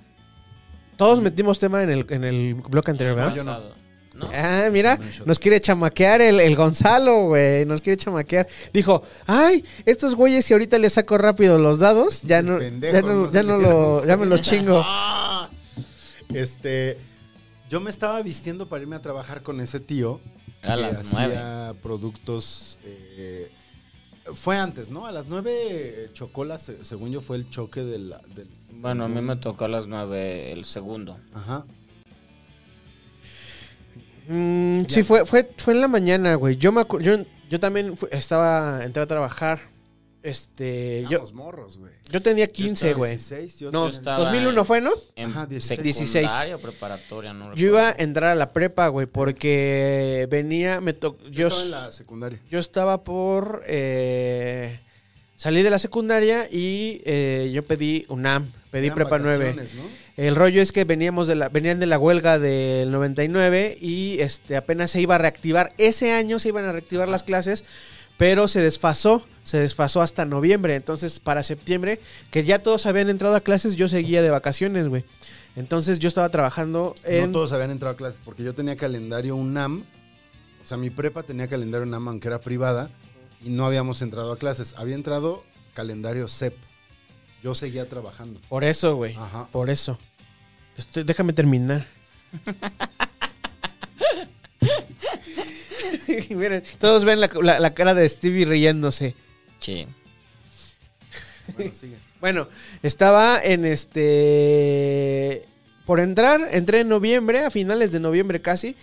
Speaker 1: Todos metimos tema en el, en el bloque anterior, ¿verdad?
Speaker 3: yo no.
Speaker 2: Pasado. ¿No?
Speaker 1: Ah, mira,
Speaker 3: No, yo no.
Speaker 1: nos quiere chamaquear el, el Gonzalo, güey. Nos quiere chamaquear. Dijo, ay, estos güeyes, si ahorita les saco rápido los dados, ya
Speaker 3: Los
Speaker 1: no,
Speaker 3: pendejos
Speaker 1: ya no,
Speaker 3: no
Speaker 1: ya no
Speaker 3: salieron.
Speaker 1: lo, ya me los chingo.
Speaker 3: ¡Ah! Este, yo me estaba vistiendo para irme a trabajar con ese tío
Speaker 2: Era
Speaker 3: que
Speaker 2: las nueve.
Speaker 3: hacía productos. eh, fue antes, ¿no? A las nueve eh, chocolas, según yo, fue el choque de la- del.
Speaker 2: Bueno, a mí me tocó a las nueve el segundo.
Speaker 3: Ajá.
Speaker 1: Mm,
Speaker 3: Ya.
Speaker 1: sí, fue, fue, fue en la mañana, güey. Yo me acu- yo, yo también fui- estaba, entré a trabajar. Este, yo,
Speaker 3: Éramos morros, güey.
Speaker 1: yo tenía
Speaker 3: Yo
Speaker 1: 15,
Speaker 3: estaba
Speaker 1: güey.
Speaker 3: 16, yo
Speaker 1: No,
Speaker 3: tenía-
Speaker 2: estaba-
Speaker 1: 2001 fue, ¿no?
Speaker 2: En
Speaker 3: Ajá, 16.
Speaker 2: secundaria o preparatoria, no
Speaker 1: Yo iba a
Speaker 2: recuerdo.
Speaker 1: entrar a la prepa, güey, porque venía, me tocó.
Speaker 3: yo
Speaker 1: Yo,
Speaker 3: estaba en la secundaria.
Speaker 1: yo estaba por. eh, salí de la secundaria y eh, yo pedí UNAM, pedí
Speaker 3: Eran
Speaker 1: prepa 9.
Speaker 3: vacaciones, ¿no?
Speaker 1: El rollo es que veníamos de la, venían de la huelga del 99 y este, apenas se iba a reactivar. Ese año se iban a reactivar las clases, pero se desfasó. se desfasó hasta noviembre. Entonces, para septiembre, que ya todos habían entrado a clases, yo seguía de vacaciones, güey. Entonces, yo estaba trabajando en.
Speaker 3: No todos habían entrado a clases porque yo tenía calendario UNAM. O sea, mi prepa tenía calendario UNAM, aunque era privada, y no habíamos entrado a clases. Había entrado calendario CEP. Yo seguía trabajando.
Speaker 1: Por eso, güey.
Speaker 3: Ajá.
Speaker 1: Por eso. Estoy- déjame terminar. Miren, todos ven la, la- la cara de Stevie riéndose.
Speaker 2: Sí.
Speaker 3: Bueno, sigue.
Speaker 1: Bueno, estaba en este. Por entrar, entré en noviembre, a finales de noviembre casi.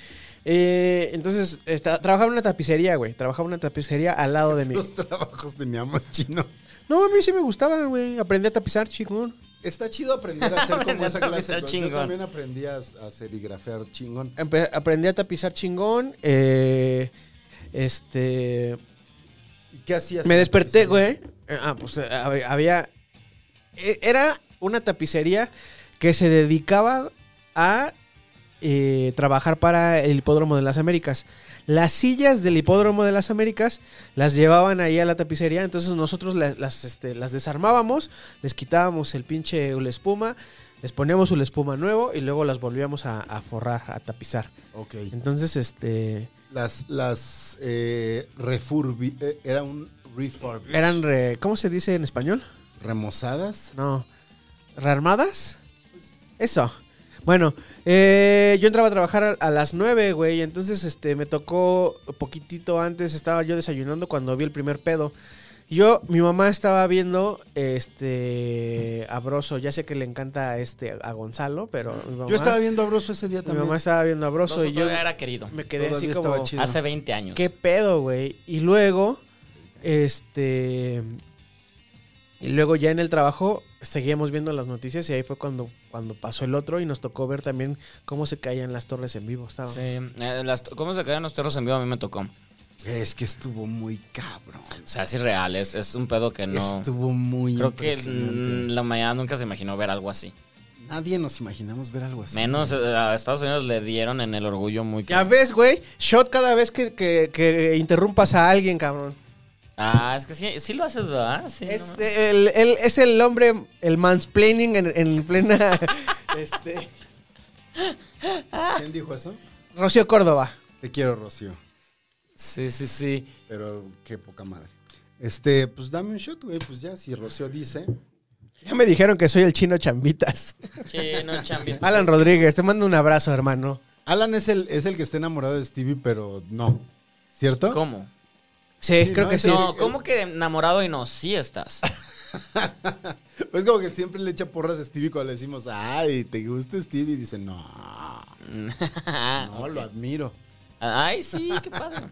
Speaker 1: Eh, entonces, esta- trabajaba en una tapicería, güey. Trabajaba en una tapicería al lado de mí.
Speaker 3: Los trabajos teníamos chino.
Speaker 1: No, a mí sí me gustaba, güey. Aprendí a tapizar, chingón.
Speaker 3: Está chido aprender a hacer como
Speaker 2: Aprendí a
Speaker 3: esa clase.
Speaker 2: tapizar
Speaker 3: Yo
Speaker 2: chingón.
Speaker 3: también aprendí a, a serigrafear chingón.
Speaker 1: Empe- aprendí a tapizar chingón. eh, este.
Speaker 3: ¿Y qué hacías?
Speaker 1: Me
Speaker 3: en
Speaker 1: desperté,
Speaker 3: tapicería?
Speaker 1: güey. Eh, Ah, pues eh, hab- había. eh, Era una tapicería que se dedicaba a eh, trabajar para el Hipódromo de las Américas. Las sillas del Hipódromo de las Américas las llevaban ahí a la tapicería, entonces nosotros las, las, este, las desarmábamos, les quitábamos el pinche la espuma, les poníamos una espuma nuevo y luego las volvíamos a, a forrar, a tapizar.
Speaker 3: Ok.
Speaker 1: Entonces, este.
Speaker 3: Las, las eh, refurbi- eh, era un refurb.
Speaker 1: Eran. re- ¿Cómo se dice en español?
Speaker 3: remozadas.
Speaker 1: No. ¿Rearmadas? Eso. Bueno, eh, yo entraba a trabajar a, a las 9, güey. Entonces, este, me tocó poquitito antes. Estaba yo desayunando cuando vi el primer pedo. Yo, mi mamá estaba viendo, este, a Broso. Ya sé que le encanta, este, a Gonzalo, pero mi mamá,
Speaker 3: Yo estaba viendo a Broso ese día
Speaker 1: mi
Speaker 3: también.
Speaker 1: mamá estaba viendo a Broso
Speaker 2: Broso
Speaker 1: y yo
Speaker 2: todavía era querido.
Speaker 1: me quedé
Speaker 3: Todavía
Speaker 1: así
Speaker 3: estaba
Speaker 1: como,
Speaker 3: chido.
Speaker 2: Hace 20 años.
Speaker 1: ¿Qué pedo, güey? Y luego, este. Y luego ya en el trabajo seguíamos viendo las noticias y ahí fue cuando, cuando pasó el otro y nos tocó ver también cómo se caían las torres en vivo. Estaba.
Speaker 2: Sí, eh, las- ¿Cómo se quedan los terros en vivo? A mí me tocó. O
Speaker 3: Es que estuvo muy cabrón.
Speaker 2: sea, es irreal. Es, es un pedo que no.
Speaker 3: Estuvo muy
Speaker 2: Creo que mm,
Speaker 3: impresionante.
Speaker 2: la mañana nunca se imaginó ver algo así.
Speaker 3: Nadie nos imaginamos ver algo así.
Speaker 2: Menos eh, a Estados Unidos le dieron en el orgullo muy
Speaker 1: Ya
Speaker 2: claro.
Speaker 1: ves, güey, shot cada vez que, que- que interrumpas a alguien, cabrón.
Speaker 2: Ah, es que sí, sí lo haces, ¿verdad? Sí,
Speaker 1: Es
Speaker 2: ¿no?
Speaker 1: el, el- es el hombre, el mansplaining en, en plena. este,
Speaker 2: Ah.
Speaker 3: ¿Quién dijo eso?
Speaker 1: Rocío Córdoba.
Speaker 3: Te quiero, Rocío.
Speaker 2: sí, sí, sí.
Speaker 3: Pero qué poca madre. Este, pues dame un shot, güey. Pues ya, si Rocío dice.
Speaker 1: Ya me dijeron que soy el chino chambitas.
Speaker 2: Chino, chambi.
Speaker 1: Alan Rodríguez, te mando un abrazo, hermano.
Speaker 3: Alan es el, es el que está enamorado de Stevie, pero no. ¿Cierto?
Speaker 2: ¿Cómo?
Speaker 1: Sí,
Speaker 3: Sí,
Speaker 1: creo
Speaker 3: ¿no?
Speaker 1: que
Speaker 3: Es
Speaker 1: sí.
Speaker 3: el-
Speaker 2: No, ¿cómo que enamorado y no? Sí estás.
Speaker 3: Pues como que siempre le echa porras a Stevie cuando le decimos, ay, ¿te gusta Stevie? Y dice, no,
Speaker 2: Ah,
Speaker 3: no, lo admiro.
Speaker 2: Ay, sí, qué padre.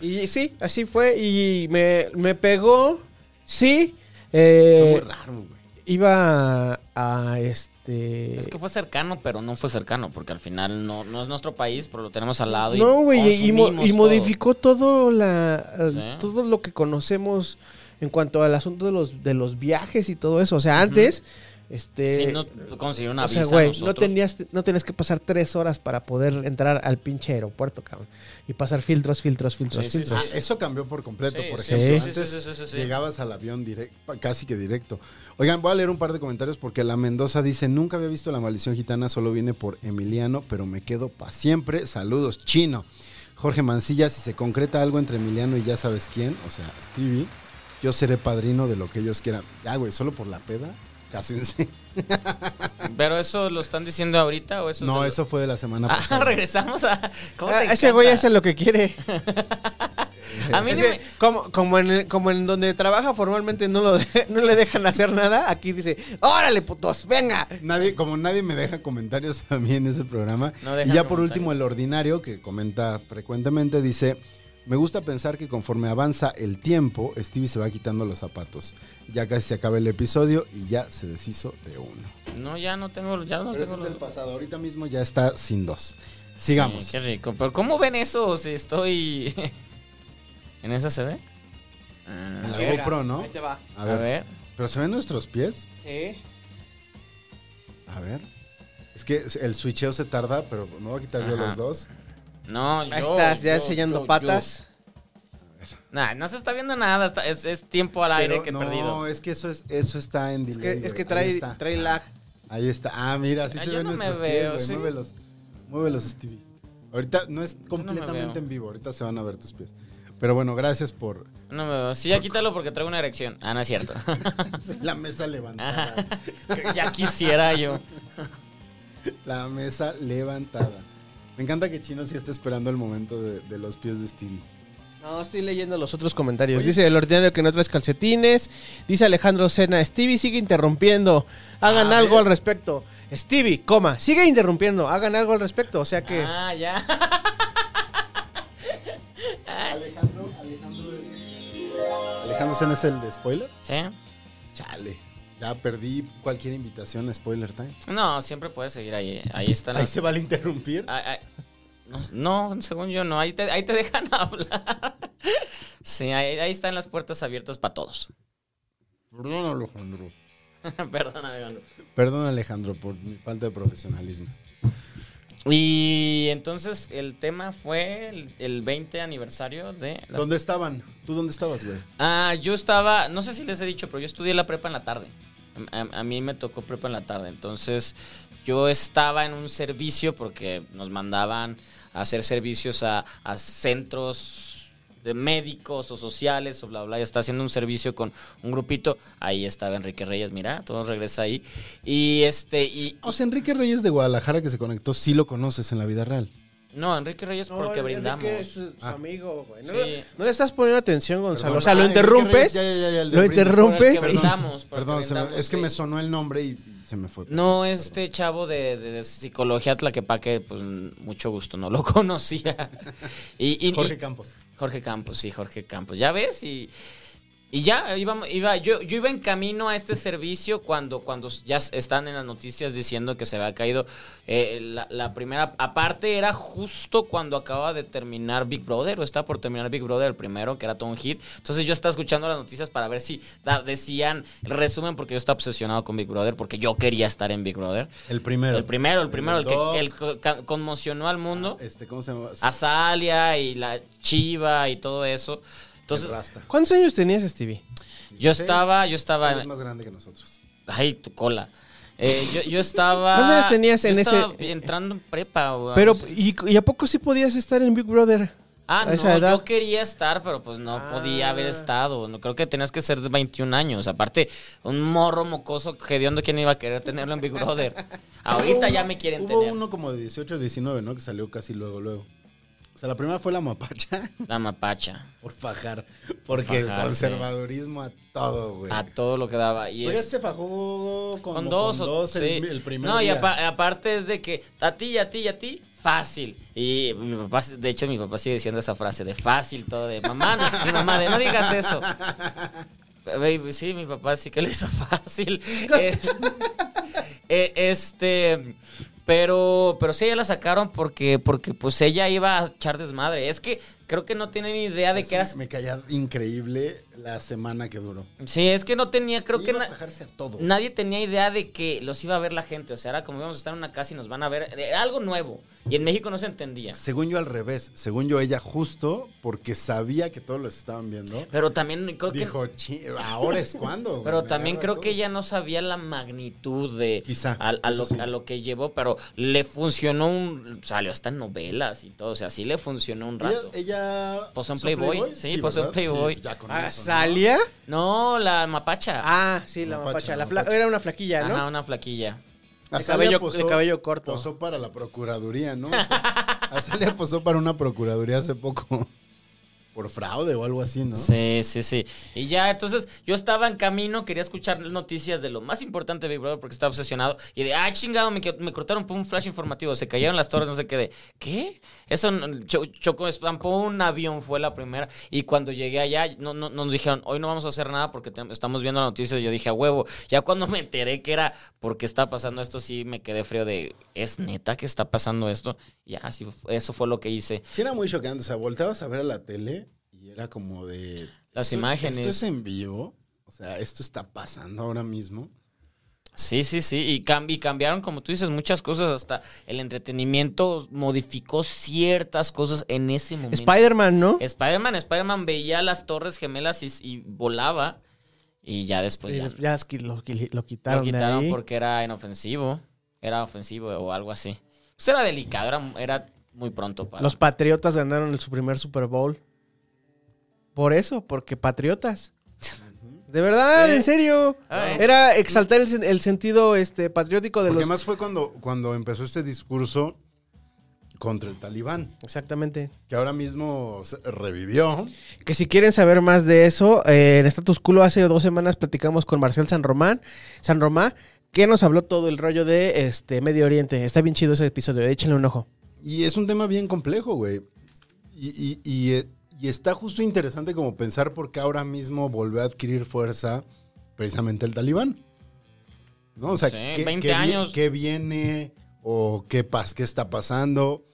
Speaker 1: Y sí, así fue. Y me, me pegó. Sí. eh,
Speaker 3: Fue muy raro, güey.
Speaker 1: iba a, a este.
Speaker 2: Es que fue cercano, pero no fue cercano, porque al final no, no es nuestro país, pero lo tenemos al lado. y
Speaker 1: no, güey. Y, mo-
Speaker 2: consumimos
Speaker 1: y
Speaker 2: todo.
Speaker 1: modificó todo la.
Speaker 2: Sí.
Speaker 1: todo lo que conocemos en cuanto al asunto de los, de los viajes y todo eso. O sea, antes. Este.
Speaker 2: Sí, no consiguió una
Speaker 1: o sea,
Speaker 2: visa
Speaker 1: güey, no
Speaker 2: nosotros.
Speaker 1: tenías, no tenías que pasar tres horas para poder entrar al pinche aeropuerto, cabrón. Y pasar filtros, filtros, filtros,
Speaker 2: Sí, sí,
Speaker 1: filtros.
Speaker 2: sí.
Speaker 3: Ah, Eso cambió por completo,
Speaker 2: Sí,
Speaker 3: por
Speaker 2: sí,
Speaker 3: ejemplo.
Speaker 2: sí, sí,
Speaker 3: Antes
Speaker 2: sí, sí, sí, sí.
Speaker 3: llegabas al avión direct- pa- casi que directo. Oigan, voy a leer un par de comentarios porque la Mendoza dice, nunca había visto la maldición gitana, solo viene por Emiliano, pero me quedo para siempre. Saludos, chino. Jorge Mancilla, si se concreta algo entre Emiliano y ya sabes quién, o sea, Stevie, yo seré padrino de lo que ellos quieran. Ya, güey, solo por la peda, cásense.
Speaker 2: Pero eso lo están diciendo ahorita o eso. es
Speaker 3: No,
Speaker 2: de-
Speaker 3: eso fue de la semana
Speaker 2: Ah,
Speaker 3: pasada.
Speaker 2: regresamos a. ¿Cómo
Speaker 1: Ah,
Speaker 2: te
Speaker 1: ese güey
Speaker 2: encanta?
Speaker 1: hace lo que quiere.
Speaker 3: Eh,
Speaker 2: A mí
Speaker 1: Es
Speaker 2: ni
Speaker 1: que
Speaker 2: me-
Speaker 1: como, como, en, el- como en donde trabaja formalmente no, lo de- no le dejan hacer nada, aquí dice, órale putos, venga.
Speaker 3: Nadie, como nadie me deja comentarios a mí en ese programa.
Speaker 2: No
Speaker 3: y
Speaker 2: dejan
Speaker 3: ya por
Speaker 2: comentarios.
Speaker 3: último, el ordinario, que comenta frecuentemente, dice: Me gusta pensar que conforme avanza el tiempo, Stevie se va quitando los zapatos. Ya casi se acaba el episodio y ya se deshizo de uno.
Speaker 2: No, ya no tengo. Ya no
Speaker 3: Pero ese
Speaker 2: tengo
Speaker 3: es del
Speaker 2: los-
Speaker 3: pasado. Ahorita mismo ya está sin dos. Sigamos.
Speaker 2: Sí, qué rico. Pero ¿cómo ven eso si estoy. ¿En esa se ve? Ah,
Speaker 3: En la GoPro, ¿no?
Speaker 1: va.
Speaker 3: A ver,
Speaker 2: A ver.
Speaker 3: ¿Pero se ven nuestros pies? A ver. Es que el switcheo se tarda, pero me voy a quitar yo
Speaker 2: Ajá.
Speaker 3: los dos.
Speaker 2: No,
Speaker 1: Ahí
Speaker 2: yo,
Speaker 1: estás ya
Speaker 2: yo,
Speaker 1: enseñando
Speaker 2: yo, yo.
Speaker 1: patas.
Speaker 3: A ver.
Speaker 2: Nah, no se está viendo nada. está- es, es tiempo al aire
Speaker 3: Pero
Speaker 2: que he
Speaker 3: no, eh.
Speaker 2: perdido.
Speaker 3: es que eso, es, eso está en
Speaker 1: Es
Speaker 3: delay.
Speaker 1: que, es
Speaker 3: güey.
Speaker 1: que
Speaker 3: Ahí
Speaker 1: trae,
Speaker 3: está.
Speaker 1: trae lag.
Speaker 3: Ahí está. Ah, mira, así
Speaker 2: Ah,
Speaker 3: se
Speaker 2: yo
Speaker 3: ven
Speaker 2: no me
Speaker 3: nuestros
Speaker 2: veo,
Speaker 3: pies, güey.
Speaker 2: sí.
Speaker 3: Muévelos. Muévelos, Stevie. Ahorita no es
Speaker 2: no me
Speaker 3: completamente
Speaker 2: veo.
Speaker 3: en vivo, ahorita se van a ver tus pies. Pero bueno, gracias por
Speaker 2: No me veo. Sí, ya quítalo porque traigo una erección. Ah, no es cierto.
Speaker 3: la mesa levantada.
Speaker 2: ya quisiera yo.
Speaker 3: la mesa levantada. Me encanta que Chino sí está esperando el momento de, de los pies de Stevie.
Speaker 1: No, estoy leyendo los otros comentarios.
Speaker 3: Oye,
Speaker 1: dice el ordinario que no traes calcetines. Dice Alejandro Sena, Stevie sigue interrumpiendo. Hagan
Speaker 3: Ah,
Speaker 1: algo
Speaker 3: ¿ves?
Speaker 1: al respecto. Stevie, coma, sigue interrumpiendo. Hagan algo al respecto. O sea que...
Speaker 2: Ah, ya.
Speaker 3: Alejandro, Alejandro es- Alejandro Sen es el de spoiler.
Speaker 2: ¿Sí?
Speaker 3: Chale. Ya perdí cualquier invitación a spoiler time.
Speaker 2: No, siempre puedes seguir ahí. Ahí están
Speaker 3: Ahí
Speaker 2: las...
Speaker 3: se vale interrumpir.
Speaker 2: Ay, ay. No, no, según yo no. Ahí te, ahí te dejan hablar. Sí, ahí, ahí están las puertas abiertas para todos.
Speaker 3: Perdón, Alejandro.
Speaker 2: Perdón, Alejandro.
Speaker 3: Perdón, Alejandro, por mi falta de profesionalismo.
Speaker 2: Y entonces el tema fue el, el 20 aniversario de... las-
Speaker 3: ¿Dónde estaban? ¿Tú dónde estabas, güey?
Speaker 2: Ah, yo estaba, no sé si les he dicho, pero yo estudié la prepa en la tarde. A, a mí me tocó prepa en la tarde. Entonces yo estaba en un servicio porque nos mandaban a hacer servicios a, a centros de médicos o sociales o bla bla, ya está haciendo un servicio con un grupito, ahí estaba Enrique Reyes, mira, todo regresa ahí. Y este, y
Speaker 3: O sea, Enrique Reyes de Guadalajara que se conectó, sí lo conoces en la vida real.
Speaker 2: no, Enrique Reyes porque brindamos.
Speaker 3: su
Speaker 1: amigo, güey.
Speaker 2: No
Speaker 1: No,
Speaker 2: le- Sí.
Speaker 1: le estás poniendo atención, Gonzalo.
Speaker 3: Ah. Perdón.
Speaker 1: o sea, lo
Speaker 3: Ah, Enrique
Speaker 1: interrumpes.
Speaker 3: Reyes, ya, ya, ya, el de
Speaker 1: lo
Speaker 3: brindis.
Speaker 1: interrumpe.
Speaker 2: Por el que
Speaker 1: Perdón,
Speaker 2: brindamos, por el que
Speaker 3: Perdón, se me-
Speaker 2: brindamos,
Speaker 3: es que
Speaker 2: sí.
Speaker 3: me sonó el nombre y, y se me fue.
Speaker 2: No, este chavo de, de- de psicología tlaquepaque, pues mm, mucho gusto, no lo conocía. Y, y-
Speaker 3: Jorge
Speaker 2: y-
Speaker 3: Campos.
Speaker 2: Jorge Campos, sí, Jorge Campos. Ya ves, y, y ya íbamos, iba, yo, yo iba en camino a este servicio cuando, cuando ya s- están en las noticias diciendo que se había caído eh, la, la primera. Aparte, era justo cuando acaba de terminar Big Brother, o está por terminar Big Brother el primero, que era todo un hit. Entonces yo estaba escuchando las noticias para ver si da- decían el resumen, porque yo estaba obsesionado con Big Brother, porque yo quería estar en Big Brother.
Speaker 3: El primero.
Speaker 2: el primero, el primero, el,
Speaker 3: doc,
Speaker 2: que el co- ca- conmocionó al mundo.
Speaker 3: Este, ¿cómo se llama?
Speaker 2: Ah, Azalia y la Chiva y todo eso. Entonces,
Speaker 3: El Rasta.
Speaker 1: ¿Cuántos años tenías, Stevie?
Speaker 2: yo
Speaker 3: Seis.
Speaker 2: estaba, yo estaba.
Speaker 3: Él Es más grande que nosotros.
Speaker 2: Ay, tu cola. Eh, yo, yo estaba.
Speaker 1: ¿Cuántos años tenías en
Speaker 2: yo
Speaker 1: ese- eh,
Speaker 2: estaba entrando en prepa, güey,
Speaker 1: Pero,
Speaker 2: no sé.
Speaker 1: ¿y, y a poco sí podías estar en Big Brother?
Speaker 2: Ah,
Speaker 1: a
Speaker 2: no,
Speaker 1: esa edad?
Speaker 2: yo quería estar, pero pues no podía
Speaker 1: Ah.
Speaker 2: haber estado. No creo que tenías que ser de 21 años. Aparte, un morro mocoso, hediondo, ¿quién iba a querer tenerlo en Big Brother? Ahorita ya me quieren
Speaker 3: Hubo
Speaker 2: tener.
Speaker 3: uno como de 18 o 19, ¿no? Que salió casi luego, luego. O sea, la primera fue la mapacha
Speaker 2: La mapacha.
Speaker 3: por fajar. Porque el
Speaker 2: Fajar, sí.
Speaker 3: conservadurismo a todo, güey. Pues,
Speaker 2: A todo lo que daba. Y
Speaker 3: Pero Pues ya
Speaker 2: es-
Speaker 3: se fajó como
Speaker 2: con dos,
Speaker 3: con
Speaker 2: o-
Speaker 3: dos el,
Speaker 2: sí.
Speaker 3: el primer
Speaker 2: No, y
Speaker 3: día.
Speaker 2: apa- aparte es de que a ti, y a ti, y a ti, fácil. Y mi papá, de hecho, mi papá sigue diciendo esa frase de fácil, todo de mamá, no, mi mamá, de no digas eso. Baby, sí, mi papá sí que lo hizo fácil. Eh, eh, este. Pero, pero sí, ella la sacaron porque, porque pues ella iba a echar desmadre. Es que creo que no tiene ni idea de
Speaker 3: Eso
Speaker 2: que eras.
Speaker 3: Me caía increíble la semana que duró.
Speaker 2: Sí, es que no tenía, creo que.
Speaker 3: Iba a
Speaker 2: na-
Speaker 3: fajarse a todo.
Speaker 2: Nadie tenía idea de que los iba a ver la gente. O sea, era como íbamos a estar en una casa y nos van a ver. Era algo nuevo. Y en México no se entendía.
Speaker 3: Según yo al revés, según yo ella justo porque sabía que todos los estaban viendo.
Speaker 2: Pero también creo que.
Speaker 3: dijo, "Chi- ahora es cuando. güey,
Speaker 2: Pero
Speaker 3: me
Speaker 2: también
Speaker 3: agarra
Speaker 2: creo que
Speaker 3: todo".
Speaker 2: ella no sabía la magnitud de.
Speaker 3: Quizá,
Speaker 2: A, a lo,
Speaker 3: eso sí.
Speaker 2: a lo que llevó, pero le funcionó un. Salió hasta en novelas y todo. O sea, sí le funcionó un rato.
Speaker 3: Ella, ella
Speaker 2: Posó en Playboy, sí, posó en
Speaker 3: ¿verdad?
Speaker 2: Playboy.
Speaker 3: ya con
Speaker 1: Ah,
Speaker 3: eso, ¿no?
Speaker 1: ¿Salía?
Speaker 2: No, la mapacha.
Speaker 1: Ah, sí, la
Speaker 3: Mapacha,
Speaker 1: mapacha.
Speaker 3: la
Speaker 1: la fla-
Speaker 3: mapacha.
Speaker 1: Era una flaquilla, ¿no?
Speaker 2: Ajá, una flaquilla.
Speaker 1: de,
Speaker 3: Azalia
Speaker 1: cabello,
Speaker 3: posó-
Speaker 1: de cabello corto.
Speaker 3: Posó para la procuraduría, ¿no? O sea, Azalia posó para una procuraduría hace poco. Por fraude o algo así, ¿no?
Speaker 2: Sí, sí, sí. Y ya, entonces, yo estaba en camino, quería escuchar noticias de lo más importante de Big Brother porque estaba obsesionado. Y de, ah, chingado, me, que- me cortaron por un flash informativo, se cayeron las torres, no sé qué. De, ¿qué? Eso no- cho- chocó, estampó un avión, fue la primera. Y cuando llegué allá, no, no, nos dijeron, hoy no vamos a hacer nada porque te- estamos viendo la noticia. Y yo dije, a huevo. Ya cuando me enteré que era porque está pasando esto, sí me quedé frío de, ¿es neta que está pasando esto? Ya, así, fu- eso fue lo que hice.
Speaker 3: Sí era muy chocante, o sea, volteabas a ver a la tele y era como de...
Speaker 2: Las
Speaker 3: ¿esto-
Speaker 2: imágenes.
Speaker 3: Esto es en vivo, o sea, esto está pasando ahora mismo.
Speaker 2: Sí, sí, sí. Y cambi- cambiaron, como tú dices, muchas cosas. Hasta el entretenimiento modificó ciertas cosas en ese momento.
Speaker 1: Spider-Man, ¿no?
Speaker 2: Spider-Man, Spider-Man veía las torres gemelas y, y volaba. Y ya después
Speaker 1: Y
Speaker 2: pues, ya,
Speaker 1: des- ya es que lo, qui- lo quitaron,
Speaker 2: lo
Speaker 1: de
Speaker 2: quitaron
Speaker 1: ahí.
Speaker 2: porque era inofensivo. Era ofensivo o algo así. Pues era delicado, era, era muy pronto para.
Speaker 1: Los Patriotas ganaron el- su primer Super Bowl. Por eso, porque Patriotas. De verdad, en serio.
Speaker 2: Ah.
Speaker 1: Era exaltar el, sen- el sentido este, patriótico de
Speaker 3: Porque
Speaker 1: los...
Speaker 3: además fue cuando, cuando empezó este discurso contra el talibán,
Speaker 1: Exactamente.
Speaker 3: que ahora mismo se revivió.
Speaker 1: Que si quieren saber más de eso, eh, en Status Culo hace dos semanas platicamos con Marcel San Román, San Román, que nos habló todo el rollo de este Medio Oriente. Está bien chido ese episodio, échenle un ojo.
Speaker 3: Y es un tema bien complejo, güey. Y, y- y, eh, y está justo interesante como pensar por qué ahora mismo volvió a adquirir fuerza precisamente el talibán. ¿No? O sea,
Speaker 2: Sí,
Speaker 3: ¿qué,
Speaker 2: 20
Speaker 3: qué vi-
Speaker 2: años.
Speaker 3: qué viene? ¿O qué, pas, qué está pasando?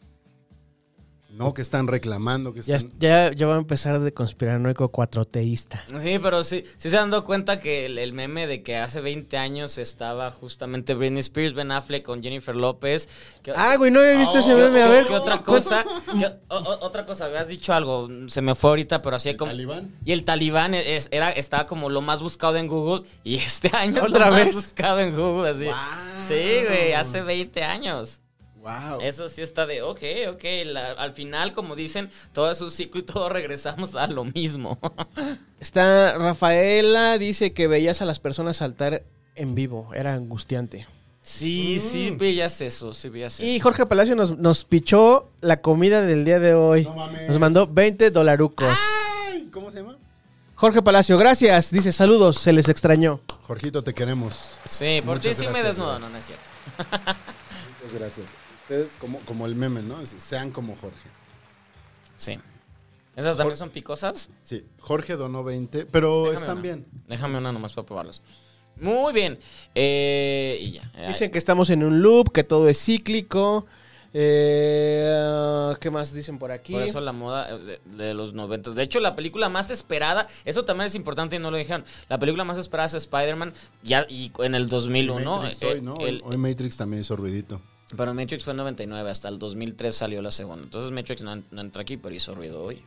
Speaker 3: ¿No? ¿Qué están reclamando? ¿Qué
Speaker 1: Ya,
Speaker 3: están...
Speaker 1: ya, ya va a empezar de conspiranoico cuatroteísta.
Speaker 2: Sí, pero sí, sí se han dado cuenta que el, el meme de que hace 20 años estaba justamente Britney Spears, Ben Affleck con Jennifer López. que-
Speaker 1: Ah, güey, no había visto
Speaker 3: Oh,
Speaker 1: ese meme, a
Speaker 2: ¿Qué-
Speaker 1: ver.
Speaker 2: qué otra cosa? ¿Qué o- o- otra cosa, habías dicho algo, se me fue ahorita, pero así
Speaker 3: ¿El
Speaker 2: como...
Speaker 3: talibán?
Speaker 2: Y el talibán es- era, estaba como lo más buscado en Google y este año es
Speaker 1: ¿Otra
Speaker 2: lo
Speaker 1: vez?
Speaker 2: más buscado en Google, así.
Speaker 3: Wow.
Speaker 2: Sí, güey, hace 20 años.
Speaker 3: Wow.
Speaker 2: Eso sí está de, ok, ok, la- al final, como dicen, todo es un ciclo y todos regresamos a lo mismo.
Speaker 1: Está Rafaela, dice que veías a las personas saltar en vivo, era angustiante.
Speaker 2: Sí, sí, veías eso, sí, veías eso.
Speaker 1: Y Jorge Palacio nos, nos pichó la comida del día de hoy.
Speaker 3: No mames.
Speaker 1: nos mandó 20 dolarucos.
Speaker 2: Ah,
Speaker 3: Ay, ¿Cómo se llama?
Speaker 1: Jorge Palacio, gracias. Dice, saludos, se les extrañó.
Speaker 3: Jorgito, te queremos.
Speaker 2: Sí, por ti
Speaker 3: Muchas
Speaker 2: sí me
Speaker 3: gracias,
Speaker 2: desnudo,
Speaker 3: güey.
Speaker 2: no, no es cierto.
Speaker 3: Muchas gracias. Ustedes, como, como el meme, ¿no? Sean como Jorge.
Speaker 2: Sí. ¿Esas también son picosas?
Speaker 3: Sí, Jorge donó 20, pero
Speaker 2: Déjame
Speaker 3: están
Speaker 2: una.
Speaker 3: bien.
Speaker 2: Déjame una nomás para probarlas. Muy bien. Eh, y ya. Eh,
Speaker 1: Dicen que estamos en un loop, que todo es cíclico. Eh, ¿Qué más dicen por aquí?
Speaker 2: Por eso la moda eh, de, de los noventas. De hecho, la película más esperada, eso también es importante y no lo dijeron. La película más esperada es Spider-Man ya y en el 2001.
Speaker 3: Matrix
Speaker 2: eh,
Speaker 3: hoy, ¿no?
Speaker 2: el-
Speaker 3: hoy Matrix también hizo ruidito.
Speaker 2: pero Matrix fue en 99, hasta el 2003 salió la segunda. Entonces Matrix no, en- no entra aquí, pero hizo ruido hoy.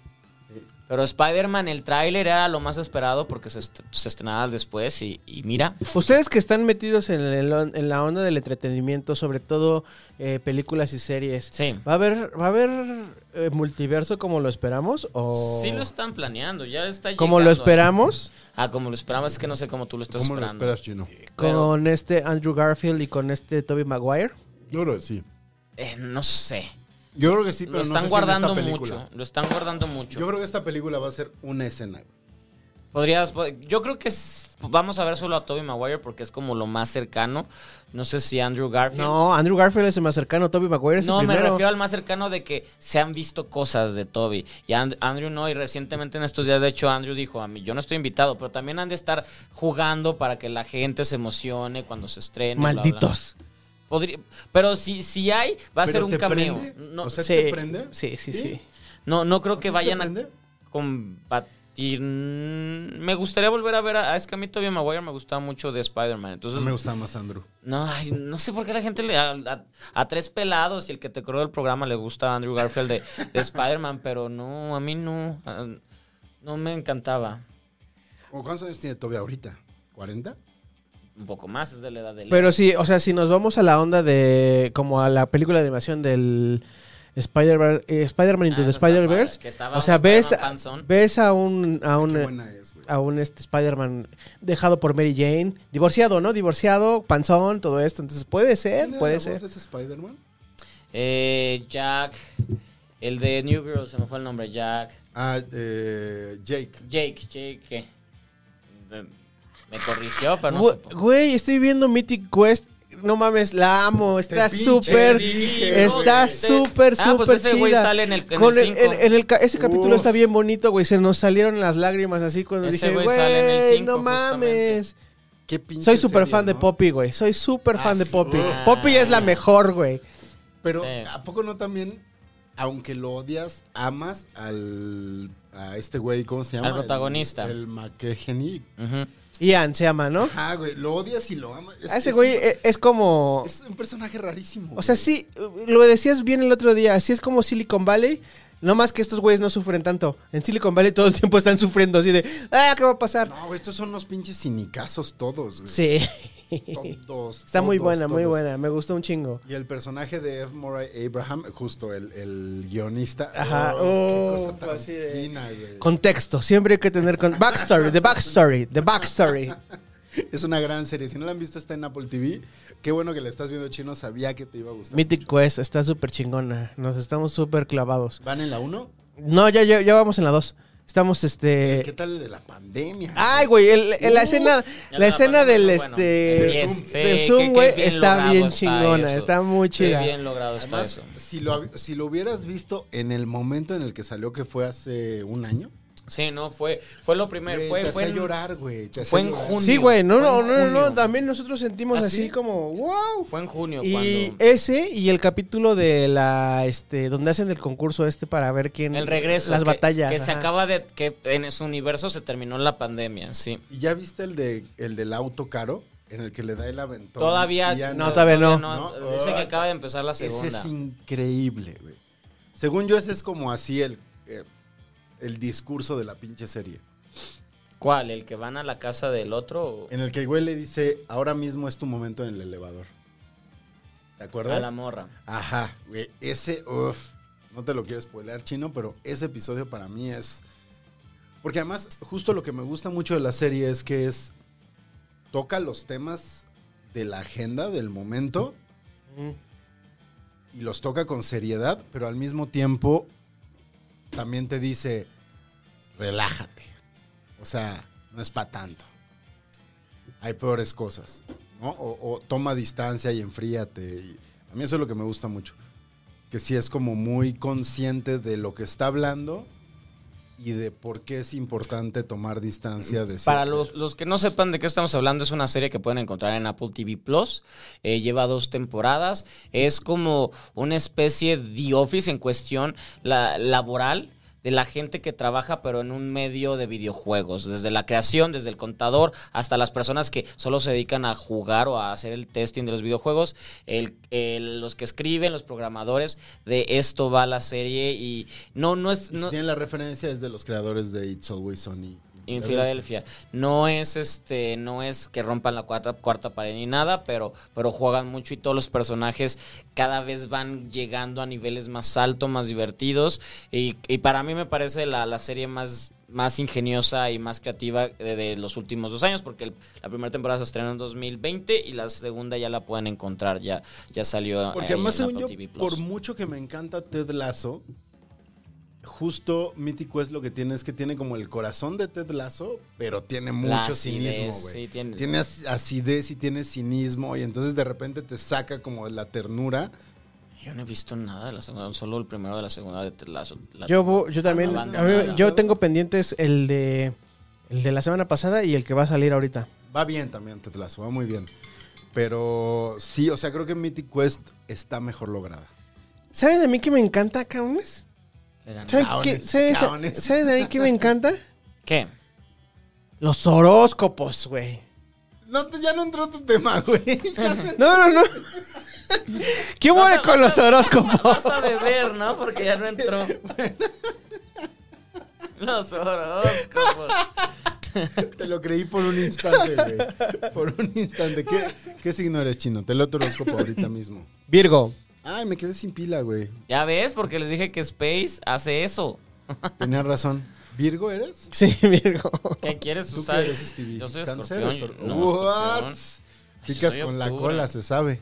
Speaker 2: Pero Spider-Man, el tráiler era lo más esperado porque se, est- se estrenaba después y, y mira.
Speaker 1: Ustedes que están metidos en, el on- en la onda del entretenimiento, sobre todo eh, películas y series,
Speaker 2: Sí.
Speaker 1: ¿va a haber, va a haber eh, multiverso como lo esperamos? ¿O
Speaker 2: Sí lo están planeando, ya está
Speaker 1: como lo
Speaker 2: llegando ahí.
Speaker 1: esperamos?
Speaker 2: Ah, como lo esperabas, es que no sé cómo tú lo estás
Speaker 3: ¿Cómo lo
Speaker 2: esperando.
Speaker 3: esperas, Chino?
Speaker 2: Pero-
Speaker 1: Con este Andrew Garfield y con este Toby Maguire.
Speaker 3: Yo creo que sí.
Speaker 2: Eh, no sé.
Speaker 3: Yo creo que sí, pero
Speaker 2: lo
Speaker 3: no
Speaker 2: están
Speaker 3: sé si en
Speaker 2: guardando
Speaker 3: esta película.
Speaker 2: mucho. Lo están guardando mucho.
Speaker 3: Yo creo que esta película va a ser una escena.
Speaker 2: Podrías. po- Yo creo que es- vamos a ver solo a Toby Maguire porque es como lo más cercano. No sé si Andrew Garfield.
Speaker 1: No, Andrew Garfield es el más cercano, Toby Maguire es el
Speaker 2: No, me
Speaker 1: primero.
Speaker 2: refiero al más cercano de que se han visto cosas de Toby. Y And- Andrew no, y recientemente en estos días, de hecho, Andrew dijo a mí, yo no estoy invitado, pero también han de estar jugando para que la gente se emocione cuando se estrene. bla, bla".
Speaker 1: Malditos.
Speaker 2: Podría- pero si, si hay, va a ser
Speaker 3: ¿Pero
Speaker 2: un
Speaker 3: te
Speaker 2: cameo.
Speaker 3: prende?
Speaker 2: No,
Speaker 3: O sea,
Speaker 1: Sí.
Speaker 3: ¿te prende?
Speaker 1: Sí, sí, sí.
Speaker 2: no, no creo que
Speaker 3: ¿Sí te
Speaker 2: vayan a
Speaker 3: prende?
Speaker 2: combatir. Mm, Me gustaría volver a ver a. Es que a mí Tobey Maguire me gustaba mucho de Spider-Man. Entonces,
Speaker 3: Me gusta más Andrew.
Speaker 2: no, ay, no sé por qué la gente le. A, a- a tres pelados y el que te corrió el programa le gusta a Andrew Garfield de, de Spider-Man, pero no, a mí no. ah, No me encantaba.
Speaker 3: ¿O ¿Cuántos años tiene Toby ahorita? ¿40?
Speaker 2: Un poco más, es de la edad de.
Speaker 1: Pero sí, o sea, si nos vamos a la onda de. como a la película de animación del Spider-Man eh, Spider-Man Into
Speaker 2: Ah,
Speaker 1: the
Speaker 2: eso está padre,
Speaker 1: Spider-Verse.
Speaker 2: que estaba
Speaker 1: O
Speaker 2: un
Speaker 1: sea, ves,
Speaker 2: Spider-Man panzón.
Speaker 1: ves a un. a
Speaker 3: Qué
Speaker 2: Eh.
Speaker 1: un,
Speaker 3: buena es, güey.
Speaker 1: a un este Spider-Man dejado por Mary Jane. Divorciado, ¿no? Divorciado, panzón, todo esto. Entonces puede
Speaker 3: ¿Quién
Speaker 1: ser,
Speaker 3: era
Speaker 1: puede
Speaker 3: la voz
Speaker 1: ser.
Speaker 3: de ese Spider-Man?
Speaker 2: Eh, Jack. El de New Girl, se me fue el nombre. Jack.
Speaker 3: Ah, eh, Jake.
Speaker 2: Jake, Jake, ¿qué? De- Me corrigió, pero no
Speaker 1: Gü-
Speaker 2: supo.
Speaker 1: Güey, estoy viendo Mythic Quest. No mames, la amo. Está
Speaker 3: pinche
Speaker 1: súper.
Speaker 3: dije,
Speaker 1: Está
Speaker 3: güey.
Speaker 1: súper, súper
Speaker 2: Ah, pues ese güey
Speaker 1: chida.
Speaker 2: sale en el- en el
Speaker 1: Con
Speaker 2: cinco.
Speaker 1: en el ca- ese capítulo
Speaker 3: Uf.
Speaker 1: está bien bonito, güey. Se nos salieron las lágrimas así cuando
Speaker 2: Ese
Speaker 1: dije,
Speaker 2: güey sale en el
Speaker 1: güey,
Speaker 2: cinco,
Speaker 1: no mames.
Speaker 3: Qué pinche
Speaker 1: Soy súper
Speaker 3: serie,
Speaker 1: fan de
Speaker 3: ¿no?
Speaker 1: Poppy, güey. Soy súper
Speaker 2: Ah,
Speaker 1: fan de
Speaker 2: sí.
Speaker 1: Poppy.
Speaker 2: Uf.
Speaker 1: Poppy es la mejor, güey.
Speaker 3: Pero,
Speaker 2: Sí.
Speaker 3: ¿a poco no también aunque lo odias, amas al, a este güey, ¿cómo se llama?
Speaker 2: Al protagonista.
Speaker 3: El, el McKechnie.
Speaker 2: Ujú.
Speaker 1: Ian se llama, ¿no?
Speaker 3: Ajá, güey, lo odias y lo amas. Es-
Speaker 1: A ese
Speaker 3: es
Speaker 1: güey
Speaker 3: un-
Speaker 1: e- es como...
Speaker 3: Es un personaje rarísimo.
Speaker 1: O sea,
Speaker 3: güey.
Speaker 1: sí, lo decías bien el otro día, así es como Silicon Valley, no más que estos güeyes no sufren tanto. En Silicon Valley todo el tiempo están sufriendo así de, ah, ¿qué va a pasar?
Speaker 3: No, güey, estos son unos pinches cinicazos todos, güey.
Speaker 1: Sí.
Speaker 3: Todos.
Speaker 1: Está muy
Speaker 3: todos,
Speaker 1: buena, muy
Speaker 3: todos.
Speaker 1: buena, me gustó un chingo.
Speaker 3: Y el personaje de F. Murray Abraham, justo el, el guionista.
Speaker 1: Ajá,
Speaker 3: Oh,
Speaker 1: oh,
Speaker 3: qué cosa tan
Speaker 1: así de-
Speaker 3: fina, güey.
Speaker 1: Contexto, siempre hay que tener con backstory, the backstory, the backstory.
Speaker 3: Es una gran serie. Si no la han visto, está en Apple TV. Qué bueno que la estás viendo, chino. Sabía que te iba a gustar.
Speaker 1: Mythic Quest está súper chingona, nos estamos súper clavados.
Speaker 3: ¿Van en la 1?
Speaker 1: No, ya, ya, ya vamos en la 2. Estamos
Speaker 2: Eh,
Speaker 1: este
Speaker 3: ¿Qué tal el de la pandemia?
Speaker 1: Ay, güey, el- el- la
Speaker 3: Uf.
Speaker 1: escena,
Speaker 2: Ya
Speaker 1: la
Speaker 2: la
Speaker 1: escena
Speaker 2: pandemia,
Speaker 1: del
Speaker 2: bueno,
Speaker 1: este
Speaker 2: del
Speaker 1: del
Speaker 2: Zoom.
Speaker 1: Zoom,
Speaker 2: Sí, qué- qué
Speaker 1: güey
Speaker 2: bien
Speaker 1: está
Speaker 2: logrado
Speaker 1: bien
Speaker 2: está
Speaker 1: chingona,
Speaker 2: eso.
Speaker 1: está muy
Speaker 2: Qué
Speaker 1: chida.
Speaker 2: bien logrado está
Speaker 3: Además,
Speaker 2: eso.
Speaker 3: si lo, hab- si lo hubieras visto en el momento en el que salió, que fue hace un año,
Speaker 2: Sí, no, fue, fue lo primero.
Speaker 3: güey,
Speaker 2: Fue,
Speaker 3: te
Speaker 2: fue
Speaker 3: hacía
Speaker 2: en-
Speaker 3: llorar, güey. te hacía
Speaker 2: fue en
Speaker 3: llorar.
Speaker 2: junio.
Speaker 1: Sí, güey, no,
Speaker 2: Fue
Speaker 1: no,
Speaker 2: en
Speaker 1: no, no,
Speaker 2: junio.
Speaker 1: también nosotros sentimos
Speaker 3: ¿Ah,
Speaker 1: así
Speaker 3: sí?
Speaker 1: como, wow.
Speaker 2: Fue en junio
Speaker 1: Y
Speaker 2: cuando.
Speaker 1: ese y el capítulo de la, este, donde hacen el concurso este para ver quién.
Speaker 2: El regreso.
Speaker 1: Las
Speaker 2: que-
Speaker 1: batallas.
Speaker 2: Que se
Speaker 1: ajá.
Speaker 2: acaba de. Que en su universo se terminó la pandemia, sí.
Speaker 3: ¿Y ya viste el, de, el del auto caro? En el que le da el aventón.
Speaker 2: Todavía.
Speaker 3: Y ya
Speaker 1: No, todavía no.
Speaker 3: No.
Speaker 2: Dice que acaba de empezar la
Speaker 3: Ese
Speaker 2: segunda.
Speaker 3: es increíble, güey. Según yo, ese es como así el, eh, el discurso de la pinche serie.
Speaker 2: ¿Cuál? ¿El que van a la casa del otro? o-
Speaker 3: En el que el güey le dice, ahora mismo es tu momento en el elevador. ¿Te acuerdas?
Speaker 2: A la morra.
Speaker 3: Ajá, güey. Ese, uff. No te lo quiero spoilear, chino, pero ese episodio para mí es. Porque además, justo lo que me gusta mucho de la serie es que es. Toca los temas de la agenda del momento
Speaker 1: Mm.
Speaker 3: y los toca con seriedad, pero al mismo tiempo también te dice: relájate. O sea, no es para tanto. Hay peores cosas, ¿no? O, o toma distancia y enfríate. y a mí eso es lo que me gusta mucho. Que sí es como muy consciente de lo que está hablando y de por qué es importante tomar distancia de
Speaker 2: Para
Speaker 3: ciertas-
Speaker 2: los, los que no sepan de qué estamos hablando, es una serie que pueden encontrar en Apple TV Plus. Eh, lleva dos temporadas. Es como una especie de The Office en cuestión la- laboral de la gente que trabaja pero en un medio de videojuegos, desde la creación, desde el contador, hasta las personas que solo se dedican a jugar o a hacer el testing de los videojuegos, el- el- los que escriben, los programadores, de esto va la serie y no, no es...
Speaker 3: Y si
Speaker 2: no-
Speaker 3: tienen la referencia es de los creadores de It's Always Sunny.
Speaker 2: en Filadelfia. No es este, no es que rompan la cuarta, cuarta pared ni nada, pero, pero juegan mucho y todos los personajes cada vez van llegando a niveles más altos, más divertidos. Y, y para mí me parece la, la serie más, más ingeniosa y más creativa de, de los últimos dos años, porque el- la primera temporada se estrenó en 2020 y la segunda ya la pueden encontrar, ya, ya salió.
Speaker 3: Porque
Speaker 2: ahí
Speaker 3: además,
Speaker 2: en
Speaker 3: según
Speaker 2: Apple
Speaker 3: yo,
Speaker 2: TV+.
Speaker 3: por mucho que me encanta Ted Lasso, justo Mítico es lo que tiene, es que tiene como el corazón de Ted Lasso, pero tiene mucho
Speaker 2: La acidez,
Speaker 3: cinismo, güey.
Speaker 2: sí, tiene-
Speaker 3: Tiene ac- acidez y tiene cinismo, y entonces de repente te saca como la ternura.
Speaker 2: Yo no he visto nada de la segunda, solo el primero de la segunda de Ted Lasso. La-
Speaker 1: Yo, vo- yo también,
Speaker 2: Ah, no,
Speaker 1: a mí-
Speaker 2: abandonada.
Speaker 1: yo tengo pendientes el de, el de la semana pasada y el que va a salir ahorita.
Speaker 3: Va bien también Ted Lasso, va muy bien. Pero sí, o sea, creo que Mythic Quest está mejor lograda.
Speaker 1: ¿Saben de mí que me encanta, cabrones?
Speaker 2: Eran-
Speaker 1: ¿Saben
Speaker 3: Cabrones,
Speaker 1: qué- saben-
Speaker 3: cabrones.
Speaker 1: saben de mí que me encanta?
Speaker 2: ¿Qué?
Speaker 1: Los horóscopos, güey.
Speaker 3: No, te- ya no entró tu tema, güey. Ya no-
Speaker 1: No, no, no. ¿Qué
Speaker 2: Vas a-
Speaker 1: mueve con
Speaker 2: vas
Speaker 1: los
Speaker 2: a-
Speaker 1: horóscopos?
Speaker 2: Vas a beber, ¿no? Porque ya no entró. Los horóscopos.
Speaker 3: Te lo creí por un instante, güey. Por un instante. ¿Qué, qué signo eres chino? Te lo horóscopo ahorita mismo.
Speaker 1: Virgo.
Speaker 3: Ay, me quedé sin pila, güey.
Speaker 2: Ya ves, porque les dije que Space hace eso.
Speaker 3: Tenías razón. ¿Virgo eres?
Speaker 1: Sí, Virgo.
Speaker 2: ¿Qué quieres
Speaker 3: ¿Tú qué
Speaker 2: usar?
Speaker 3: eres, Stevie?
Speaker 2: Yo soy
Speaker 3: ¿Cáncer
Speaker 2: escorpión.
Speaker 3: o escorpión?
Speaker 2: No,
Speaker 3: What?
Speaker 2: escorpión. Ay,
Speaker 3: Picas
Speaker 2: soy
Speaker 3: con la
Speaker 2: octubre.
Speaker 3: cola, se sabe.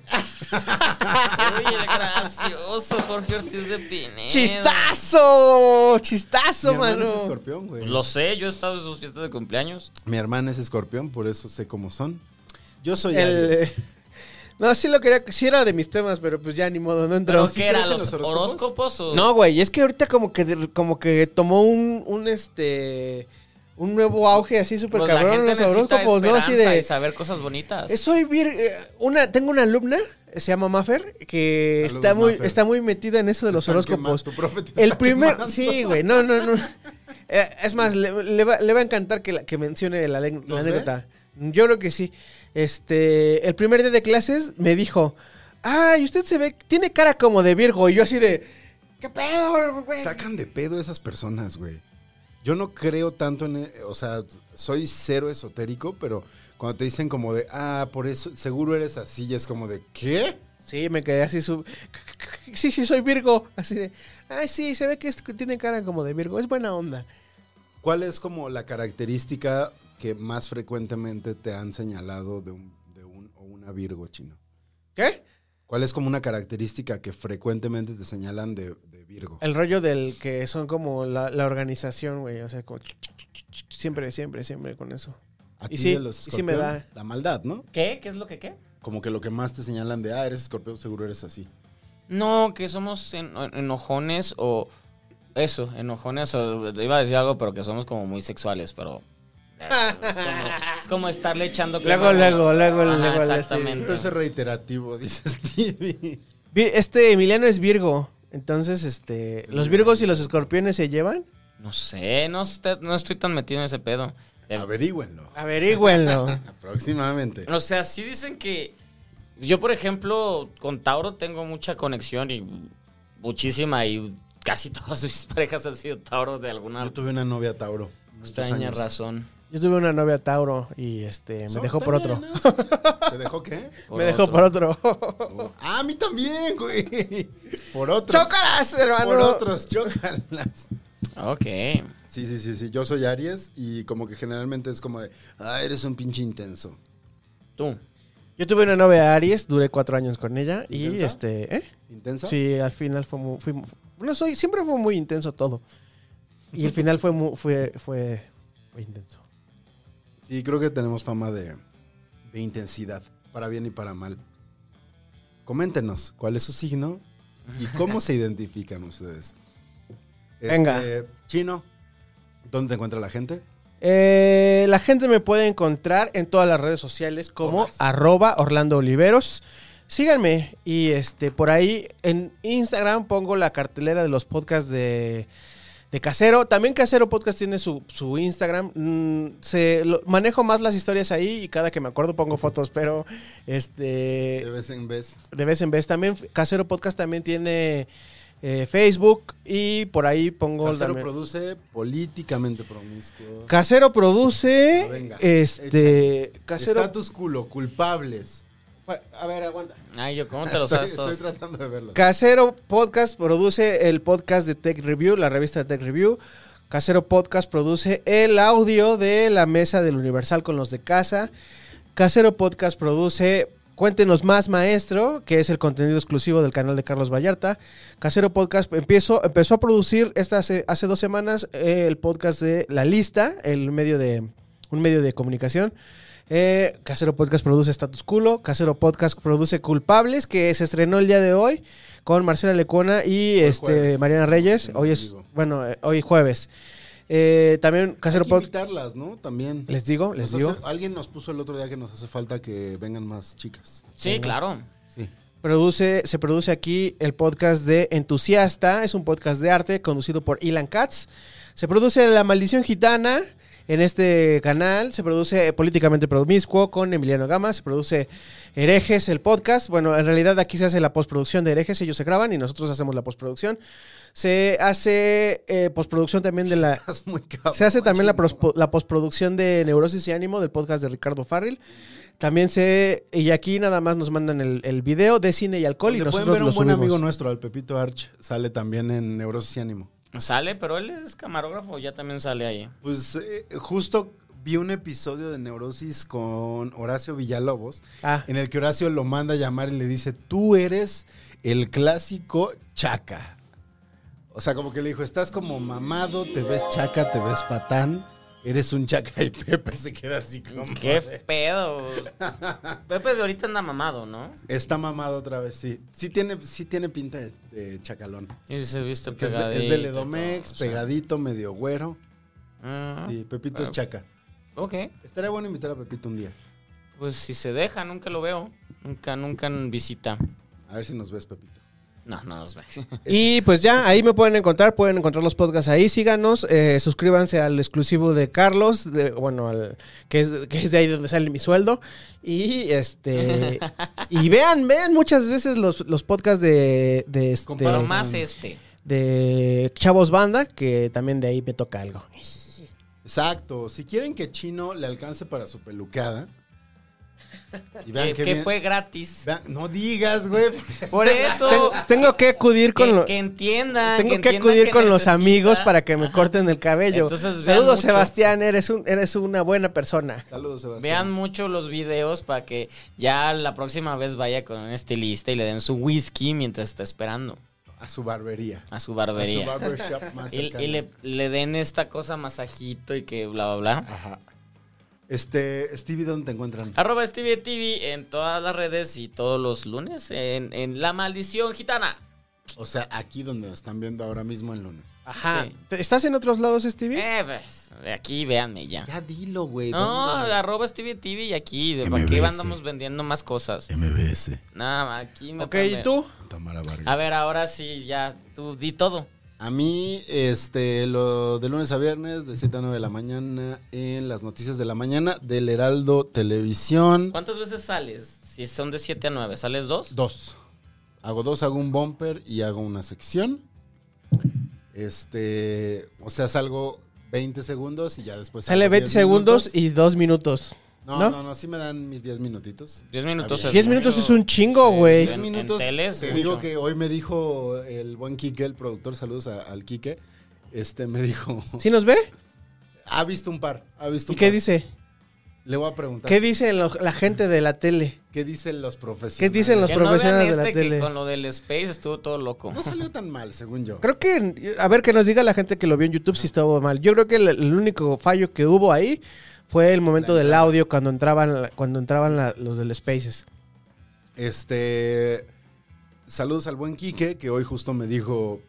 Speaker 2: Oye, gracioso, Jorge Ortiz de Pineda.
Speaker 1: ¡Chistazo!
Speaker 3: Mi
Speaker 1: ¡Chistazo,
Speaker 3: hermana es
Speaker 1: mano!
Speaker 3: escorpión, güey.
Speaker 2: Lo sé, yo he estado en sus fiestas de cumpleaños.
Speaker 3: Mi hermana es escorpión, por eso sé cómo son. Yo soy
Speaker 1: El-
Speaker 3: Aries.
Speaker 1: No, sí lo quería. Sí era de mis temas, pero pues ya ni modo, no entró.
Speaker 2: ¿Pero
Speaker 3: sí
Speaker 2: qué era?
Speaker 3: crees en
Speaker 2: ¿Los,
Speaker 3: los
Speaker 2: horóscopos?
Speaker 1: No, güey, es que ahorita como que como que tomó un, un este un nuevo auge así súper
Speaker 2: Pues
Speaker 1: cabrón en los horóscopos, ¿no? Así
Speaker 2: esperanza
Speaker 1: de.
Speaker 2: y saber cosas bonitas.
Speaker 1: Soy vir eh, una tengo una alumna se llama Maffer que
Speaker 3: Saludos,
Speaker 1: está muy
Speaker 3: Mafer.
Speaker 1: está muy metida en eso de los
Speaker 3: Están
Speaker 1: horóscopos.
Speaker 3: quemando, tu profe te
Speaker 1: El
Speaker 3: está
Speaker 1: primer
Speaker 3: quemando.
Speaker 1: sí güey no no no Eh, es más le, le va, le va a encantar que la- que mencione la, ane- la
Speaker 3: ¿Los ve?
Speaker 1: anécdota. Yo creo que sí. Este el primer día de clases me dijo ay usted se ve tiene cara como de Virgo y yo así de qué pedo güey
Speaker 3: Sacan de pedo esas personas, güey. Yo no creo tanto en... e- O sea, soy cero esotérico, pero cuando te dicen como de, ah, por eso, seguro eres así, y es como de, ¿qué?
Speaker 1: sí me quedé así sub- sí sí soy Virgo así de ay sí se ve que es- que tiene cara como de Virgo es buena onda.
Speaker 3: ¿Cuál es como la característica que más frecuentemente te han señalado de un, de un o una Virgo chino?
Speaker 1: ¿Qué?
Speaker 3: ¿Cuál es como una característica que frecuentemente te señalan de, de Virgo?
Speaker 1: El rollo del que son como la, la organización, güey. O sea, como siempre, siempre, siempre con eso.
Speaker 3: A
Speaker 1: y
Speaker 3: ti
Speaker 1: sí,
Speaker 3: de los
Speaker 1: y sí me
Speaker 3: escorpión,
Speaker 1: da.
Speaker 3: La maldad, ¿no?
Speaker 2: ¿Qué? ¿Qué es lo que qué?
Speaker 3: Como que lo que más te señalan de, ah, eres escorpión, seguro eres así.
Speaker 2: No, que somos en- enojones o... Eso, enojones o... Iba a decir algo, pero que somos como muy sexuales, pero... eh, Es como, es como estarle echando...
Speaker 1: Luego,
Speaker 2: crema.
Speaker 1: luego, luego, luego,
Speaker 2: Ajá,
Speaker 1: este. así.
Speaker 3: Pero
Speaker 2: Exactamente.
Speaker 3: eso es reiterativo, dice Stevie.
Speaker 1: Vi- Este Emiliano es Virgo. Entonces, este. ¿Los Virgos y los escorpiones se llevan?
Speaker 2: No sé, no, está- no estoy tan metido en ese pedo. Eh,
Speaker 3: Averígüenlo.
Speaker 1: ah, Averígüenlo.
Speaker 3: Próximamente.
Speaker 2: O sea, sí dicen que. Yo, por ejemplo, con Tauro tengo mucha conexión y muchísima, y casi todas mis parejas han sido Tauro de alguna
Speaker 3: Yo tuve una novia Tauro. muchos
Speaker 2: extraña
Speaker 3: años.
Speaker 2: razón.
Speaker 1: Yo tuve una novia Tauro y este. Me
Speaker 3: Son
Speaker 1: dejó por otro.
Speaker 3: también, ¿no? ¿Te dejó qué?
Speaker 2: Por
Speaker 1: Me dejó
Speaker 2: otro.
Speaker 1: por otro.
Speaker 3: Uh, ah, a mí también, güey. Por otros.
Speaker 1: ¡Chócalas, hermano!
Speaker 3: Por otros, chócalas.
Speaker 2: Ok.
Speaker 3: Sí, sí, sí, sí. Yo soy Aries y como que generalmente es como de, ah, eres un pinche intenso.
Speaker 2: Tú.
Speaker 1: Yo tuve una novia Aries, duré cuatro años con ella y
Speaker 3: ¿Intensa?
Speaker 1: este. ¿eh?
Speaker 3: ¿Intenso?
Speaker 1: Sí, al final fue muy, fui- no soy, siempre fue muy intenso todo. Y el final fue muy, fue, fue, fue intenso.
Speaker 3: Sí, creo que tenemos fama de, de intensidad, para bien y para mal. Coméntenos cuál es su signo y cómo se identifican ustedes. Este,
Speaker 1: Venga.
Speaker 3: Chino, ¿dónde te encuentra la gente?
Speaker 1: Eh, la gente me puede encontrar en todas las redes sociales como
Speaker 3: Todas.
Speaker 1: arroba Orlando Oliveros. Síganme y este por ahí en Instagram pongo la cartelera de los podcasts de, de Casero. También Casero Podcast tiene su, su Instagram. Mm, se, lo- manejo más las historias ahí y cada que me acuerdo pongo fotos, pero este
Speaker 3: De vez en vez.
Speaker 1: de vez en vez. También Casero Podcast también tiene eh, Facebook y por ahí pongo
Speaker 3: Casero
Speaker 1: también-
Speaker 3: produce políticamente promiscuo.
Speaker 1: Casero produce
Speaker 3: No, venga,
Speaker 1: este Casero
Speaker 3: Status culo, culpables.
Speaker 1: A ver, aguanta.
Speaker 2: Ay, yo, ¿cómo te lo
Speaker 3: estoy,
Speaker 2: sabes
Speaker 3: estoy
Speaker 2: todos?
Speaker 3: tratando de verlo.
Speaker 1: Casero Podcast produce el podcast de Tech Review, la revista de Tech Review. Casero Podcast produce el audio de la mesa del Universal con los de casa. Casero Podcast produce Cuéntenos más, maestro, que es el contenido exclusivo del canal de Carlos Vallarta. Casero Podcast empiezo- empezó a producir esta hace, hace dos semanas eh, el podcast de La Lista, el medio de, un medio de comunicación. Eh, Casero Podcast produce Status Culo. Casero Podcast produce Culpables, que se estrenó el día de hoy con Marcela Lecuona y este,
Speaker 3: jueves.
Speaker 1: Mariana Reyes. Hoy es,
Speaker 3: Vivo.
Speaker 1: bueno, eh, hoy jueves. Eh, también
Speaker 3: Hay
Speaker 1: Casero
Speaker 3: que
Speaker 1: Podcast.
Speaker 3: invitarlas, ¿no? También.
Speaker 1: Les digo, les
Speaker 3: Nos
Speaker 1: digo.
Speaker 3: hace- alguien nos puso el otro día que nos hace falta que vengan más chicas.
Speaker 2: Sí, claro.
Speaker 3: Sí.
Speaker 1: Produce, se produce aquí el podcast de Entusiasta, es un podcast de arte conducido por Ilan Katz. Se produce La Maldición Gitana en este canal, se produce Políticamente Promiscuo con Emiliano Gama, se produce Herejes, el podcast. Bueno, en realidad aquí se hace la postproducción de Herejes, ellos se graban y nosotros hacemos la postproducción. Se hace eh, postproducción también de la...
Speaker 3: Estás muy cabrón,
Speaker 1: Se hace también la,
Speaker 3: chingón.
Speaker 1: prospo- la postproducción de Neurosis y Ánimo del podcast de Ricardo Farril. También se. Y aquí nada más nos mandan el, el video de cine y alcohol y
Speaker 3: Donde
Speaker 1: nosotros
Speaker 3: pueden ver a
Speaker 1: lo
Speaker 3: un buen
Speaker 1: subimos.
Speaker 3: amigo nuestro, al Pepito Arch, sale también en Neurosis y Ánimo.
Speaker 2: Sale, pero él es camarógrafo, ya también sale ahí.
Speaker 3: Pues eh, justo vi un episodio de Neurosis con Horacio Villalobos,
Speaker 1: Ah,
Speaker 3: en el que Horacio lo manda a llamar y le dice, tú eres el clásico chaca. O sea, como que le dijo, estás como mamado, te ves chaca, te ves patán, eres un chaca y Pepe se queda así como...
Speaker 2: ¿Qué
Speaker 3: de-
Speaker 2: pedo? Pepe de ahorita anda mamado, ¿no?
Speaker 3: Está mamado otra vez, sí. Sí tiene, sí tiene pinta de, de chacalón.
Speaker 2: Y se viste
Speaker 3: Que es, de-
Speaker 2: pegadito.
Speaker 3: es del Edomex,
Speaker 2: y todo, o sea.
Speaker 3: pegadito, medio güero.
Speaker 2: Ah,
Speaker 3: Sí, Pepito es
Speaker 2: Ah.
Speaker 3: chaca.
Speaker 2: Ok.
Speaker 3: Estaría bueno invitar a Pepito un día.
Speaker 2: Pues si se deja, nunca lo veo. Nunca, nunca visita.
Speaker 3: A ver si nos ves, Pepito.
Speaker 2: No, no nos ve.
Speaker 1: Y pues ya, ahí me pueden encontrar, pueden encontrar los podcasts ahí, síganos, eh, suscríbanse al exclusivo de Carlos, de- bueno, al, que, es, que es de ahí donde sale mi sueldo. Y este y vean, vean muchas veces los, los podcasts de, de, este-
Speaker 2: Pero más este.
Speaker 1: de Chavos Banda, que también de ahí me toca algo.
Speaker 3: Exacto. Si quieren que Chino le alcance para su pelucada. Y vean
Speaker 2: Que,
Speaker 3: qué
Speaker 2: eh, que
Speaker 3: bien-
Speaker 2: fue gratis.
Speaker 3: vean- no digas, güey.
Speaker 2: Por eso.
Speaker 1: Ten- tengo que acudir con
Speaker 2: que,
Speaker 1: lo-
Speaker 2: que entiendan.
Speaker 1: Tengo que
Speaker 2: entiendan
Speaker 1: acudir con los
Speaker 2: necesita.
Speaker 1: amigos para que me corten el cabello.
Speaker 2: Entonces, vean
Speaker 1: Saludos,
Speaker 2: mucho.
Speaker 1: Sebastián, eres, un, eres una buena persona.
Speaker 3: Saludos, Sebastián.
Speaker 2: Vean mucho los videos para que ya la próxima vez vaya con un estilista y le den su whisky mientras está esperando
Speaker 3: A su barbería.
Speaker 2: a su
Speaker 3: A su
Speaker 2: barbería.
Speaker 3: barbershop más
Speaker 2: Y,
Speaker 3: cercano.
Speaker 2: y le, le den esta cosa masajito y que bla, bla, bla.
Speaker 3: Ajá. Este, Stevie, ¿dónde te encuentran?
Speaker 2: Arroba Stevie TV en todas las redes y todos los lunes en, en La Maldición Gitana.
Speaker 3: O sea, aquí donde nos están viendo ahora mismo el lunes.
Speaker 1: Ajá.
Speaker 2: Sí.
Speaker 1: ¿Te- ¿Estás en otros lados, Stevie?
Speaker 2: Eh, pues, aquí véanme ya.
Speaker 3: Ya dilo, güey.
Speaker 2: No,
Speaker 3: ¿dónde?
Speaker 2: arroba Stevie TV y aquí. ¿Para
Speaker 3: MBS.
Speaker 2: qué andamos vendiendo más cosas?
Speaker 3: MBS,
Speaker 2: Nada, aquí me
Speaker 1: ok, ¿y tú?
Speaker 3: Tamara Vargas.
Speaker 2: A ver, ahora sí, ya, tú di todo.
Speaker 3: A mí, este, lo de lunes a viernes, de 7 a 9 de la mañana, en las noticias de la mañana del Heraldo Televisión.
Speaker 2: ¿Cuántas veces sales? Si son de 7 a 9, ¿sales dos?
Speaker 3: Dos. Hago dos, hago un bumper y hago una sección. Este, o sea, salgo 20 segundos y ya después.
Speaker 1: Sale
Speaker 3: hago
Speaker 1: 20
Speaker 3: 10
Speaker 1: segundos
Speaker 3: minutos.
Speaker 1: y 2 minutos.
Speaker 3: No,
Speaker 1: ¿no?
Speaker 3: no, no, sí me dan mis 10 minutitos.
Speaker 2: 10 minutos
Speaker 3: Está bien.
Speaker 2: es
Speaker 1: 10 minutos
Speaker 2: mucho.
Speaker 1: es un chingo,
Speaker 2: Sí,
Speaker 1: güey.
Speaker 2: diez
Speaker 3: Diez
Speaker 2: en- en
Speaker 3: minutos.
Speaker 2: tele es
Speaker 3: te
Speaker 2: mucho.
Speaker 3: digo que hoy me dijo el buen Quique, el productor, saludos a- al Quique. Este me dijo,
Speaker 1: ¿Sí nos ve?
Speaker 3: ha visto un par, ha visto
Speaker 1: ¿Y
Speaker 3: un
Speaker 1: qué
Speaker 3: par.
Speaker 1: dice?
Speaker 3: Le voy a preguntar.
Speaker 1: ¿Qué dice lo- la gente de la tele?
Speaker 3: ¿Qué dicen los profesionales?
Speaker 1: ¿Qué dicen los
Speaker 2: Que no vean
Speaker 1: profesionales
Speaker 2: este
Speaker 1: de la
Speaker 2: que
Speaker 1: tele?
Speaker 2: con lo del Space estuvo todo loco.
Speaker 3: No salió tan mal, según yo.
Speaker 1: Creo que, a ver, que nos diga la gente que lo vio en YouTube si estuvo mal. Yo creo que el, el único fallo que hubo ahí fue el momento
Speaker 3: La
Speaker 1: del
Speaker 3: entrada.
Speaker 1: audio cuando entraban, la- cuando entraban la- los del Spaces.
Speaker 3: Este. Saludos al buen Quique, que hoy justo me dijo.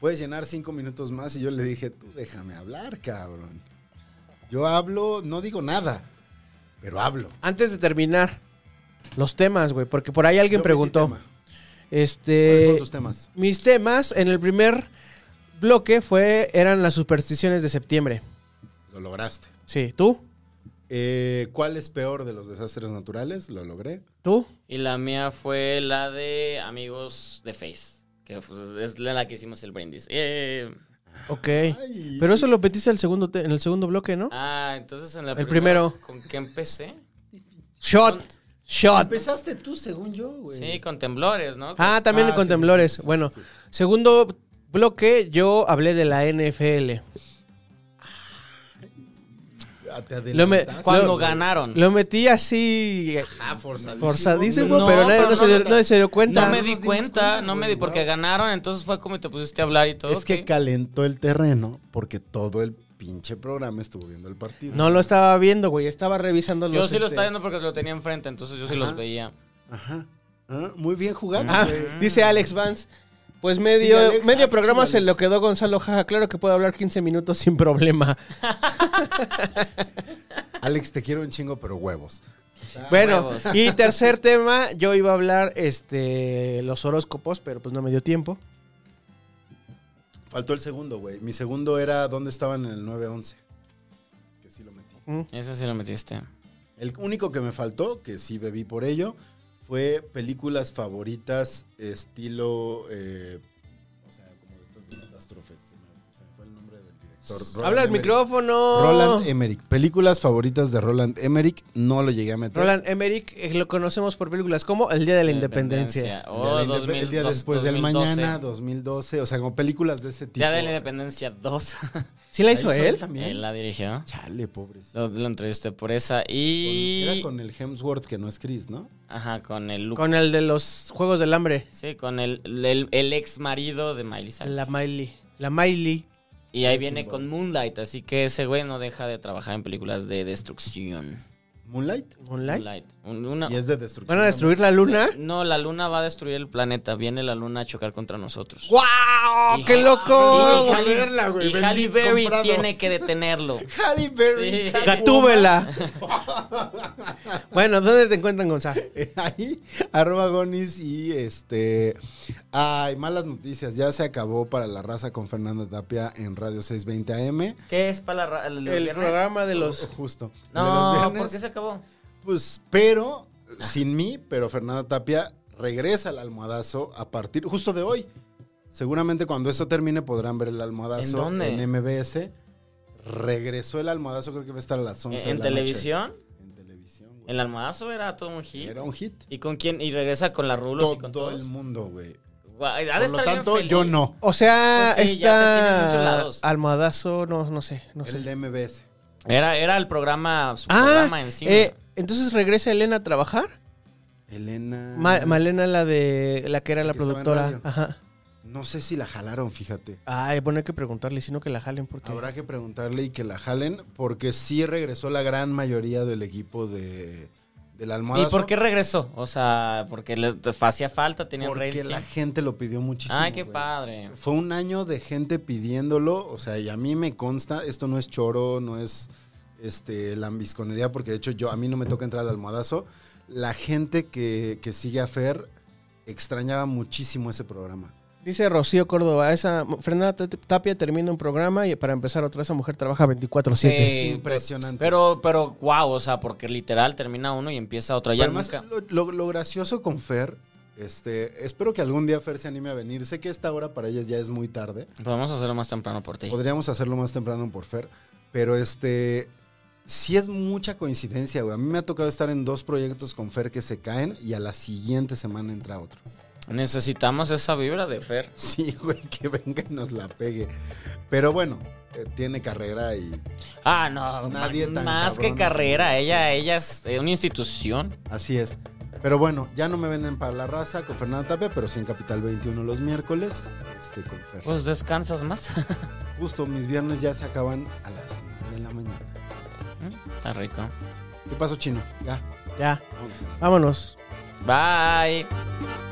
Speaker 3: Puedes llenar cinco minutos más. Y yo le dije, tú déjame hablar, cabrón. Yo hablo, no digo nada, pero hablo.
Speaker 1: Antes de terminar, los temas, güey, porque por ahí alguien
Speaker 3: Yo metí
Speaker 1: preguntó. eh,
Speaker 3: tema. ¿Cuáles
Speaker 1: Este.
Speaker 3: fueron tus temas?
Speaker 1: Mis temas en el primer bloque fue eran las supersticiones de septiembre.
Speaker 3: Lo lograste.
Speaker 1: Sí, ¿tú?
Speaker 3: Eh, ¿Cuál es peor de los desastres naturales? Lo logré.
Speaker 1: ¿Tú?
Speaker 2: Y la mía fue la de Amigos de Face, que fue- es la que hicimos el brindis. Eh,
Speaker 1: Ok.
Speaker 3: Ay.
Speaker 1: Pero eso lo petiste al segundo te- en el segundo bloque, ¿no?
Speaker 2: ah, entonces en la
Speaker 1: El
Speaker 2: primera,
Speaker 1: primero.
Speaker 2: ¿Con qué empecé?
Speaker 1: Shot. Shot.
Speaker 3: Empezaste tú, según yo, güey.
Speaker 2: Sí, con temblores, ¿no?
Speaker 1: Ah, también
Speaker 3: Ah,
Speaker 1: con
Speaker 3: sí, sí,
Speaker 1: temblores.
Speaker 3: sí, sí,
Speaker 1: bueno,
Speaker 3: sí.
Speaker 1: segundo bloque yo hablé de la NFL.
Speaker 3: Ah, te
Speaker 1: Lo me-
Speaker 3: adelantaste,
Speaker 2: Cuando
Speaker 1: lo-
Speaker 3: güey.
Speaker 2: ganaron.
Speaker 1: Lo metí así eh,
Speaker 3: Ah, forzadísimo.
Speaker 1: forzadísimo,
Speaker 2: No,
Speaker 1: pero nadie
Speaker 2: pero
Speaker 1: no se,
Speaker 2: no-
Speaker 1: dio, nadie se dio cuenta.
Speaker 2: no
Speaker 3: no
Speaker 2: me
Speaker 3: nos
Speaker 2: di
Speaker 3: dimos
Speaker 2: cuenta,
Speaker 3: cuenta,
Speaker 2: no me
Speaker 3: güey,
Speaker 2: di, porque
Speaker 3: wow.
Speaker 2: ganaron, entonces fue como te pusiste a hablar y todo.
Speaker 3: Es que
Speaker 2: ok.
Speaker 3: calentó el terreno porque todo el pinche programa estuvo viendo el partido.
Speaker 1: No lo estaba viendo, güey. Estaba revisando los.
Speaker 2: Yo sí lo
Speaker 1: este-
Speaker 2: estaba viendo porque lo tenía enfrente, entonces yo sí los
Speaker 3: Ajá.
Speaker 2: veía.
Speaker 3: Ajá. Ah, Muy bien jugado.
Speaker 1: Ah,
Speaker 3: güey.
Speaker 1: dice Alex Vance. Pues medio,
Speaker 3: Sí, Alex,
Speaker 1: medio
Speaker 3: ah,
Speaker 1: programa
Speaker 3: chido,
Speaker 1: se lo
Speaker 3: Alex.
Speaker 1: quedó Gonzalo Jaja. Claro que puedo hablar 15 minutos sin problema.
Speaker 3: Alex, te quiero un chingo, pero huevos. Ah,
Speaker 1: bueno,
Speaker 2: huevos.
Speaker 1: y tercer tema, yo iba a hablar este los horóscopos, pero pues no me dio tiempo.
Speaker 3: Faltó el segundo, güey. Mi segundo era dónde estaban en el 9-11. Que sí lo metí.
Speaker 2: Ese sí lo metiste.
Speaker 3: El único que me faltó, que sí bebí por ello, fue películas favoritas estilo... eh, o sea, como de estas de catástrofes. Se me, se me fue el nombre del director.
Speaker 1: Habla
Speaker 3: Roland
Speaker 1: el
Speaker 3: Emmerich.
Speaker 1: micrófono.
Speaker 3: Roland Emmerich. Películas favoritas de Roland Emmerich. No lo llegué a meter.
Speaker 1: Roland Emmerich, eh, lo conocemos por películas como El Día de la Independencia.
Speaker 3: El día
Speaker 2: Oh,
Speaker 3: de la indep-
Speaker 2: 2000,
Speaker 3: el día
Speaker 2: dos-
Speaker 3: después del
Speaker 2: 2012.
Speaker 3: mañana, 2012, o sea, como películas de ese tipo.
Speaker 2: Día de la Independencia 2.
Speaker 1: ¿Sí la hizo
Speaker 3: ¿La hizo
Speaker 1: él?
Speaker 3: también?
Speaker 2: Él la dirigió.
Speaker 3: Chale, pobres.
Speaker 2: Lo, lo entrevisté por esa y.
Speaker 3: Era con el Hemsworth que no es Chris, ¿no?
Speaker 2: Ajá, con el Luke.
Speaker 1: Con el de los Juegos del Hambre.
Speaker 2: Sí, con el, el, el ex marido de Miley Cyrus.
Speaker 1: La Miley. La Miley.
Speaker 2: y ahí viene con Moonlight, así que ese güey no deja de trabajar en películas de destrucción.
Speaker 3: Moonlight.
Speaker 1: Moonlight.
Speaker 2: Light. Un- una-
Speaker 3: Y es de destrucción.
Speaker 1: ¿Van a destruir la luna?
Speaker 2: No, la luna va a destruir el planeta. Viene la luna a chocar contra nosotros.
Speaker 1: ¡Wow!
Speaker 2: Y-
Speaker 1: ¡Qué
Speaker 2: Y,
Speaker 1: loco!
Speaker 2: y Halle-
Speaker 3: verla, güey.
Speaker 2: y
Speaker 3: Vendí
Speaker 2: Halle Berry
Speaker 3: comprado.
Speaker 2: tiene que detenerlo.
Speaker 3: Halle Berry.
Speaker 2: Sí.
Speaker 3: Catwoman.
Speaker 1: Gatúbela. bueno, ¿dónde te encuentran, Gonzalo?
Speaker 3: Ahí, arroba Gonis y este. Ay, malas noticias. Ya se acabó para la raza con Fernando Tapia en Radio 620 AM.
Speaker 2: ¿Qué es para la ra- los
Speaker 1: El
Speaker 2: viernes?
Speaker 1: programa de los...
Speaker 3: Justo. De los
Speaker 2: No,
Speaker 3: viernes.
Speaker 2: ¿por qué se acabó?
Speaker 3: Pues, pero, sin mí, pero Fernando Tapia regresa al almohadazo a partir justo de hoy. Seguramente cuando esto termine podrán ver el almohadazo
Speaker 2: ¿En dónde?
Speaker 3: MBS. Regresó el almohadazo, creo que va a estar a las 11 de
Speaker 2: Eh, ¿En
Speaker 3: la
Speaker 2: televisión?
Speaker 3: noche. En televisión, güey.
Speaker 2: El almohadazo era todo un hit.
Speaker 3: Era un hit.
Speaker 2: ¿Y con quién? ¿Y regresa con la Rulos y con
Speaker 3: Todo
Speaker 2: todos?
Speaker 3: el mundo, güey.
Speaker 2: Guay, ha de
Speaker 3: Por lo
Speaker 2: estar bien
Speaker 3: tanto,
Speaker 2: feliz.
Speaker 3: yo no.
Speaker 1: O sea,
Speaker 2: Pues sí, ya te tienen muchos
Speaker 1: está
Speaker 2: lados.
Speaker 1: almohadazo, no, no sé, no
Speaker 3: El
Speaker 1: sé.
Speaker 3: de MBS.
Speaker 2: Era, era el programa, su
Speaker 1: Ah,
Speaker 2: programa encima.
Speaker 1: eh, entonces regresa Elena a trabajar.
Speaker 3: Elena.
Speaker 1: Ma- Malena, la de la que era la
Speaker 3: que estaba en
Speaker 1: productora.
Speaker 3: radio.
Speaker 1: Ajá.
Speaker 3: No sé si la jalaron, fíjate.
Speaker 1: Ay, bueno, hay que preguntarle, sino que la jalen porque.
Speaker 3: Habrá que preguntarle y que la jalen, porque sí regresó la gran mayoría del equipo de, del
Speaker 2: ¿Y
Speaker 3: almohadazo.
Speaker 2: por qué regresó? O sea, porque le hacía falta, tenía
Speaker 3: Porque
Speaker 2: rating.
Speaker 3: la gente lo pidió muchísimo.
Speaker 2: Ay, qué
Speaker 3: güey.
Speaker 2: padre.
Speaker 3: Fue un año de gente pidiéndolo, o sea, y a mí me consta, esto no es choro, no es este lambisconería, porque de hecho yo a mí no me toca entrar al almohadazo. La gente que, que sigue a Fer extrañaba muchísimo ese programa.
Speaker 1: Dice Rocío Córdoba, esa Fernanda T- Tapia termina un programa y para empezar otro, esa mujer trabaja 24-7.
Speaker 2: Sí.
Speaker 3: es
Speaker 2: Eh,
Speaker 3: impresionante.
Speaker 2: Pero, pero, wow, o sea, porque literal termina uno y empieza otro.
Speaker 3: Pero
Speaker 2: Ya
Speaker 3: además,
Speaker 2: nunca.
Speaker 3: lo, lo- lo gracioso con Fer, este, espero que algún día Fer se anime a venir. Sé que esta hora para ella ya es muy tarde.
Speaker 2: Podemos hacerlo más temprano por ti.
Speaker 3: Podríamos hacerlo más temprano por Fer. Pero este. Sí es mucha coincidencia, güey. A mí me ha tocado estar en dos proyectos con Fer que se caen y a la siguiente semana entra otro.
Speaker 2: Necesitamos esa vibra de Fer.
Speaker 3: Sí, güey, que venga y nos la pegue. Pero bueno, eh, tiene carrera y
Speaker 2: Ah, no,
Speaker 3: Nadie
Speaker 2: ma-
Speaker 3: tan
Speaker 2: más
Speaker 3: cabrón.
Speaker 2: que carrera. Ella, ella es eh, una institución.
Speaker 3: así es. Pero bueno, ya no me ven en Para la Raza con Fernanda Tapia, pero sí en Capital 21 los miércoles, este, con Fer.
Speaker 2: Pues descansas más.
Speaker 3: Justo, mis viernes ya se acaban a las 9 de la mañana.
Speaker 2: Está rico.
Speaker 3: ¿Qué pasó, chino? Ya,
Speaker 1: Ya,
Speaker 3: vámonos.
Speaker 1: vámonos.
Speaker 2: Bye.